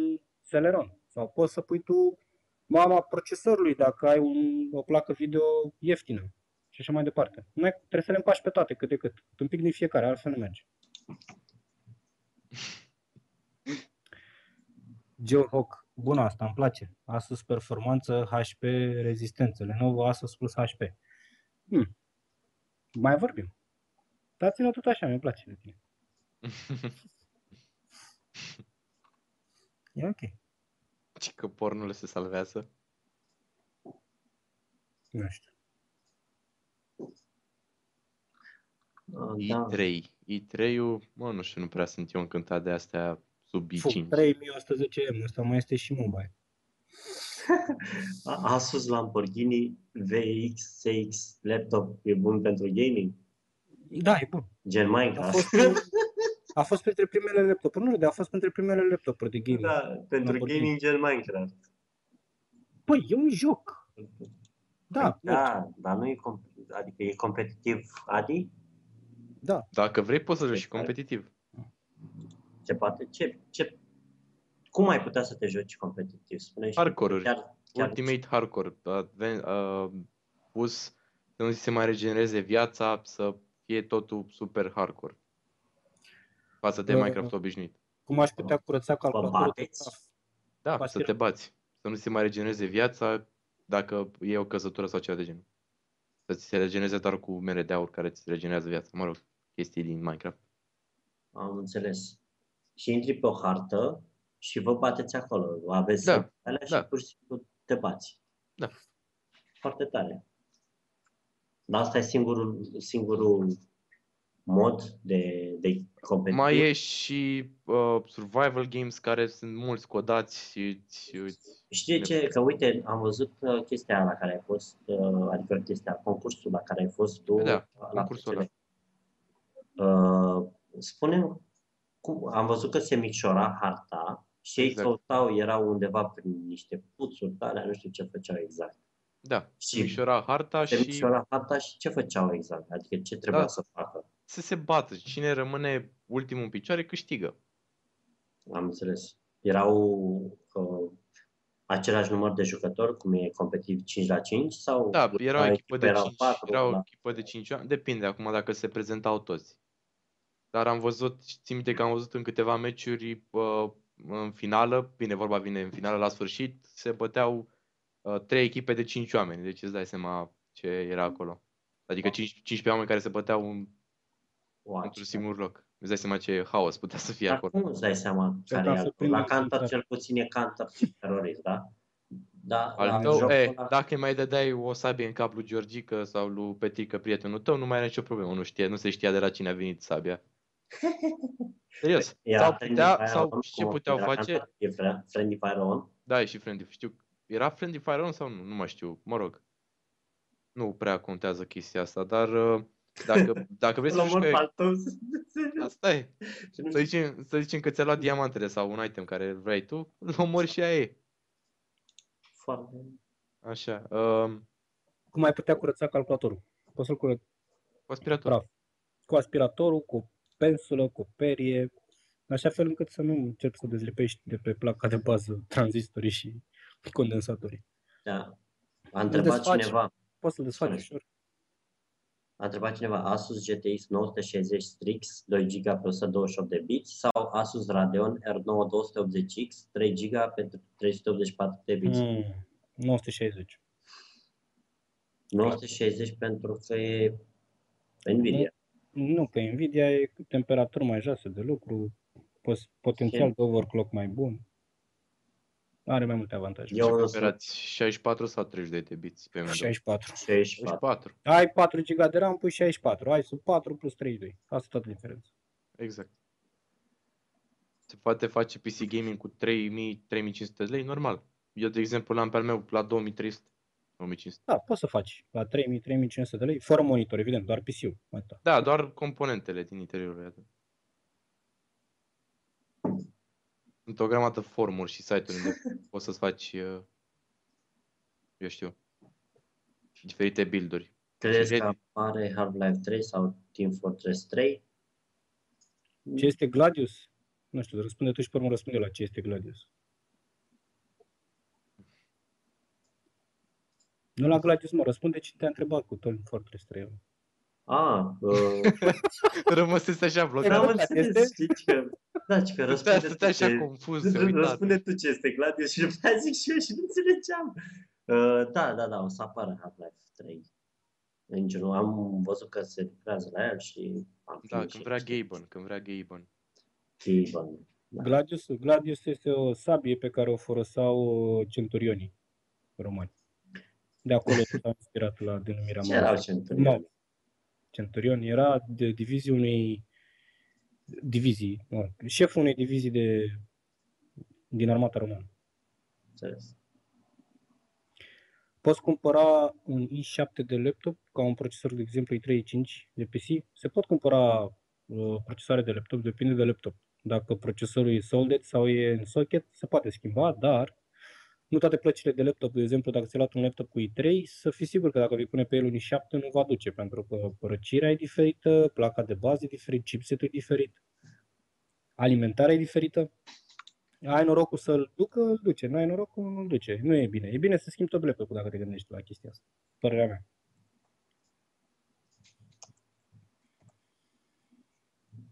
Speaker 4: Celeron sau poți să pui tu mama procesorului dacă ai un, o placă video ieftină și așa mai departe. Nu ai, trebuie să le împaci pe toate cât de cât. Un pic din fiecare, altfel nu merge. Geohawk, bună asta, îmi place. Asus performanță, HP, rezistență. Lenovo Asus plus HP. Hmm. Mai vorbim. Dați-ne tot așa, mi place de tine. E ok.
Speaker 3: Ci că pornul se salvează.
Speaker 4: Nu știu.
Speaker 2: Ah, Da.
Speaker 3: I3. I3-ul, mă, nu știu, nu prea sunt eu încântat de astea sub
Speaker 4: Fu,
Speaker 3: i5.
Speaker 4: 3110M, ăsta mai este și mobile.
Speaker 2: A- Asus Lamborghini VX, CX, laptop e bun pentru gaming?
Speaker 4: Da, e bun.
Speaker 2: Gen
Speaker 4: A
Speaker 2: Minecraft.
Speaker 4: fost, a fost printre primele laptopuri. Nu, dar a fost printre primele laptopuri de gaming. Da.
Speaker 2: Da, pentru
Speaker 4: Lamborghini.
Speaker 2: gaming gen Minecraft.
Speaker 4: Păi, e un joc. Da,
Speaker 2: Păi da, dar nu e, comp- adică e competitiv, Adi?
Speaker 4: da.
Speaker 3: Dacă vrei, poți să joci și competitiv.
Speaker 2: Se poate? Ce, ce, cum ai putea să te joci competitiv? Spune și
Speaker 3: Hardcore-uri.
Speaker 2: chiar, chiar
Speaker 3: Ultimate hardcore. Adven- uh, pus să nu ți se mai regenereze viața, să fie totul super hardcore. Față de
Speaker 4: Uh,
Speaker 3: Minecraft obișnuit.
Speaker 4: Cum aș putea curăța
Speaker 2: vă
Speaker 4: calculatorul de praf?
Speaker 2: bateți.
Speaker 3: Da,
Speaker 4: Poate
Speaker 3: să
Speaker 4: fi
Speaker 3: te bați. Să nu ți se mai regenereze viața dacă e o căzătură sau ceva de genul. Să ți se regenereze doar cu mere de aur care ți regenerează viața. Mă rog, chestii din Minecraft.
Speaker 2: Am înțeles. Și intri pe o hartă și vă bateți acolo. Aveți
Speaker 3: Da,
Speaker 2: da, alea
Speaker 3: da.
Speaker 2: și pur și simplu te bați.
Speaker 3: Da.
Speaker 2: Foarte tare. Dar asta e singurul, singurul mod de, de competitiv.
Speaker 3: Mai e și uh, survival games care sunt mulți codați și îți, îți
Speaker 2: Știi ce? Că uite, am văzut uh, chestia la care ai fost, uh, adică chestia, concursul la care ai fost tu.
Speaker 3: Da,
Speaker 2: la
Speaker 3: concursul
Speaker 2: PCL. Uh, spune cum, am văzut că se micșora harta și ei
Speaker 3: Exact.
Speaker 2: căutau, erau undeva prin niște puțuri, alea, nu știu ce făceau exact.
Speaker 3: Da,
Speaker 2: Și-
Speaker 3: și micșora harta
Speaker 2: Se
Speaker 3: Da, și
Speaker 2: micșora harta și ce făceau exact? Adică ce trebuia
Speaker 3: Da.
Speaker 2: să facă?
Speaker 3: să se bată. Cine rămâne ultimul în picioare câștigă.
Speaker 2: Am înțeles. Erau uh, același număr de jucători, cum e competitiv 5 la 5? Sau
Speaker 3: Da, era o
Speaker 2: la
Speaker 3: echipă de
Speaker 2: erau
Speaker 3: 5,
Speaker 2: patru, da?
Speaker 3: era o
Speaker 2: la-
Speaker 3: echipă de 5 oameni, depinde acum dacă se prezentau toți. Dar am văzut, țin minte că am văzut în câteva meciuri uh, în finală, bine vorba vine în finală la sfârșit, se băteau uh, trei echipe de 5 oameni, deci îți dai seama ce era acolo.
Speaker 2: Da.
Speaker 3: Adică 5, 15 oameni care se băteau în,
Speaker 2: Wow,
Speaker 3: într-un singur loc. Îți dai seama ce haos putea să fie
Speaker 2: da. Dar
Speaker 3: acolo.
Speaker 2: cum îți dai seama
Speaker 4: Cel
Speaker 2: care e
Speaker 4: care se
Speaker 2: altul?
Speaker 4: prinde
Speaker 2: La
Speaker 4: în
Speaker 2: Cantor
Speaker 4: filtrare.
Speaker 2: cel puțin e Cantor și terorist, da? Da,
Speaker 3: Al
Speaker 2: la
Speaker 3: tău,
Speaker 2: jocul
Speaker 3: e,
Speaker 2: ăla-
Speaker 3: dacă îi mai dădeai o sabie în cap lui Georgică sau lui Petrică, prietenul tău, nu mai era nicio problemă, nu știe, nu se știa de la cine a venit sabia. Serios.
Speaker 2: Era
Speaker 3: sau
Speaker 2: Friendly
Speaker 3: putea,
Speaker 2: Păi, Fire
Speaker 3: sau
Speaker 2: On,
Speaker 3: ce
Speaker 2: cum o-
Speaker 3: puteau
Speaker 2: de la
Speaker 3: face,
Speaker 2: Cantor E Fre- Friendly Fire On.
Speaker 3: Da, e și Friendly Fire. Știu, era Friendly Fire on sau nu? Nu mai știu, mă rog. Nu prea contează chestia asta, dar uh, dacă, dacă vrei să
Speaker 2: L-am
Speaker 3: zici
Speaker 2: mort
Speaker 3: că...
Speaker 2: pe al tău.
Speaker 3: Asta e.
Speaker 2: Și nu
Speaker 3: da, Să
Speaker 2: știu.
Speaker 3: zicem, să zicem că ți-a luat diamantele sau un item care vrei tu, îl omori și aia e.
Speaker 2: Foarte.
Speaker 3: Așa. Uh,
Speaker 4: Cum ai putea curăța calculatorul? Poți să-l curăți
Speaker 3: cu aspirator.
Speaker 4: Bravo. cu aspiratorul, cu pensulă, cu perie, în așa fel încât să nu încerci să dezlipești de pe placa de bază tranzistorii și condensatorii.
Speaker 2: Da. A întrebat
Speaker 4: desfaci.
Speaker 2: cineva,
Speaker 4: Poți să-l desfaci
Speaker 2: Spune.
Speaker 4: ușor.
Speaker 2: a întrebat cineva Asus GTX 960 Strix 2 GB pe 128 de biți sau Asus Radeon R9 280X 3 GB pentru 384 de biți.
Speaker 4: Mm, 960.
Speaker 2: 960 pentru că e Nvidia.
Speaker 4: Nu, că Nvidia e cu temperaturi mai joasă de lucru, pos- potențial de overclock mai bun. Are mai multe avantaje.
Speaker 3: Și
Speaker 2: Eu însă-
Speaker 3: operați 64 sau 30 de debiți pe Windows?
Speaker 4: 64.
Speaker 2: 64.
Speaker 3: 64,
Speaker 4: Ai 4 GB de RAM, pui 64. Ai sub 4 plus 32. Asta e toată diferența.
Speaker 3: exact. Se poate face PC gaming cu 3000-3500 de lei, normal. Eu, de exemplu, l-am pe al meu la 2300, 1500.
Speaker 4: Da, poți să faci la 3000-3500 de lei, fără monitor, evident, doar PC-ul. Atâta.
Speaker 3: Da, doar componentele din interiorul iată. Sunt o grămadă formuri și site-uri unde poți să-ți faci, uh, eu știu, diferite build-uri.
Speaker 2: Crezi că
Speaker 3: Ready.
Speaker 2: apare Half-Life 3 sau Team Fortress 3?
Speaker 4: Ce este Gladius? Nu știu, răspunde tu și pe urmă răspunde la ce este Gladius. Nu la Gladius, mă, răspunde ce te-a întrebat cu Tom Fortress 3.
Speaker 2: Ah, uh,
Speaker 3: Rămăsese așa blocat.
Speaker 2: n-am
Speaker 4: Era-
Speaker 2: înțeles,
Speaker 4: Este?
Speaker 2: știi că... Da, și că
Speaker 3: Stătea,
Speaker 2: răspunde
Speaker 3: stătea
Speaker 2: tu
Speaker 3: așa
Speaker 2: ce...
Speaker 3: confuz, se uita.
Speaker 2: Răspunde tu ce este Gladius și după aia zic și eu și nu înțelegeam. Uh, da, da, da, o să apară Half-Life 3. În genul, am văzut că se lucrează la el și am
Speaker 3: Da,
Speaker 2: primit
Speaker 3: când
Speaker 2: și
Speaker 3: vrea
Speaker 2: niște
Speaker 3: Gaben, când vrea Gaben.
Speaker 2: chestii, bă,
Speaker 4: Gladius, Gladius este o sabie pe care o foloseau uh, centurionii romani. De acolo s-a inspirat la denumirea
Speaker 2: Ce
Speaker 4: mare.
Speaker 2: erau centurionii?
Speaker 4: Mau. Centurion era de divizii unei divizii, mă, șeful unei divizii de din armata română.
Speaker 2: Înțeles.
Speaker 4: Poți cumpăra un i7 de laptop ca un procesor, de exemplu, i3-5 de PC. Se pot cumpăra uh, procesoare de laptop, depinde de laptop. Dacă procesorul e soldered sau e în socket, se poate schimba, dar nu toate plăcile de laptop, de exemplu, dacă ți-ai luat un laptop cu i3, să fii sigur că dacă vei pune pe el un i7, nu va duce, pentru că răcirea e diferită, placa de bază e diferit, chipsetul e diferit, alimentarea e diferită. Ai norocul să-l ducă, îl duce. Nu ai norocul, nu-l duce. Nu e bine. E bine să schimbi tot laptopul dacă te gândești la chestia asta. Părerea mea.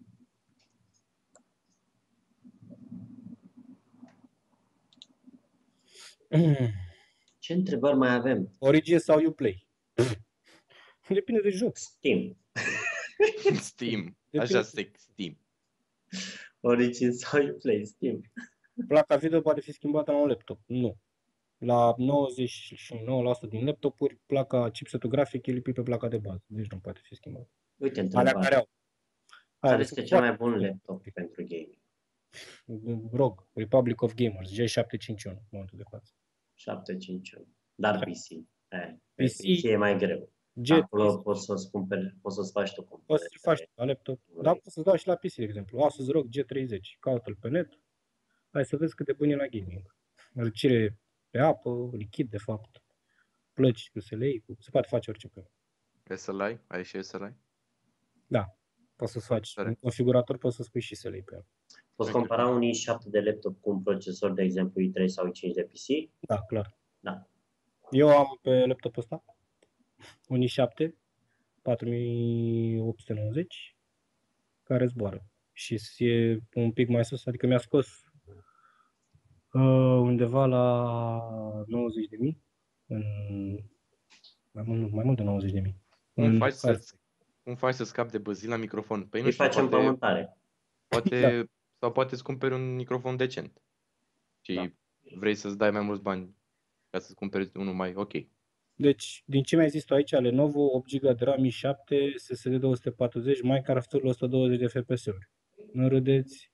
Speaker 2: Ce întrebări mai avem?
Speaker 4: Origin sau Uplay? Depinde de joc.
Speaker 2: Steam.
Speaker 3: Steam.
Speaker 4: Depinde.
Speaker 3: Așa se Steam.
Speaker 2: Origin sau Uplay Steam.
Speaker 4: Placa video poate fi schimbată la un laptop. Nu. La 99% din laptopuri, placa, chipsetul grafic e lipit pe placa de bază. Deci nu poate fi schimbat.
Speaker 2: Uite
Speaker 4: Alea
Speaker 2: întrebarea.
Speaker 4: care au.
Speaker 2: Care
Speaker 4: Alea
Speaker 2: este
Speaker 4: sunt
Speaker 2: cel mai bun laptop pentru gaming?
Speaker 4: Rog, Republic of Gamers, G751, în momentul de față.
Speaker 2: 751. Dar PC. Eh, pe
Speaker 4: PC.
Speaker 2: PC e mai greu.
Speaker 4: Da. G,
Speaker 2: Acolo poți să-ți cumperi, poți să-ți faci tu
Speaker 4: poți să faci da. la laptop,
Speaker 2: Vrei.
Speaker 4: dar poți să dau și la PC, de exemplu. Asus ROG G30, caută-l pe net, hai să vezi cât de bun e la gaming. Răcire pe apă, lichid, de fapt, plăci cu SLA, cu... se poate face orice pe el.
Speaker 3: SLI? Ai și SLI?
Speaker 4: Poți să-ți faci
Speaker 3: Tare.
Speaker 4: un configurator, poți să spui și SLA pe el.
Speaker 2: Poți compara un i7 de laptop cu un procesor, de exemplu, i3 sau i5 de PC.
Speaker 4: Da, clar.
Speaker 2: Da.
Speaker 4: Eu am pe laptopul ăsta un i7 4890 care zboară și e un pic mai sus, adică mi-a scos uh, undeva la 90.000 în mai mult, mai mult de 90.000.
Speaker 3: Cum
Speaker 4: În-
Speaker 3: faci, să, cum faci să scapi de băzii la microfon? Păi nu
Speaker 2: Îi
Speaker 3: știu,
Speaker 2: facem
Speaker 3: poate,
Speaker 2: pământare.
Speaker 3: poate,
Speaker 4: Da.
Speaker 3: sau poate îți cumperi un microfon decent. Și
Speaker 4: Da.
Speaker 3: vrei să-ți dai mai mulți bani ca să-ți cumperi unul mai ok.
Speaker 4: Deci, din ce mi-ai zis tu aici, Lenovo 8 GB de RAM, i7, SSD 240, Minecraft-ul 120 de FPS-uri. Nu râdeți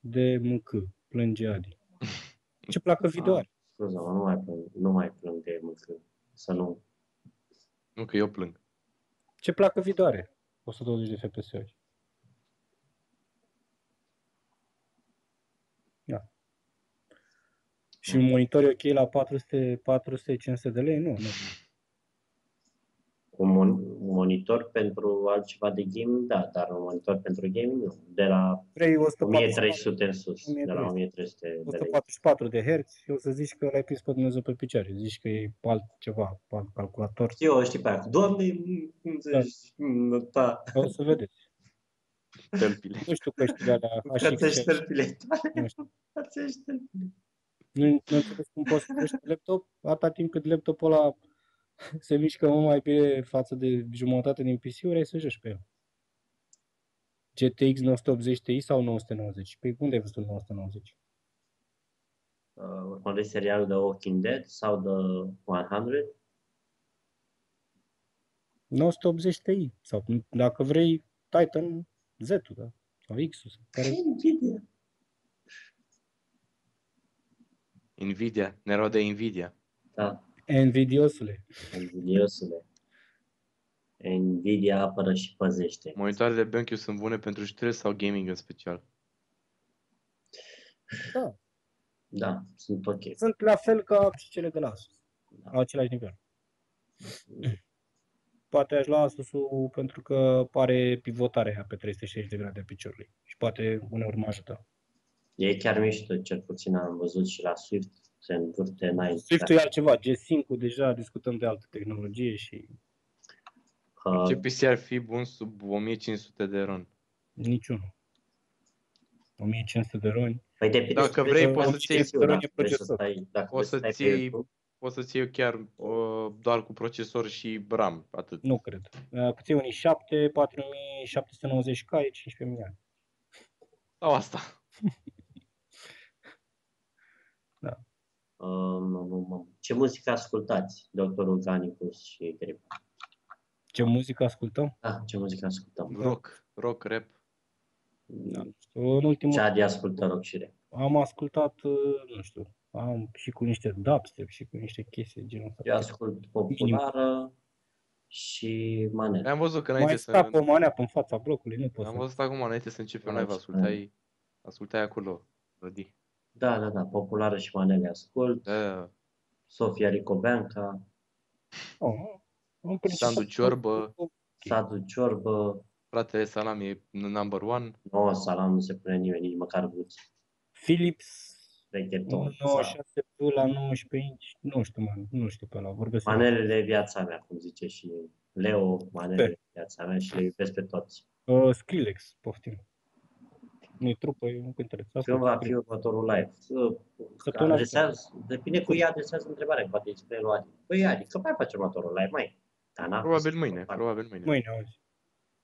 Speaker 4: de MK, plânge Adi. Ce placă video are?
Speaker 2: Scuze, mă, Ah, nu mai plâng, nu mai plâng de mâncare. Să nu.
Speaker 3: Nu că eu plâng.
Speaker 4: Ce placă video are? 120 de fps Da. Și un monitor e ok la 400, 400 500 de lei? Nu, nu.
Speaker 2: Un mon- monitor pentru altceva de gaming, da, dar un monitor pentru gaming, nu. De la
Speaker 4: 3, 144,
Speaker 2: 1300 în sus, de la 1300 de lei.
Speaker 4: 144 de herți, eu să zici că l-ai prins pe Dumnezeu pe picioare. Zici că e altceva, alt calculator.
Speaker 2: Eu știi pe aia, doamne, mm, cum să
Speaker 4: Da.
Speaker 2: mm, da,
Speaker 4: O să vedeți.
Speaker 3: Tălpile.
Speaker 4: Nu știu căștile alea
Speaker 2: că ți-ai
Speaker 4: HX,
Speaker 2: șterpile tale,
Speaker 4: nu știu.
Speaker 2: că ți-ai șterpile.
Speaker 4: Nu, nu înțeles cum poți să crești laptop atâta timp cât laptopul ăla se mișcă mult mai bine față de jumătate din PC-uri, ai să joci pe el. GTX 980 Ti sau 990? Pe Păi unde ai văzut 990?
Speaker 2: Uh, Urmărești serialul The Walking Dead sau The 100?
Speaker 4: 980 Ti sau dacă vrei Titan z da? Sau X-ul. sau Care...
Speaker 2: Nvidia.
Speaker 3: Nvidia. Ne rog de Nvidia.
Speaker 2: Da,
Speaker 4: Nvidiosule.
Speaker 2: invidiosule. Nvidia apără și păzește.
Speaker 3: Monitoarele BenQ sunt bune pentru știri sau gaming în special.
Speaker 4: Da.
Speaker 2: Da, sunt ok.
Speaker 4: Sunt la fel ca și cele de la Asus.
Speaker 2: Da.
Speaker 4: La același nivel. poate aș lua Asus-ul pentru că are pivotarea pe 360 de grade a piciorului și poate uneori mă ajută.
Speaker 2: E chiar mișto, cel puțin am văzut și la Swift, se învârte n-ai.
Speaker 4: Swift-ul e altceva, G5-ul deja discutăm de altă tehnologie și Ah.
Speaker 2: Uh,
Speaker 3: Ce PC ar fi bun sub 1500 de RON?
Speaker 4: niciunul. 1500 de roni.
Speaker 2: Păi depinde
Speaker 3: Dacă
Speaker 2: și de
Speaker 3: vrei,
Speaker 2: ce
Speaker 3: poți
Speaker 2: vrei
Speaker 3: să-ți iei
Speaker 2: tu, dacă
Speaker 4: pe
Speaker 2: vrei să
Speaker 4: procesor.
Speaker 2: stai, dacă
Speaker 3: Poți
Speaker 2: vrei să
Speaker 3: să-ți
Speaker 2: stai pe
Speaker 3: iei-
Speaker 2: YouTube,
Speaker 3: Poți să-ți iei chiar uh, doar cu procesor și RAM, atât.
Speaker 4: Nu cred. Uh, Cât e unii 7, 4790K e 15 milioane.
Speaker 3: Sau asta.
Speaker 2: uh, nu, nu, nu. Ce muzică ascultați, doctorul Canicus și Grip?
Speaker 4: Ce muzică ascultăm?
Speaker 2: Da, ce muzică ascultăm?
Speaker 3: Rock, rock, rap.
Speaker 4: Da, nu știu. În ultimul
Speaker 2: Ce adi ascultă rock și rap?
Speaker 4: am ascultat, uh, nu știu, am și cu niște dubstep și cu niște chestii genul ăsta.
Speaker 2: Eu ascult populară și manele.
Speaker 3: Am văzut că înainte
Speaker 4: Mai
Speaker 3: să...
Speaker 4: sta pe o manea pe în fața blocului, nu pot
Speaker 3: Am
Speaker 4: să
Speaker 3: văzut acum înainte să începem
Speaker 2: Da,
Speaker 3: live,
Speaker 2: ce
Speaker 3: ascultai, ascultai acolo. Rodi.
Speaker 2: Da, da, da, populară și manele ascult.
Speaker 3: Da,
Speaker 2: Sofia Ricobeanca,
Speaker 4: Nu, Oh, în
Speaker 3: Sandu Ciorbă.
Speaker 2: Sadu Ciorbă,
Speaker 3: fratele Salam e number one.
Speaker 4: Da.
Speaker 2: nouă salam, nu se pune nimeni, nici măcar buți.
Speaker 4: Philips
Speaker 2: Regheton.
Speaker 4: 96 până la 19 inch, nu știu, man, nu știu pe la vorbesc.
Speaker 2: Manelele e viața mea, cum zice și Leo, manelele e viața mea și le iubesc pe toți.
Speaker 4: Uh, Skrillex, poftim. Nu-i trupă, e un cântăreț. Asta
Speaker 2: Când va
Speaker 4: e
Speaker 2: fi următorul live?
Speaker 4: Săptămâna
Speaker 2: Adresează, depinde cu ea adresează întrebarea, poate îi spune lui Adi. Păi Adi, că mai face următorul live, mai. Dar n-a
Speaker 3: Probabil
Speaker 2: fost.
Speaker 3: mâine, probabil mâine.
Speaker 4: Mâine, auzi.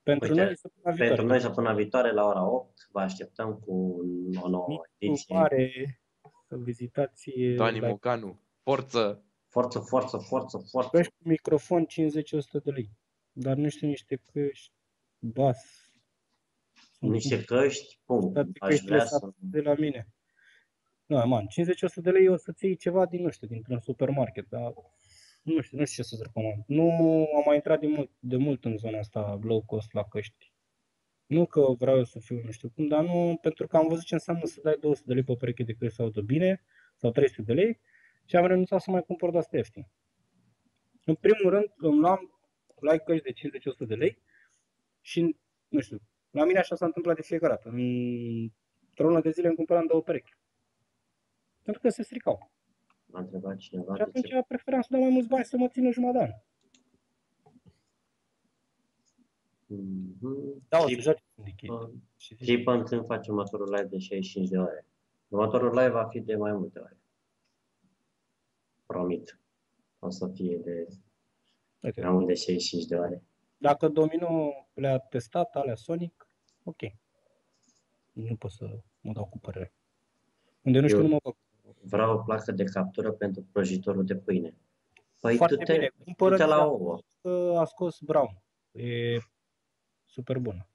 Speaker 4: Pentru
Speaker 2: Uite,
Speaker 4: noi, săptămâna viitoare.
Speaker 2: Pentru noi săptămâna viitoare la ora 8 vă așteptăm cu o nouă
Speaker 4: Cu
Speaker 2: ediție.
Speaker 4: mare să vizitați eh,
Speaker 3: Dani
Speaker 4: la
Speaker 3: Mocanu, forță!
Speaker 2: Forță, forță, forță, forță.
Speaker 4: Căști cu microfon 50-100 de lei. Dar nu știu niște căști, bas.
Speaker 2: Niște căști, punct.
Speaker 4: Toate
Speaker 2: Aș
Speaker 4: căștile
Speaker 2: vrea
Speaker 4: s-ar
Speaker 2: să...
Speaker 4: de la mine. Nu, man, 50-100 de lei o să-ți iei ceva din, nu știu, dintr-un supermarket, dar nu știu, nu știu ce să-ți recomand. Nu am mai intrat de mult, de mult în zona asta low cost la căști. Nu că vreau eu să fiu nu știu cum, dar nu, pentru că am văzut ce înseamnă să dai 200 de lei pe o pereche de căști auto bine, sau 300 de lei, și am renunțat să mai cumpăr de astea ieftine. În primul rând, îmi luam la căști de 50-100 de lei și, nu știu, la mine așa s-a întâmplat de fiecare dată. Într-o lună de zile îmi cumpăram două perechi. Pentru că se stricau.
Speaker 2: M-a întrebat cineva
Speaker 4: Și
Speaker 2: Ah, de
Speaker 4: atunci
Speaker 2: ce...
Speaker 4: eu preferam să dau mai mulți bani să mă țină jumătate de an.
Speaker 2: Mhm.
Speaker 4: Da, o să
Speaker 2: Clip-
Speaker 4: joace Syndicate.
Speaker 2: uh,
Speaker 4: Și zici,
Speaker 2: Clip în când facem următorul live de 65 de ore. Următorul live va fi de mai multe ore. Promit. O să fie de
Speaker 4: uite,
Speaker 2: mai mult de 65 de ore.
Speaker 4: Dacă Domino le-a testat alea Sonic, ok. Nu pot să mă dau cu părere. Unde nu știu,
Speaker 2: Eu-
Speaker 4: nu mă bag.
Speaker 2: Vreau o placă de captură pentru prăjitorul de pâine. Păi
Speaker 4: Foarte
Speaker 2: du-te,
Speaker 4: bine. Cumpără
Speaker 2: du-te
Speaker 4: de
Speaker 2: la
Speaker 4: la-
Speaker 2: ouă.
Speaker 4: Că a scos Brown. E super bună.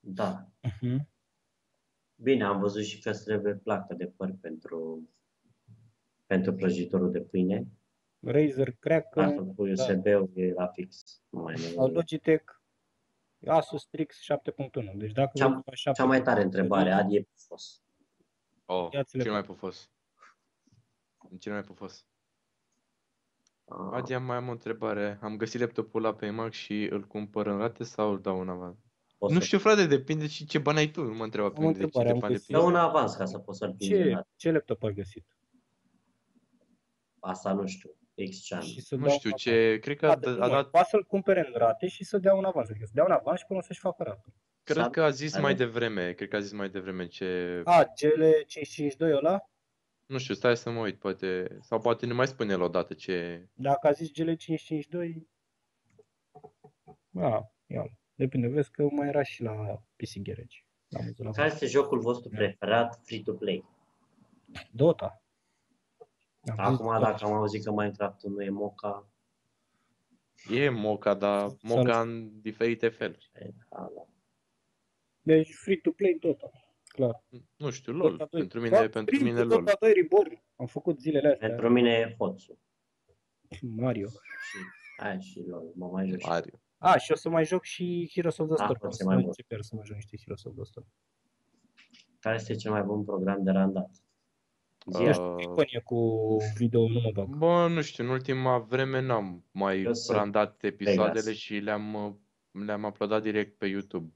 Speaker 2: Da.
Speaker 4: Mhm. Uh-huh.
Speaker 2: Bine, am văzut și că îți trebuie placă de păr pentru, pentru prăjitorul de pâine.
Speaker 4: Razer, Kraken,
Speaker 2: Dacă cu USB-ul e la fix. Nu mai e-
Speaker 4: Logitech, Asus Strix 7.1. Deci dacă
Speaker 2: Cea-
Speaker 4: vă duceți la
Speaker 2: Cea mai tare
Speaker 4: 7.1,
Speaker 2: întrebare, Adi, e pufos.
Speaker 3: Oh,
Speaker 4: Ia-ți-le
Speaker 3: cel
Speaker 4: pe-
Speaker 3: mai pufos. Cel mai pufos.
Speaker 2: Ah,
Speaker 3: Adia, mai am o întrebare. Am găsit laptopul la pe Mac și îl cumpăr în rate sau îl dau în avans?
Speaker 2: poți
Speaker 3: Nu
Speaker 2: să-
Speaker 3: știu, frate, depinde și ce bani ai tu. Nu mă întreba pe
Speaker 4: Am o
Speaker 3: mine de ce
Speaker 4: întrebare, am
Speaker 3: de bani
Speaker 4: găsit.
Speaker 2: Dă
Speaker 3: depinde.
Speaker 2: un avans ca să poți să-l prinzi.
Speaker 4: ce,
Speaker 2: la-
Speaker 4: ce laptop ai găsit?
Speaker 2: Asta nu știu. X-Chan.
Speaker 4: Și să
Speaker 3: Nu
Speaker 4: dau
Speaker 3: știu
Speaker 4: un
Speaker 3: ce, cred că a,
Speaker 4: avans. Da,
Speaker 3: a
Speaker 4: nu,
Speaker 3: dat,
Speaker 4: Poate să-l cumpere în rate și să dea un avans. Adică să dea un avans și până o să-și facă rată.
Speaker 3: cred că a zis
Speaker 2: Hai,
Speaker 3: mai
Speaker 2: da.
Speaker 3: devreme, cred că a zis mai devreme ce,
Speaker 4: A, GL552 ăla?
Speaker 3: nu știu, stai să mă uit, poate, sau poate ne mai spune el odată ce,
Speaker 4: Dacă a zis GL552, a, da, ia, depinde, vezi că mai era și la PC Garage. La Mozilla
Speaker 2: Care este jocul vostru
Speaker 4: Da.
Speaker 2: preferat free-to-play?
Speaker 4: Dota. Am zis
Speaker 2: Acum,
Speaker 4: Dota.
Speaker 2: dacă am auzit că Minecraft nu e moca,
Speaker 3: e moca, dar moca în diferite feluri.
Speaker 2: e da, ca la-
Speaker 4: Deci free to play Dota. Clar.
Speaker 3: Nu știu, LOL,
Speaker 4: Dota 2.
Speaker 3: pentru
Speaker 4: Ba,
Speaker 3: mine, pentru
Speaker 4: prim
Speaker 3: mine
Speaker 4: cu
Speaker 3: LOL.
Speaker 4: Dota 2 Reborn. Am făcut zilele astea.
Speaker 2: pentru mine e hoțul.
Speaker 4: Mario.
Speaker 2: Și aia și lol, mă mai joc. și-
Speaker 3: Mario.
Speaker 4: A, și o să mai joc și Heroes of the
Speaker 2: Ah,
Speaker 4: Storm.
Speaker 2: poți
Speaker 4: să
Speaker 2: mai
Speaker 4: mai
Speaker 2: mult.
Speaker 4: începe să mai joc niște Heroes of the Storm.
Speaker 2: Care este cel mai bun program de randat? Zi,
Speaker 3: Ah.
Speaker 2: uh,
Speaker 4: Uh... Iconie cu video nu mă bag.
Speaker 3: Bă, nu știu, în ultima vreme n-am mai
Speaker 2: Eu sunt
Speaker 3: randat episoadele
Speaker 2: Vegas.
Speaker 3: și le-am, uh, le-am uploadat direct pe YouTube.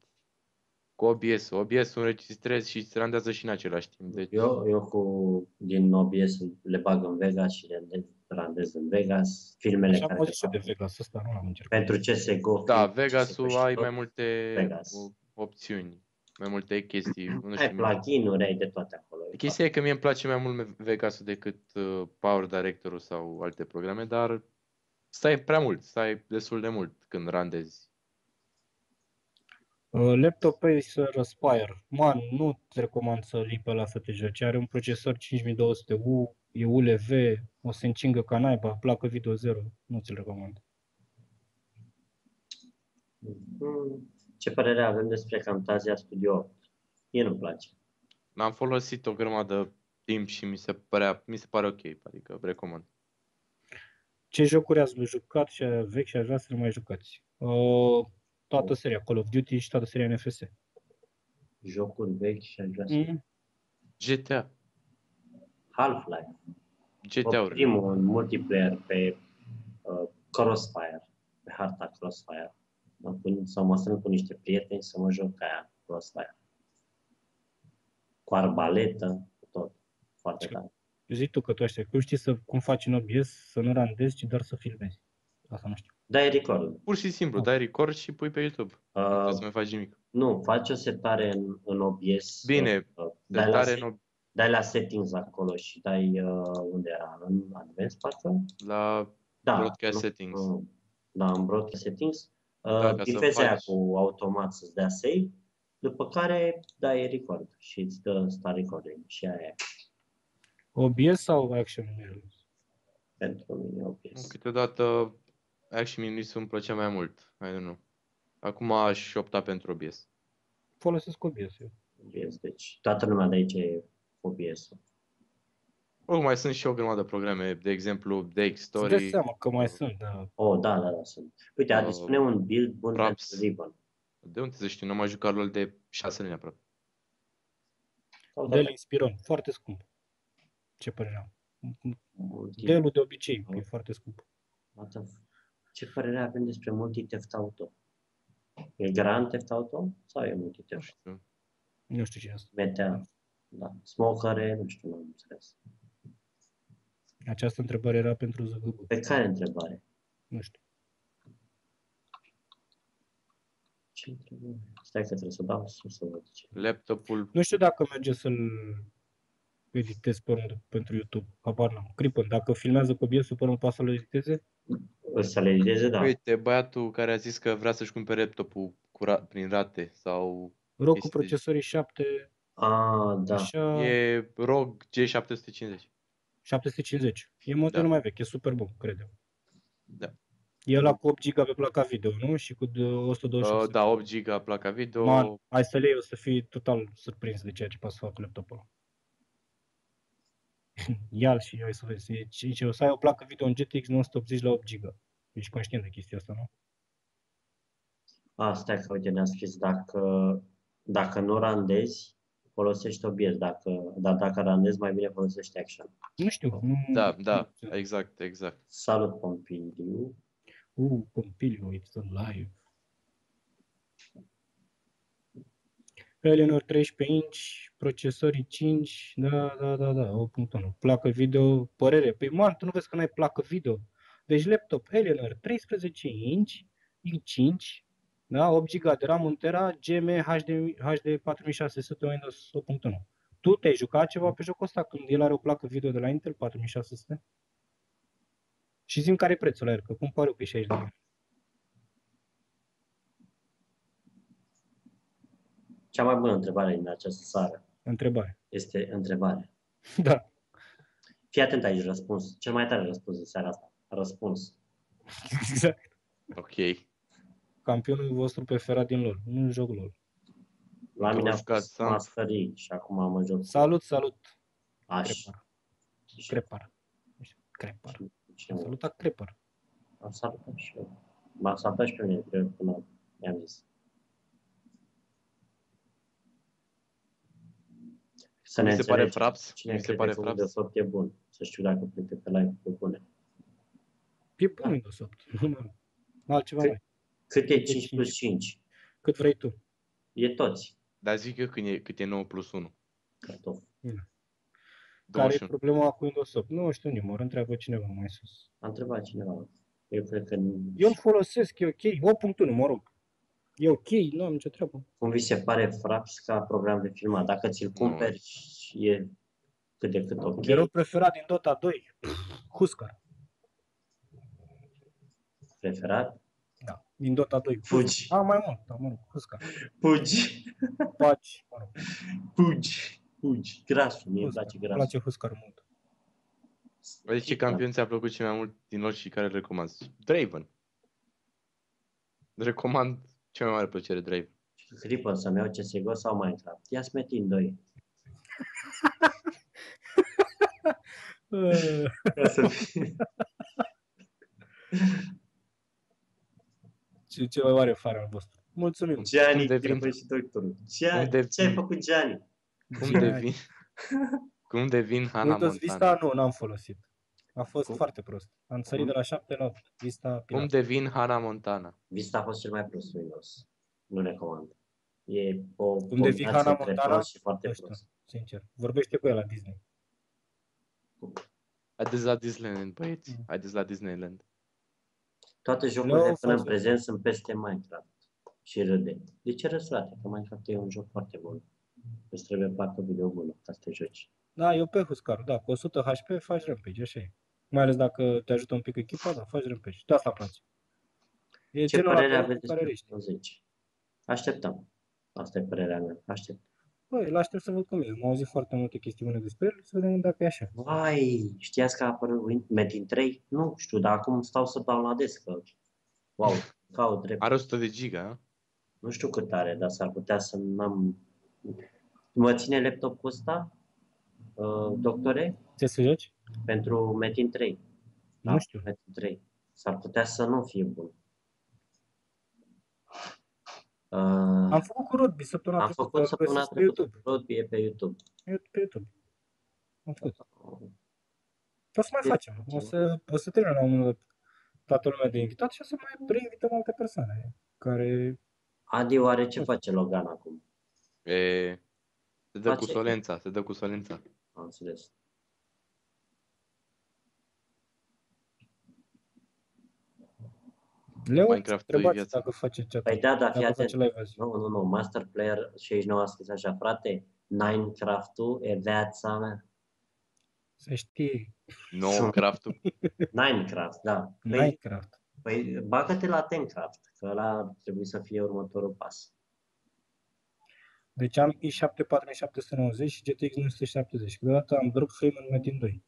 Speaker 3: Cu OBS. OBS-ul înregistrez și îți randează și în același timp. Deci,
Speaker 2: eu, eu cu, din OBS le bag în Vegas și le le randez în Vegas. Filmele
Speaker 4: Așa am
Speaker 2: care
Speaker 4: auzit și
Speaker 2: le
Speaker 4: eu
Speaker 2: fac.
Speaker 4: de Vegas ăsta, nu l-am încercat.
Speaker 2: Pentru CSGO.
Speaker 3: da,
Speaker 2: film,
Speaker 3: Vegas-ul
Speaker 2: CSGO și
Speaker 3: ai
Speaker 2: tot.
Speaker 3: mai multe
Speaker 2: Vegas.
Speaker 3: o- opțiuni, mai multe chestii. Nu
Speaker 2: Ai
Speaker 3: știu.
Speaker 2: plugin-uri, ai de toate acolo.
Speaker 3: Chestia e că mie îmi place mai mult Vegas-ul decât uh, Power Director-ul sau alte programe, dar stai prea mult, stai destul de mult când randezi.
Speaker 4: Uh, Laptop Acer Aspire. Man, nu te recomand să-l iei pe la să te joci. Are un procesor 5200U, e ULV, o să încingă ca naiba, placă video 0. Nu ți-l recomand.
Speaker 2: Mm. Ce părere avem despre Camtasia Studio 8? Mie nu-mi place.
Speaker 3: Am folosit o grămadă timp și mi se, părea, mi se pare ok, adică recomand.
Speaker 4: Ce jocuri ați jucat și vechi și aș vrea să le mai jucați? Uh, toată seria Call of Duty și toată seria NFS.
Speaker 2: Jocuri vechi și aș vrea să...
Speaker 4: Mm?
Speaker 3: GTA.
Speaker 2: Half-Life.
Speaker 3: GTA-uri.
Speaker 2: Primul în multiplayer pe uh, Crossfire, pe harta Crossfire. Mă pun, sau mă strâng cu niște prieteni să mă joc aia Crossfire. Cu arbaletă, cu tot. Foarte
Speaker 4: Ce-
Speaker 2: tare.
Speaker 4: Eu zic tu că tu așa, că știi să, cum faci în OBS, să nu randezi, ci doar să filmezi. Asta nu știu.
Speaker 2: Dai Da, record.
Speaker 3: Pur și simplu, dai record și pui pe YouTube. Nu trebuie să
Speaker 2: Da. Uh,
Speaker 3: mai faci nimic.
Speaker 2: nu, faci o setare în, în OBS.
Speaker 3: Bine,
Speaker 2: uh, dai la
Speaker 3: Setare în,
Speaker 2: dai la settings acolo și dai uh, unde era, în advanced parcă?
Speaker 3: la
Speaker 2: Da.
Speaker 3: broadcast
Speaker 2: nu?
Speaker 3: settings. Da,
Speaker 2: Uh, Da, în broadcast settings.
Speaker 3: ca
Speaker 2: Uh,
Speaker 3: să
Speaker 2: Tipezi aia
Speaker 3: faci-
Speaker 2: cu automat să-ți dea save, după care dai record și îți dă start recording și aia e
Speaker 4: OBS sau Action Mirrorless?
Speaker 2: pentru mine OBS. Okay.
Speaker 3: câteodată Action Minus îmi plăcea mai mult. I don't know. Acum aș opta pentru OBS.
Speaker 4: Folosesc OBS eu.
Speaker 2: OBS. Deci toată lumea de aici e OBS.
Speaker 3: Oricum, mai sunt și o grămadă de programe, de exemplu,
Speaker 4: Îți dai
Speaker 3: Dextory,
Speaker 4: seama că mai sunt, da,
Speaker 2: Oh, da, da, da, sunt. Uite, Adi,
Speaker 3: Uh,
Speaker 2: spune un build bun
Speaker 3: props.
Speaker 2: pentru Ribbon.
Speaker 3: De unde să știu, n-am mai jucat LOL de șase luni aproape.
Speaker 2: Sau
Speaker 4: Dell
Speaker 2: dacă
Speaker 4: Inspiron, foarte scump. Ce părere am.
Speaker 2: multi-
Speaker 4: Dell-ul de obicei
Speaker 2: Am.
Speaker 4: e foarte scump.
Speaker 2: What the f- Ce părere avem despre multi-theft auto? E grand theft auto sau e
Speaker 4: Da.
Speaker 3: Nu
Speaker 2: multi-theft?
Speaker 3: știu.
Speaker 4: Nu știu ce e asta.
Speaker 2: Metea, da. Smokere, nu știu, nu am înțeles.
Speaker 4: Această întrebare era pentru ZGB.
Speaker 2: Pe care întrebare?
Speaker 4: Nu știu.
Speaker 2: Ce întrebare? Stai că trebuie să dau sus să văd ce.
Speaker 3: Laptopul,
Speaker 4: Nu știu dacă merge să-l editez pe unul pentru YouTube. Habar n-am. Crippen, dacă filmează cu OBS-ul până nu poate să-l editeze?
Speaker 2: O să le ideze, da.
Speaker 3: uite, băiatul care a zis că vrea să-și cumpere laptopul cu ra- prin rate sau
Speaker 4: ROG cu
Speaker 3: Este-
Speaker 4: procesorii 7,
Speaker 2: A, da.
Speaker 4: așa,
Speaker 3: e ROG G750.
Speaker 4: 750. E modelul
Speaker 3: Da.
Speaker 4: mai vechi, e super bun, cred eu.
Speaker 3: Da.
Speaker 4: E la cu 8 GB pe placa video, nu? Și cu de- 128.
Speaker 3: Uh, da, 8 GB placa video.
Speaker 4: Man, ai să le iei, o să fii total surprins de ceea ce poate să facă laptopul ăla. Ia-l și ai să vezi. E- Și, și o să ai o placă video în GTX 980 la 8 GB. Ești conștient de chestia asta, nu?
Speaker 2: A, stai că uite, ne-a scris dacă, dacă nu randezi, folosești OBS, dacă, dar dacă randezi, mai bine folosești Action.
Speaker 4: Nu știu. Nu,
Speaker 3: Da, da, exact, exact.
Speaker 2: Salut, Pompiliu!
Speaker 4: Uh, Pompilio, it's alive. Eleanor 13 inch, procesorii 5, da, da, da, da, 8.1. Placă video, părere. Păi, man, tu nu vezi că n-ai placă video. Deci laptop Eleanor 13 inch, i5, da, 8 GB de RAM, 1 tera, GM HD, HD 4600 Windows 8.1. Tu te-ai jucat ceva pe jocul ăsta când el are o placă video de la Intel 4600? Și zim care e da, prețul la el, că cumpăr eu pe 60 de lei.
Speaker 2: Cea mai bună întrebare din această seară
Speaker 4: Întrebare.
Speaker 2: este întrebare.
Speaker 4: Da.
Speaker 2: Fii atent aici, răspuns. Cel mai tare răspuns din seara asta. Răspuns.
Speaker 4: Exact.
Speaker 3: Ok.
Speaker 4: Campionul vostru preferat din LoL. Nu joc LoL.
Speaker 2: La mine a
Speaker 3: Roșcat,
Speaker 2: fost
Speaker 3: Sam.
Speaker 2: mascării și acum mă joc
Speaker 4: Salut, salut,
Speaker 2: aș.
Speaker 4: Crepar. Crepar. Nu știu, Crepar. Am salutat Crepar.
Speaker 2: Am salutat și eu. M-a salutat și pe mine, cred, până mi-am zis. Să
Speaker 3: Mi se pare
Speaker 2: înțelegem.
Speaker 3: fraps,
Speaker 2: Cine
Speaker 3: mi se
Speaker 2: crede
Speaker 3: pare
Speaker 2: că
Speaker 3: fraps.
Speaker 2: Windows 8 e bun. Să știu dacă plece pe live pe bune.
Speaker 4: E
Speaker 2: Da.
Speaker 4: bun Windows 8. Altceva
Speaker 2: Cât-
Speaker 4: mai.
Speaker 2: Cât e
Speaker 4: Cât e
Speaker 2: 5 plus 5?
Speaker 4: Cât vrei tu.
Speaker 2: E toți.
Speaker 3: Dar zic eu când e, cât e 9 plus 1.
Speaker 2: Cartof.
Speaker 4: Care e
Speaker 3: 21.
Speaker 4: problema cu Windows 8? Nu știu, Nimor. Întreabă cineva mai sus.
Speaker 2: A întrebat cineva. Eu cred că
Speaker 4: Eu îl folosesc, e ok. 8.1, mă rog. E ok, nu am nicio treabă.
Speaker 2: cum vi se pare Fraps ca program de filmat? Dacă
Speaker 3: Mm.
Speaker 2: ți-l cumperi și e cât de cât ok.
Speaker 4: Erou preferat din Dota 2. Huscar.
Speaker 2: Preferat?
Speaker 4: Da. Din Dota 2.
Speaker 2: Fugi.
Speaker 4: A, mai mult, dar mă rog, Huscar.
Speaker 2: Fugi.
Speaker 4: Paci, mă rog.
Speaker 2: Fugi. Fugi. Grasul. Mie îmi
Speaker 4: Huscar.
Speaker 2: place
Speaker 4: Îmi
Speaker 2: grasul.
Speaker 4: place Huscar mult.
Speaker 3: Deci ce campion ți-a plăcut cel mai mult din lor și care îl recomanzi? Draven. Recomand cea mai mare plăcere Draven.
Speaker 2: Clipă să-mi iau CSGO sau Minecraft. Ia smetin doi.
Speaker 4: Uh,
Speaker 2: Ca să fie-
Speaker 4: ce, ce mai mare fare al vostru. Mulțumim.
Speaker 2: Gianni,
Speaker 3: Unde
Speaker 2: trebuie
Speaker 3: vin?
Speaker 2: și doctorul. Gianni,
Speaker 3: Unde
Speaker 2: ce ai
Speaker 3: vin?
Speaker 2: făcut Gianni?
Speaker 3: Cum devin? Cum devin Hannah
Speaker 4: Windows
Speaker 3: Montana?
Speaker 4: Vista nu, n-am folosit. A fost
Speaker 3: Cum?
Speaker 4: foarte prost. Am sărit
Speaker 3: Cum?
Speaker 4: de la 7 la 8. Vista
Speaker 3: Cum
Speaker 4: pirat.
Speaker 3: devin Hannah Montana?
Speaker 2: Vista a fost cel mai prost Windows. Nu recomand. E o
Speaker 4: Cum devii
Speaker 2: combinație
Speaker 4: Hannah
Speaker 2: între
Speaker 4: Montana?
Speaker 2: prost și foarte
Speaker 4: Nu știu.
Speaker 2: prost.
Speaker 4: Sincer. Vorbește cu el la Disney.
Speaker 3: Haideți la Disneyland,
Speaker 4: Mm.
Speaker 3: băieți. Haideți la Disneyland.
Speaker 2: Toate jocurile
Speaker 4: Nu,
Speaker 2: până în
Speaker 4: fost-
Speaker 2: prezent sunt peste Minecraft. Și râde. De ce râzi, frate? Că Minecraft e un joc foarte bun. Îți trebuie placă video bună ca să te joci.
Speaker 4: Da, eu pe Huscar, da, cu 100 HP faci rampage, așa e. Mai ales dacă te ajută un pic echipa, da, faci rampage. De asta îmi place. E
Speaker 2: ce
Speaker 4: genul
Speaker 2: părere
Speaker 4: ăla
Speaker 2: aveți
Speaker 4: care
Speaker 2: despre
Speaker 4: ești.
Speaker 2: 20? Așteptăm. Asta e părerea mea. Aștept.
Speaker 4: Băi, îl aștept să văd cum e. Am auzit foarte multe chestii bune despre el, să vedem dacă e așa.
Speaker 2: Vai, știați că a apărut Win- Metin 3? Nu știu, dar acum stau să downloadez că... Wow, caut drept.
Speaker 3: Are 100 de giga, a?
Speaker 2: Nu știu cât are, dar s-ar putea să n-am... Mă ține laptopul ăsta, uh, doctore,
Speaker 4: Ce să joci?
Speaker 2: pentru Metin 3. Da.
Speaker 4: Nu știu.
Speaker 2: Metin 3. S-ar putea să nu fie bun. Uh,
Speaker 4: Am
Speaker 2: am,
Speaker 4: făcut cu Rodby săptămâna
Speaker 2: am
Speaker 4: trecută,
Speaker 2: făcut
Speaker 4: îl găsesc
Speaker 2: săptămâna
Speaker 4: pe
Speaker 2: trecută.
Speaker 4: YouTube.
Speaker 2: Tot e pe YouTube.
Speaker 4: Eu pe YouTube. Am făcut. O să mai facem. O să, o să terminăm la un moment dat toată lumea de invitat și o să mai reinvităm alte persoane care...
Speaker 2: Adi, oare ce face Logan acum?
Speaker 3: E... Se dă cu
Speaker 2: Face-
Speaker 3: solența, se dă cu solența.
Speaker 2: Am înțeles.
Speaker 4: Leo,
Speaker 3: Minecraft-ul e
Speaker 4: întrebați
Speaker 3: viața.
Speaker 4: dacă face chat
Speaker 2: Păi da, dar fii
Speaker 4: dacă
Speaker 2: atent.
Speaker 4: face live azi.
Speaker 2: Nu, nu, nu. Master Player 69 a scris așa, frate, Minecraft-ul e viața mea.
Speaker 4: Să
Speaker 2: Păi-
Speaker 4: știi,
Speaker 3: No, craftul.
Speaker 2: Minecraft, da. Păi,
Speaker 4: Minecraft.
Speaker 2: Păi bagă-te la Tencraft, că ăla ar trebui să fie următorul pas.
Speaker 4: Deci am i7 4790 și GTX 970. Câteodată am drop frame în Metin 2.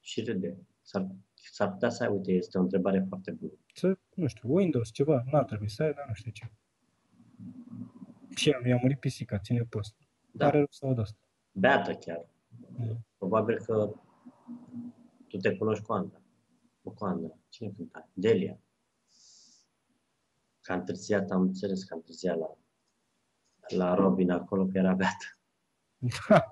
Speaker 2: Și râde. S-ar, s-ar putea să ai, uite, este o întrebare foarte bună.
Speaker 4: să, nu știu, Windows, ceva, n-ar trebui să ai, dar nu știu ce. Și am- i-a murit pisica, ține post.
Speaker 2: Da.
Speaker 4: Da. Are rău să aud asta.
Speaker 2: Beată chiar.
Speaker 4: Mm.
Speaker 2: Probabil că tu te cunoști cu Andra. Nu cu Andra. Cine cânta? Delia. Că am întârziat, am înțeles că am întârziat la, la Robin acolo, că era beată.
Speaker 4: Da.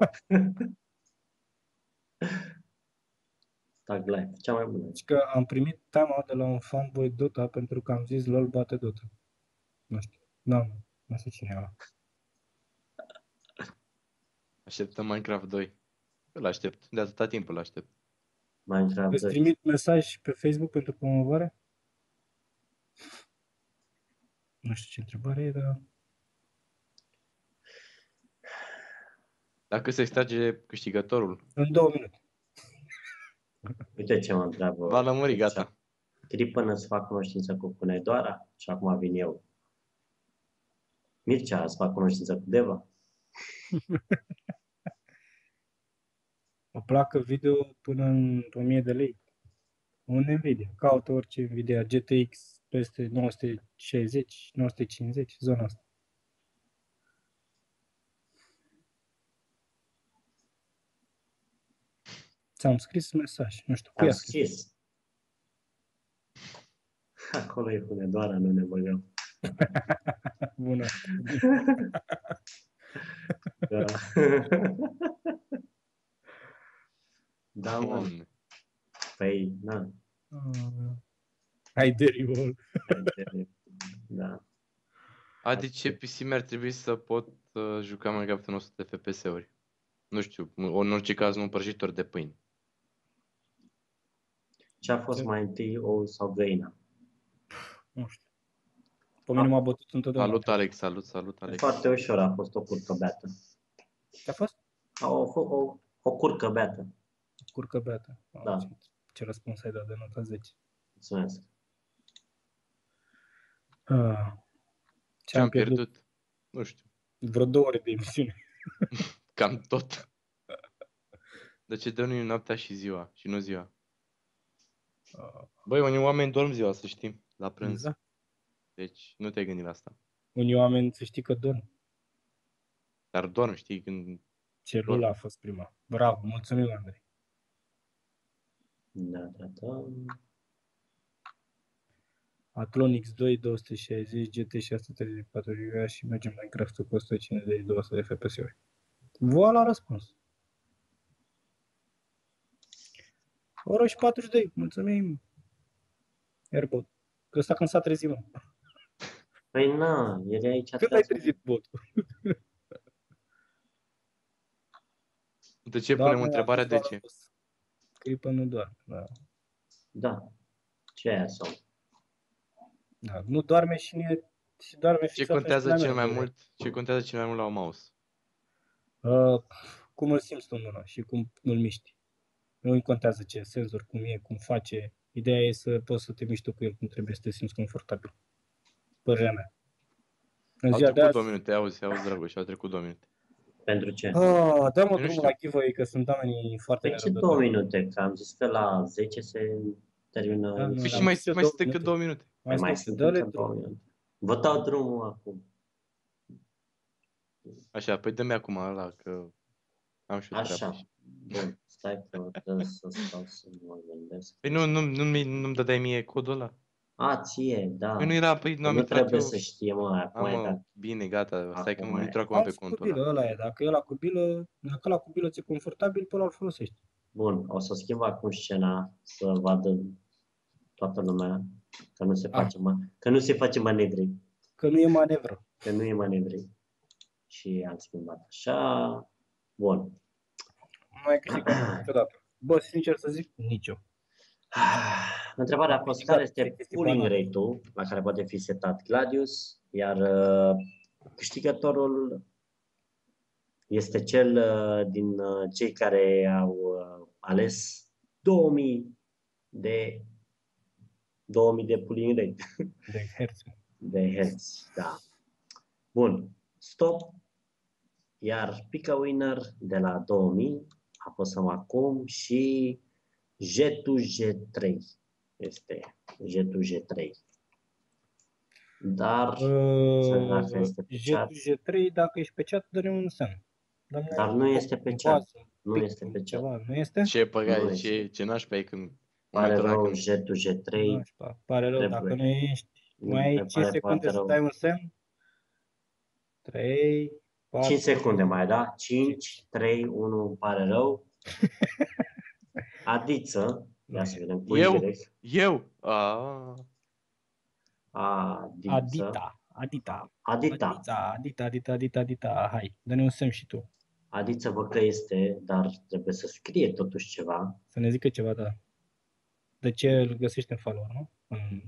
Speaker 2: Tag live. Cea mai bună.
Speaker 4: Deci că am primit timeout de la un fanboy Dota pentru că am zis LOL bate Dota. Nu știu, n-am, nu știu cine era.
Speaker 3: Așteptăm Minecraft 2. Îl aștept. De atâta timp îl aștept.
Speaker 2: Mai întreabă.
Speaker 4: Îți trimit mesaj pe Facebook pentru promovare? Nu știu ce întrebare e, dar...
Speaker 3: Dacă se extrage câștigătorul,
Speaker 4: În două minute.
Speaker 2: Uite ce mă întreabă.
Speaker 3: va lămuri, gata.
Speaker 2: Crip până să fac cunoștință cu Cunedoara și acum vin eu. Mircea, să fac cunoștință cu Deva.
Speaker 4: O placă video până în 1000 de lei. Un Nvidia. Caută orice Nvidia GTX peste 960, 950, zona asta. Ți-am scris mesaj, nu știu cu
Speaker 2: Am
Speaker 4: ea. scris.
Speaker 2: scris. Acolo e Cunedoara, nu ne băgăm.
Speaker 4: Bună.
Speaker 2: Da. da, mă.
Speaker 3: Doamne.
Speaker 2: Păi, na.
Speaker 4: Ah. Hai de riol.
Speaker 2: Da.
Speaker 3: ADC PC ar trebui să pot uh, juca Minecraft în 100 FPS-uri. Nu știu, m- în orice caz nu prăjitor de pâine.
Speaker 2: Ce a fost mai întâi, ou sau găina?
Speaker 4: Nu știu. Pe mine m-a bătut întotdeauna.
Speaker 3: Salut Alex, salut, salut Alex.
Speaker 2: Foarte ușor a fost o curcă beată.
Speaker 4: A fost
Speaker 2: O, o, o curcă beată.
Speaker 4: curcă beată.
Speaker 2: Da.
Speaker 4: Ce, ce răspuns ai dat de nota 10.
Speaker 2: Mulțumesc.
Speaker 4: Ah.
Speaker 3: Ce am pierdut? Nu știu,
Speaker 4: Vreo două ore de emisiune.
Speaker 3: cam tot. De ce dă nu noaptea și ziua, și nu ziua?
Speaker 4: Ah,
Speaker 3: Băi, unii oameni dorm ziua, să știm, la prânz.
Speaker 4: Exact.
Speaker 3: Deci nu te-ai gândit la asta.
Speaker 4: Unii oameni să știi că dorm.
Speaker 3: Dar dorm, știi, când...
Speaker 4: Celula a fost prima. Bravo, mulțumim, Andrei.
Speaker 2: Da, da, da.
Speaker 4: Athlon X2, 260, GT 634 GB și mergem la Minecraft cu 150 de 200 de FPS-uri. Voila răspuns. Oră și 42, mulțumim. Airbot. Că ăsta când s-a trezit, mă.
Speaker 2: Păi na, ieri aici
Speaker 4: Când ai trezit botul?
Speaker 3: De ce punem
Speaker 4: Doamne,
Speaker 3: întrebarea
Speaker 4: Da, a
Speaker 3: de
Speaker 4: fost
Speaker 3: ce?
Speaker 4: răspuns. Clipă nu doarme. Da.
Speaker 2: Da. Ce e aia sau?
Speaker 4: Da, nu doarme și, ne, și doarme
Speaker 3: Ce
Speaker 4: fixat în
Speaker 3: contează
Speaker 4: spinarea
Speaker 3: cel mai
Speaker 4: exact mea.
Speaker 3: mult? Ce contează cel mai mult la un mouse?
Speaker 4: Uh, cum îl simți tu în mână și cum îl miști. Nu contează ce senzor, cum e, cum face. Ideea e să poți să te miști tu cu el cum trebuie, să te simți confortabil. Părerea mea. În
Speaker 3: Au
Speaker 4: ziua de
Speaker 3: trecut două
Speaker 4: azi...
Speaker 3: minute, auzi, auzi, Dragoș, au trecut două minute.
Speaker 2: Pentru ce?
Speaker 4: Ah, dă-mă
Speaker 3: Nu
Speaker 4: drumul
Speaker 3: știu.
Speaker 4: la giveaway, că sunt oamenii foarte
Speaker 2: Păi ce două
Speaker 4: nerăbdători.
Speaker 2: minute? Că am zis că la 10 se termină.
Speaker 4: Da, nu,
Speaker 3: Păi
Speaker 4: da.
Speaker 3: și mai,
Speaker 4: Două
Speaker 3: mai sunt decât
Speaker 4: minute.
Speaker 3: două minute.
Speaker 4: Mai,
Speaker 2: mai
Speaker 4: stai,
Speaker 2: sunt
Speaker 4: dă-le
Speaker 2: încă două
Speaker 4: drumul.
Speaker 2: minute. Vă dau drumul acum.
Speaker 3: Așa, păi dă-mi acum ăla că am
Speaker 4: Păi da.
Speaker 3: și o treabă.
Speaker 2: Așa. Bun, stai că trebuie să stau să mă gândesc.
Speaker 3: Păi nu, nu, nu, mi- nu-mi dădeai mie codul ăla.
Speaker 2: A, ție, da.
Speaker 3: Păi nu era, păi nu am
Speaker 2: nu
Speaker 3: intrat
Speaker 2: trebuie
Speaker 3: eu.
Speaker 2: să știe, mă, acum e
Speaker 3: Am,
Speaker 2: dat.
Speaker 3: bine, gata, stai că
Speaker 2: Acum
Speaker 3: mă
Speaker 2: e.
Speaker 3: intru acum
Speaker 4: Am
Speaker 3: pe
Speaker 4: și cu
Speaker 3: contul ăla.
Speaker 4: bilă, ăla e. Dacă e la cu bilă, dacă la cu bilă ți-e confortabil, pe ăla îl folosești.
Speaker 2: Bun, o să schimb acum scena să vadă toată lumea că nu se
Speaker 4: Ah.
Speaker 2: face, mă, că nu se face manevri.
Speaker 4: Că nu e manevră.
Speaker 2: că nu e manevrei. Și am schimbat așa. Bun.
Speaker 4: Nu mai câștigat niciodată. Bă, sincer să zic, nicio.
Speaker 2: Ah, Întrebarea a fost
Speaker 4: Exact,
Speaker 2: care este
Speaker 4: chestii
Speaker 2: pooling
Speaker 4: banale.
Speaker 2: rate-ul la care poate fi setat Gladius, iar uh, câștigătorul este cel uh, din uh, cei care au uh, ales 2000 de 2000 de pooling rate.
Speaker 4: De herți.
Speaker 2: de herți, da. Bun, stop. Iar pick a winner de la 2000 apăsăm acum și jetul G3 este Jetul G3. Dar,
Speaker 4: Uh,
Speaker 2: dacă este pe
Speaker 4: Jet-
Speaker 2: chat.
Speaker 4: G3, dacă ești pe chat, dă un semn. Dar
Speaker 2: dar nu este pe chat. Nu
Speaker 4: pic,
Speaker 2: este pe chat.
Speaker 4: Ceva, nu este?
Speaker 3: Ce păcat,
Speaker 2: Nu
Speaker 3: ce, ce nașpa e când...
Speaker 2: Pare
Speaker 3: momentul ăla
Speaker 2: rău,
Speaker 3: când-
Speaker 2: jetul G3.
Speaker 4: Nașpa, pare rău,
Speaker 2: Trebuie.
Speaker 4: dacă nu ești, mai ai
Speaker 2: îmi
Speaker 4: 5
Speaker 2: pare foarte
Speaker 4: secunde să
Speaker 2: rău.
Speaker 4: dai un semn. 3, 4,
Speaker 2: 5 secunde mai, da? 5, 3, 1, îmi pare rău. Adiță, ia să vedem cu
Speaker 3: Eu?
Speaker 2: Y.
Speaker 3: Eu? A,
Speaker 2: Adiță.
Speaker 4: Adita, Adita,
Speaker 2: Adita.
Speaker 4: Adita, Adita, Adita, Adita, Adita, hai, dă-ne un semn și tu.
Speaker 2: Adiță văd Adică că este, dar trebuie să scrie totuși ceva.
Speaker 4: Să ne zică ceva, da. De ce îl găsești în follower, nu? În...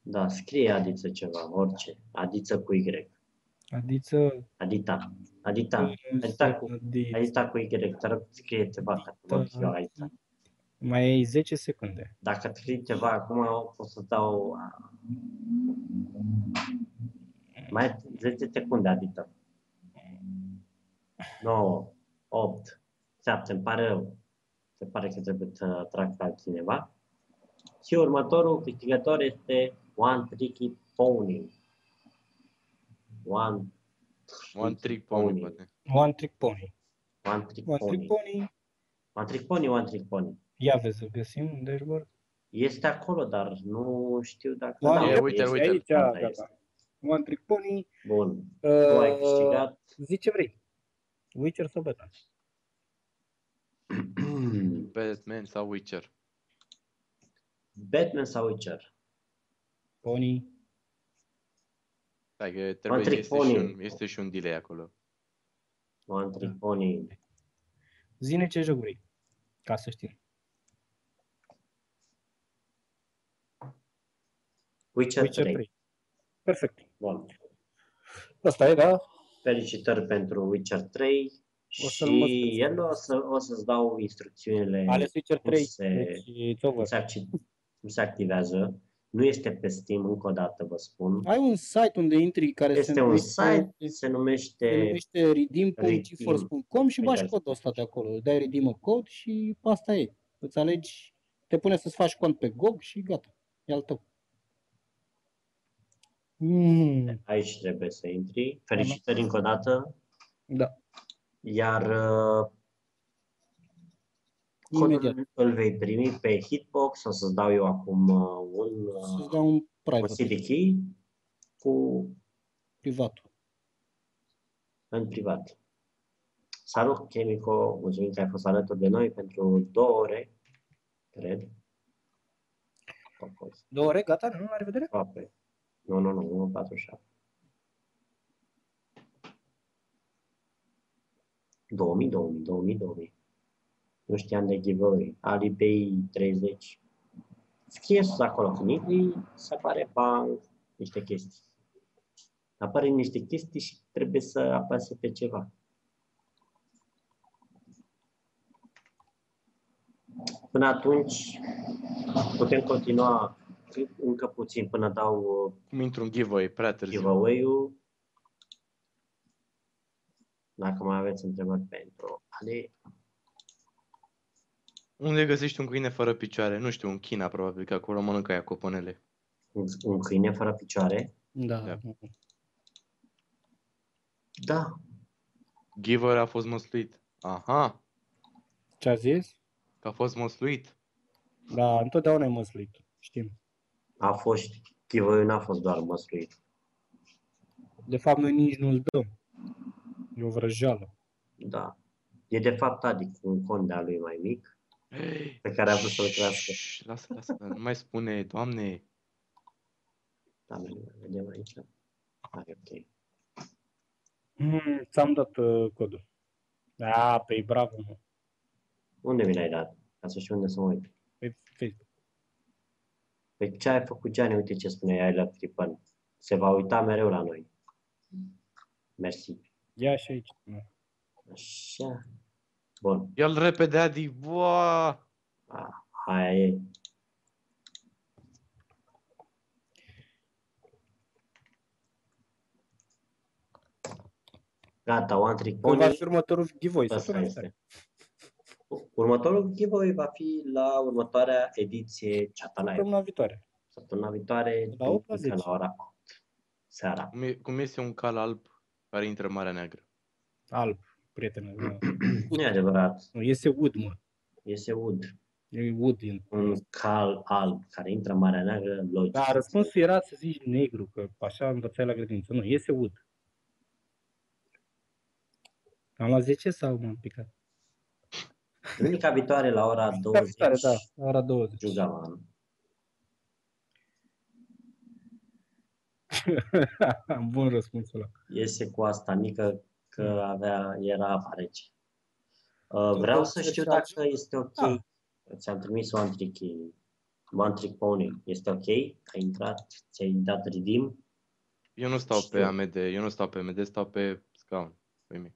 Speaker 2: Da, scrie Adiță ceva, orice. Adiță cu Y.
Speaker 4: Adiță...
Speaker 2: Adita.
Speaker 4: Păi,
Speaker 2: Adita. Adita cu,
Speaker 4: Adi-
Speaker 2: Adita cu Y. Te rog, scrie ceva ca să văd eu aici.
Speaker 4: Da. Mai ai 10 secunde.
Speaker 2: Dacă scrie ceva acum, pot să dau... Mai ai 10 secunde, adică. Adita. 9, 8, 7, îmi pare rău. Se pare că trebuie să atrag pe altcineva. Și următorul câștigător este One Tricky Pony. One,
Speaker 3: one trick pony, poate.
Speaker 4: One Trick Pony.
Speaker 2: One Trick
Speaker 4: One
Speaker 2: Pony.
Speaker 4: Trick Pony.
Speaker 2: One Trick Pony, One Trick Pony.
Speaker 4: Ia vezi, să găsim în dashboard.
Speaker 2: Este acolo, dar nu știu dacă...
Speaker 4: Da,
Speaker 3: e,
Speaker 2: este,
Speaker 3: uite-l,
Speaker 2: este.
Speaker 3: uite-l.
Speaker 4: Aici,
Speaker 2: Da,
Speaker 4: gata.
Speaker 2: este.
Speaker 4: One Trick Pony.
Speaker 2: Bun. Tu
Speaker 4: Uh,
Speaker 2: ai câștigat.
Speaker 4: Zi ce vrei. Witcher sau Batman?
Speaker 3: Batman sau Witcher.
Speaker 2: Batman sau Witcher?
Speaker 4: Pony.
Speaker 3: Stai că trebuie,
Speaker 2: trick
Speaker 3: este, și
Speaker 2: pony.
Speaker 3: un, este și un delay acolo.
Speaker 2: One Trick
Speaker 4: Da.
Speaker 2: Pony.
Speaker 4: Zine ce joc vrei. Ca să știm.
Speaker 2: Witcher,
Speaker 4: Witcher
Speaker 2: 3.
Speaker 4: 3. Perfect.
Speaker 2: Bun.
Speaker 4: Asta e, da?
Speaker 2: Felicitări pentru Witcher 3
Speaker 4: O să-l
Speaker 2: și
Speaker 4: mă
Speaker 2: el o, să, o să-ți dau instrucțiunile
Speaker 4: Ales Witcher 3.
Speaker 2: se-
Speaker 4: Deci, it's
Speaker 2: cum
Speaker 4: over.
Speaker 2: se, acti- cum se activează. Nu este pe Steam, încă o dată vă spun.
Speaker 4: Ai un site unde intri care se
Speaker 2: Este un site,
Speaker 4: numește-
Speaker 2: se numește...
Speaker 4: se numește redeem.geforce.com și
Speaker 2: Exact.
Speaker 4: bași codul ăsta de acolo. Dai redeem code și asta e. Îți alegi, te pune să-ți faci cont pe GOG și gata. E al tău. Mm,
Speaker 2: Aici trebuie să intri. Felicitări încă o dată.
Speaker 4: da.
Speaker 2: Iar uh,
Speaker 4: Imediat.
Speaker 2: codul îl vei primi pe Hitbox. O să-ți dau eu acum uh, un,
Speaker 4: Să-ți
Speaker 2: uh,
Speaker 4: dau un
Speaker 2: un
Speaker 4: private,
Speaker 2: CD key cu
Speaker 4: privat.
Speaker 2: în privat. Salut, Chemico, mulțumim că ai fost alături de noi pentru două ore, cred. Au fost
Speaker 4: Două ore, gata, nu? La revedere.
Speaker 2: Aproape. Nu, nu, nu, 147. 2000, 2000, 2000, 2000. Nu știam de giveaway. Alipay 30. Scrie sus acolo cum intri, se apare bang, niște chestii. Apare niște chestii și trebuie să apase pe ceva. Până atunci, putem continua încă puțin până dau uh,
Speaker 3: Cum intru în giveaway, prea târziu.
Speaker 2: giveaway-ul. Dacă mai aveți întrebări pentru Ale,
Speaker 3: Unde găsești un câine fără picioare? Nu știu, în China probabil, că acolo mănâncă aia coponele.
Speaker 2: un, un câine fără picioare?
Speaker 4: Da.
Speaker 3: Da.
Speaker 2: Da,
Speaker 3: Giveaway a fost măsluit. Aha,
Speaker 4: Ce a zis?
Speaker 3: că a fost măsluit.
Speaker 4: Da, întotdeauna e măsluit. Știm.
Speaker 2: a fost, giveaway n-a fost doar măsluit.
Speaker 4: De fapt, noi nici nu-l dăm. E o vrăjeală.
Speaker 2: Da. E de fapt adic un cont de-a lui mai mic pe care a vrut să-l crească.
Speaker 3: Șș, Lasă, lasă, nu mai spune, doamne.
Speaker 2: Da, mergem- vedem aici. Ah, e ok.
Speaker 4: Mm, ți-am dat uh, codul. Da, pe bravo, mă.
Speaker 2: Unde mi l-ai dat? Ca să știu unde să mă uit.
Speaker 4: Pe Facebook.
Speaker 2: Pe ce ai făcut, Gianni? Uite ce spune I love Tripan. Se va uita mereu la noi. Mersi.
Speaker 4: Ia și aici. mă.
Speaker 2: Așa. Bun.
Speaker 3: El repede, Adi, boa!
Speaker 2: A, aia e. Gata, One Trick
Speaker 4: Când va
Speaker 2: Pony.
Speaker 4: fi următorul giveaway, să
Speaker 2: Asta
Speaker 4: sună
Speaker 2: deci este.
Speaker 4: tare.
Speaker 2: Următorul giveaway va fi la următoarea ediție Chat Live.
Speaker 4: Săptămâna viitoare.
Speaker 2: Săptămâna viitoare,
Speaker 4: La 8 la
Speaker 2: duminică,
Speaker 4: 10.
Speaker 2: la ora 8 seara.
Speaker 3: Cum, e, cum este un cal alb care intră în Marea Neagră.
Speaker 4: Alb, prietenul. meu.
Speaker 2: Nu e adevărat,
Speaker 4: Nu, este ud, mă.
Speaker 2: este ud.
Speaker 4: E ud din...
Speaker 2: Un cal alb care intră în Marea Neagră, logic.
Speaker 4: Da, răspunsul era să zici negru, că așa învățai la grădință. Nu, este ud. Am luat 10 sau m-am picat?
Speaker 2: Duminica viitoare la ora 20,
Speaker 4: Capitare, da, la ora 20.
Speaker 2: Jugavan.
Speaker 4: Am bun răspunsul ăla.
Speaker 2: Iese cu asta mică că avea, era rece. Uh, Vreau să știu dacă este ok.
Speaker 4: Da.
Speaker 2: Ți-am trimis One Trick, One Trick Pony. Este ok? Ai intrat? Ți-ai dat redeem?
Speaker 3: Eu nu stau pe
Speaker 2: Știu.
Speaker 3: AMD, eu nu stau pe AMD, stau pe scaun. Păi pe mine.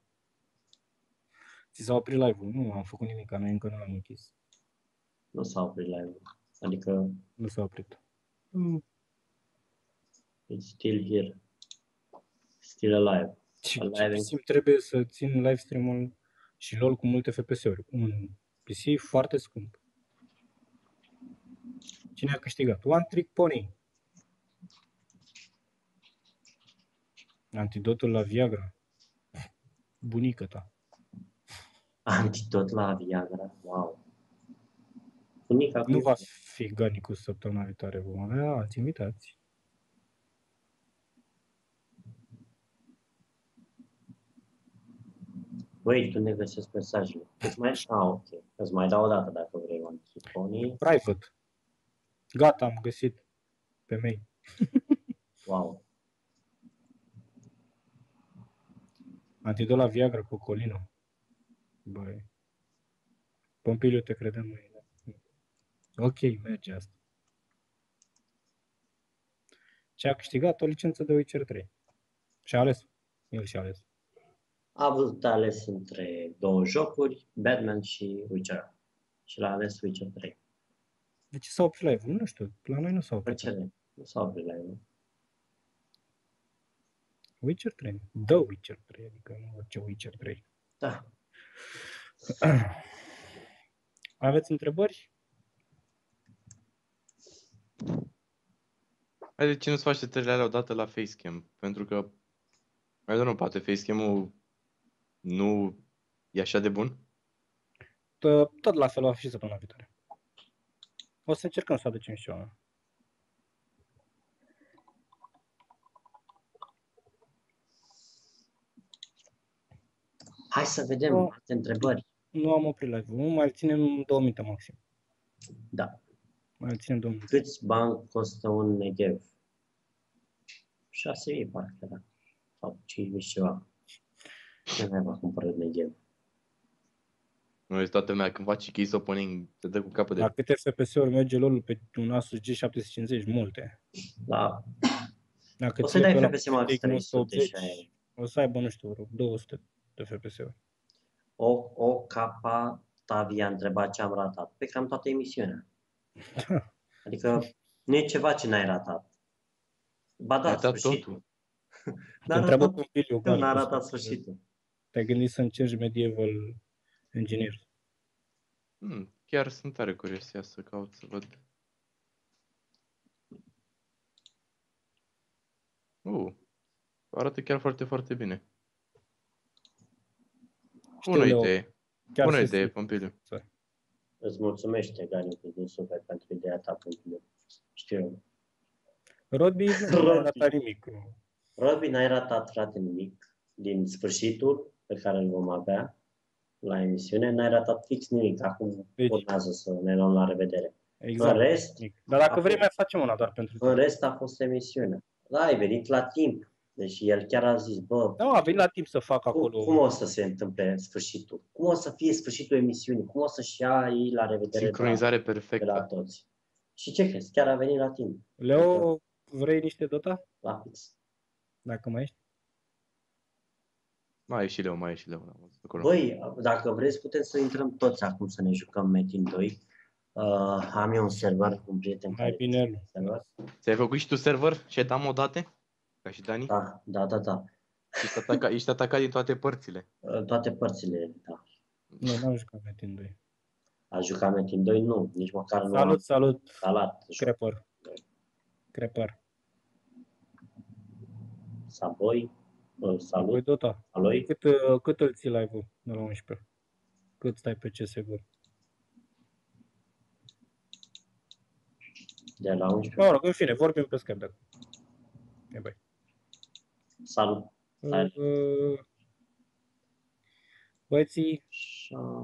Speaker 4: Ți s-a oprit live-ul? Nu, am făcut nimic, noi încă nu l-am închis.
Speaker 2: Nu s-a oprit live Adică,
Speaker 4: Nu s-a oprit.
Speaker 2: it's still here. Still alive.
Speaker 4: Și
Speaker 2: Al
Speaker 4: ce
Speaker 2: live-ul.
Speaker 4: simt trebuie să țin live stream-ul și LOL cu multe FPS-uri. Un PC foarte scump. Cine a câștigat? One Trick Pony. Antidotul la Viagra. Bunică ta.
Speaker 2: Antidot la Viagra. Wow. Unica
Speaker 4: Nu va fi Ganicus săptămâna viitoare. Vom avea alți invitați.
Speaker 2: Băi, tu ne găsesc mesajele. Îți mai... Ah, ok. Îți mai dau o dată dacă vrei, One Trick Pony.
Speaker 4: Private. Gata, am găsit femei.
Speaker 2: Wow.
Speaker 4: Antidot la Viagra, Cocolino. Băi. Pompiliu, te credeam mai. Ok, merge asta. Și a câștigat o licență de Witcher 3. Și a ales. El și-a ales.
Speaker 2: A avut de ales între două jocuri, Batman și Witcher. Și l-a ales Witcher 3.
Speaker 4: De ce s-a oprit live Nu știu, la noi nu s-a oprit.
Speaker 2: Witcher nu s-a oprit la el.
Speaker 4: Witcher 3. The Witcher 3, adică nu orice Witcher 3.
Speaker 2: Da.
Speaker 4: Aveți întrebări?
Speaker 3: Hai de ce nu-ți faci setările alea odată la facecam? Pentru că, I don't know, poate facecam-ul nu e așa de bun?
Speaker 4: Tă- Tot la fel va fi și săptămâna viitoare. O să încercăm să aducem și oameni.
Speaker 2: Hai să vedem
Speaker 4: Oh.
Speaker 2: alte întrebări.
Speaker 4: Nu am oprit live-ul, mai ținem două minute maxim.
Speaker 2: Da.
Speaker 4: Mai ținem două minute.
Speaker 2: Câți bani costă un Negev? 6.000 parcă da. Sau 5.000 și ceva. Ce mai va cumpăra un Negev?
Speaker 3: Nu este toată lumea când faci keys opening, te dă cu capul de...
Speaker 4: La câte FPS-uri merge lol pe un Asus G750? Multe.
Speaker 2: Da.
Speaker 4: Dacă
Speaker 2: O să
Speaker 4: ții
Speaker 2: dai
Speaker 4: pe ăla
Speaker 2: FPS max
Speaker 4: X
Speaker 2: 300 și
Speaker 4: 180,
Speaker 2: aia.
Speaker 4: o să aibă, nu știu, vreo 200 de FPS-uri.
Speaker 2: O, o capa Tavi a întrebat ce am ratat. Pe cam toată emisiunea. Adică nu e ceva ce n-ai ratat. Ba da,
Speaker 3: Ai dat
Speaker 2: sfârșitul.
Speaker 3: totul.
Speaker 4: Te
Speaker 2: N-a
Speaker 4: întreabă
Speaker 2: ratat,
Speaker 4: cum video
Speaker 2: eu n-a ratat sfârșitul.
Speaker 4: Te-ai gândit să încerci Medieval Engineer.
Speaker 3: Hmm, chiar sunt tare curios ia să caut să văd. Uh, arată chiar foarte, foarte bine. Bună
Speaker 4: Leo,
Speaker 3: idee,
Speaker 4: Chiar
Speaker 3: bună
Speaker 4: se
Speaker 3: idee,
Speaker 4: simte.
Speaker 3: Pompiliu.
Speaker 2: Îți mulțumește, Gani, din suflet pentru ideea ta, pentru eu. Știu eu.
Speaker 4: Rodby nu a ratat nimic.
Speaker 2: Robin, n-ai ratat, frate, nimic din sfârșitul pe care îl vom avea la emisiune. N-ai ratat fix nimic. Acum
Speaker 4: Deci-
Speaker 2: urmează să ne luăm la revedere.
Speaker 4: Exact.
Speaker 2: În rest,
Speaker 4: nimic. Dar dacă
Speaker 2: acum-
Speaker 4: vrei mai facem una doar pentru
Speaker 2: În rest a fost emisiunea. Da, ai venit la timp. Deci el chiar a zis, bă,
Speaker 4: Da, a venit la timp să fac
Speaker 2: cum,
Speaker 4: acolo.
Speaker 2: cum o să se întâmple sfârșitul? Cum o să fie sfârșitul emisiunii? Cum o să-și ia ei la revedere de la,
Speaker 3: Sincronizare exact.
Speaker 2: de la
Speaker 3: perfectă.
Speaker 2: toți? Și ce crezi? Chiar a venit la timp,
Speaker 4: Leo, vrei niște Dota?
Speaker 2: la fix.
Speaker 4: Dacă mai ești?
Speaker 3: Mai e și Leo, mai e și Leo. l-am văzut acolo.
Speaker 2: Băi, dacă vreți, putem să intrăm toți acum să ne jucăm Metin 2. Uh, am eu un server cu un prieten
Speaker 4: Mai
Speaker 2: care
Speaker 4: bine nu.
Speaker 2: server.
Speaker 3: Ți-ai făcut și tu server și ai dat modate? Ca și Dani?
Speaker 2: Da, da, da, da.
Speaker 3: Ești atacat, ești atacat din toate părțile.
Speaker 2: Uh, Toate părțile, da.
Speaker 4: Nu, n-am jucat Metin 2.
Speaker 2: A jucat Metin 2? Nu, nici măcar nu
Speaker 4: Salut,
Speaker 2: am
Speaker 4: salut,
Speaker 2: salat.
Speaker 4: Crepăr. Crepăr.
Speaker 2: Saboi, uh,
Speaker 4: Păi
Speaker 2: salut,
Speaker 4: Dota,
Speaker 2: Aloi.
Speaker 4: cât, uh, cât îl ții live-ul de la 11? Cât stai pe CSGO?
Speaker 2: de la 11.
Speaker 4: Mă rog, în fine, vorbim pe Skype dacă. E bai.
Speaker 2: Salut. Hai.
Speaker 4: Uh, Băieții,
Speaker 2: Și, uh,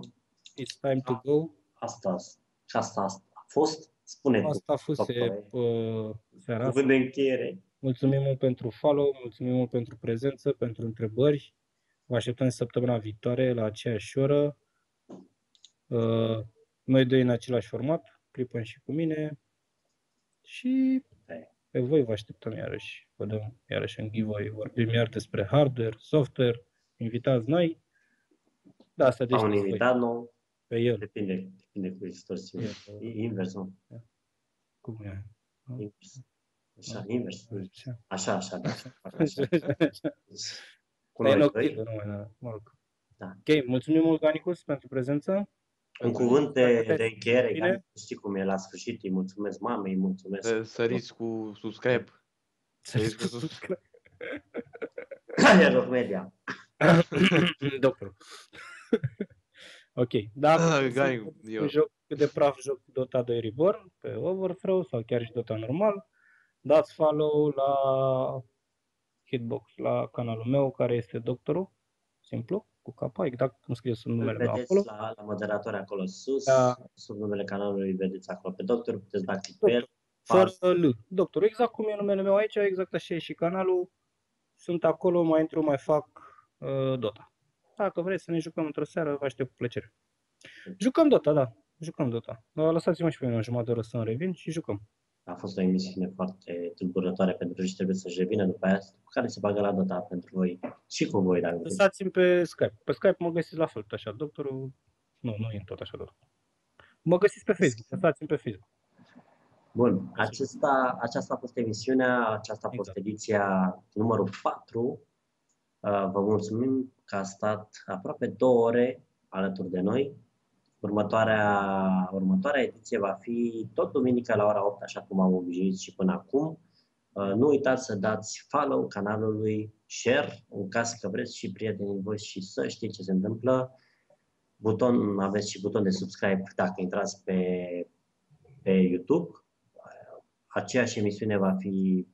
Speaker 4: it's time to go.
Speaker 2: Asta, asta, asta a fost, spune tu,
Speaker 4: Asta fuse
Speaker 2: Doctore.
Speaker 4: uh, seara asta.
Speaker 2: cuvânt de încheiere.
Speaker 4: Mulțumim mult pentru follow, mulțumim mult pentru prezență, pentru întrebări. Vă așteptăm săptămâna viitoare la aceeași oră. Uh, Noi doi în același format, Clipăn și cu mine. Și pe voi vă așteptăm iarăși. Vă dăm iarăși în giveaway. Vorbim iar despre hardware, software, invitați noi. Da, asta deci
Speaker 2: Am un invitat nou,
Speaker 4: pe el.
Speaker 2: depinde, depinde cu distorsiune. E Invers, nu?
Speaker 4: Cum e?
Speaker 2: Invers. Așa, invers. Așa, așa, da. așa, așa.
Speaker 4: Da. Așa. Deci,
Speaker 2: Cu
Speaker 4: Pe
Speaker 2: noi
Speaker 4: noctil,
Speaker 2: doi.
Speaker 4: nu mai da, mă rog.
Speaker 2: Da.
Speaker 4: Ok, mulțumim mult, Ganicus, pentru prezență.
Speaker 2: Un cuvânt de, de încheiere,
Speaker 4: Bine.
Speaker 2: care știi cum e la sfârșit, îi mulțumesc mamei, îi mulțumesc.
Speaker 3: Să- Săriți cu subscribe. Săriți cu subscribe.
Speaker 2: Care e media?
Speaker 4: Doctor. ok, da.
Speaker 3: Ah,
Speaker 4: puteți să
Speaker 3: Ganicus,
Speaker 4: jucați
Speaker 3: eu.
Speaker 4: un joc cât de praf joc Dota 2 Reborn pe Overthrow sau chiar și Dota normal. Dați follow la Hitbox, la canalul meu, care este Doctorul, simplu, cu capa, exact cum scrie sub
Speaker 2: Îl
Speaker 4: numele meu
Speaker 2: vedeți
Speaker 4: acolo.
Speaker 2: la, la moderator acolo sus,
Speaker 4: Da.
Speaker 2: sub numele canalului, vedeți acolo pe doctor, puteți da click pe el.
Speaker 4: Fără L. Doctor, exact cum e numele meu aici, exact așa e și canalul. Sunt acolo, mai intru, mai fac uh, Dota. Dacă vreți să ne jucăm într-o seară, vă aștept cu plăcere. Jucăm Dota, da. Jucăm Dota. Dar Lăsați-mă și pe mine o jumătate de oră să-mi revin și jucăm.
Speaker 2: A fost o emisiune foarte tulburătoare pentru ei și trebuie să-și revină după aia, după care se bagă la data pentru voi și cu voi, dacă vreți.
Speaker 4: Lăsați-mi pe Skype. Pe Skype mă găsiți la fel, tot așa, doctorul... Nu, nu e tot așa, doctor. Mă găsiți pe Facebook, lăsați-mi pe Facebook.
Speaker 2: Bun, acesta, aceasta a fost emisiunea, aceasta a fost
Speaker 4: Exact.
Speaker 2: ediția numărul 4. Uh, Vă mulțumim că a stat aproape două ore alături de noi. Următoarea, următoarea ediție va fi tot duminică la ora 8, așa cum am obișnuit și până acum. Uh, Nu uitați să dați follow canalului, share, în caz că vreți și prietenii voștri și să știți ce se întâmplă. Buton, aveți și buton de subscribe dacă intrați pe, pe YouTube aceeași emisiune va fi,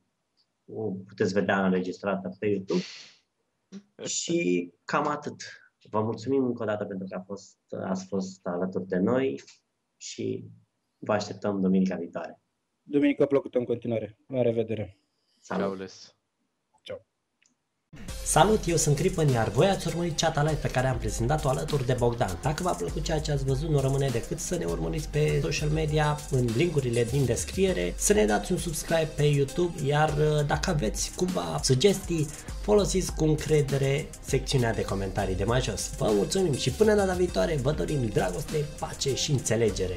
Speaker 2: o puteți vedea înregistrată pe YouTube. Și cam atât. Vă mulțumim încă o dată pentru că a fost, ați fost alături de noi și vă așteptăm duminica viitoare.
Speaker 4: Duminică plăcută în continuare. La revedere.
Speaker 2: Salut!
Speaker 3: Ceaules.
Speaker 1: Salut, eu sunt Cripan, iar voi ați urmărit Chat Live pe care am prezentat-o alături de Bogdan. Dacă v-a plăcut ceea ce ați văzut, nu rămâne decât să ne urmăriți pe social media, în linkurile din descriere, să ne dați un subscribe pe YouTube, iar uh, dacă aveți cumva sugestii, folosiți cu încredere secțiunea de comentarii de mai jos. Vă mulțumim și până data viitoare vă dorim dragoste, pace și înțelegere!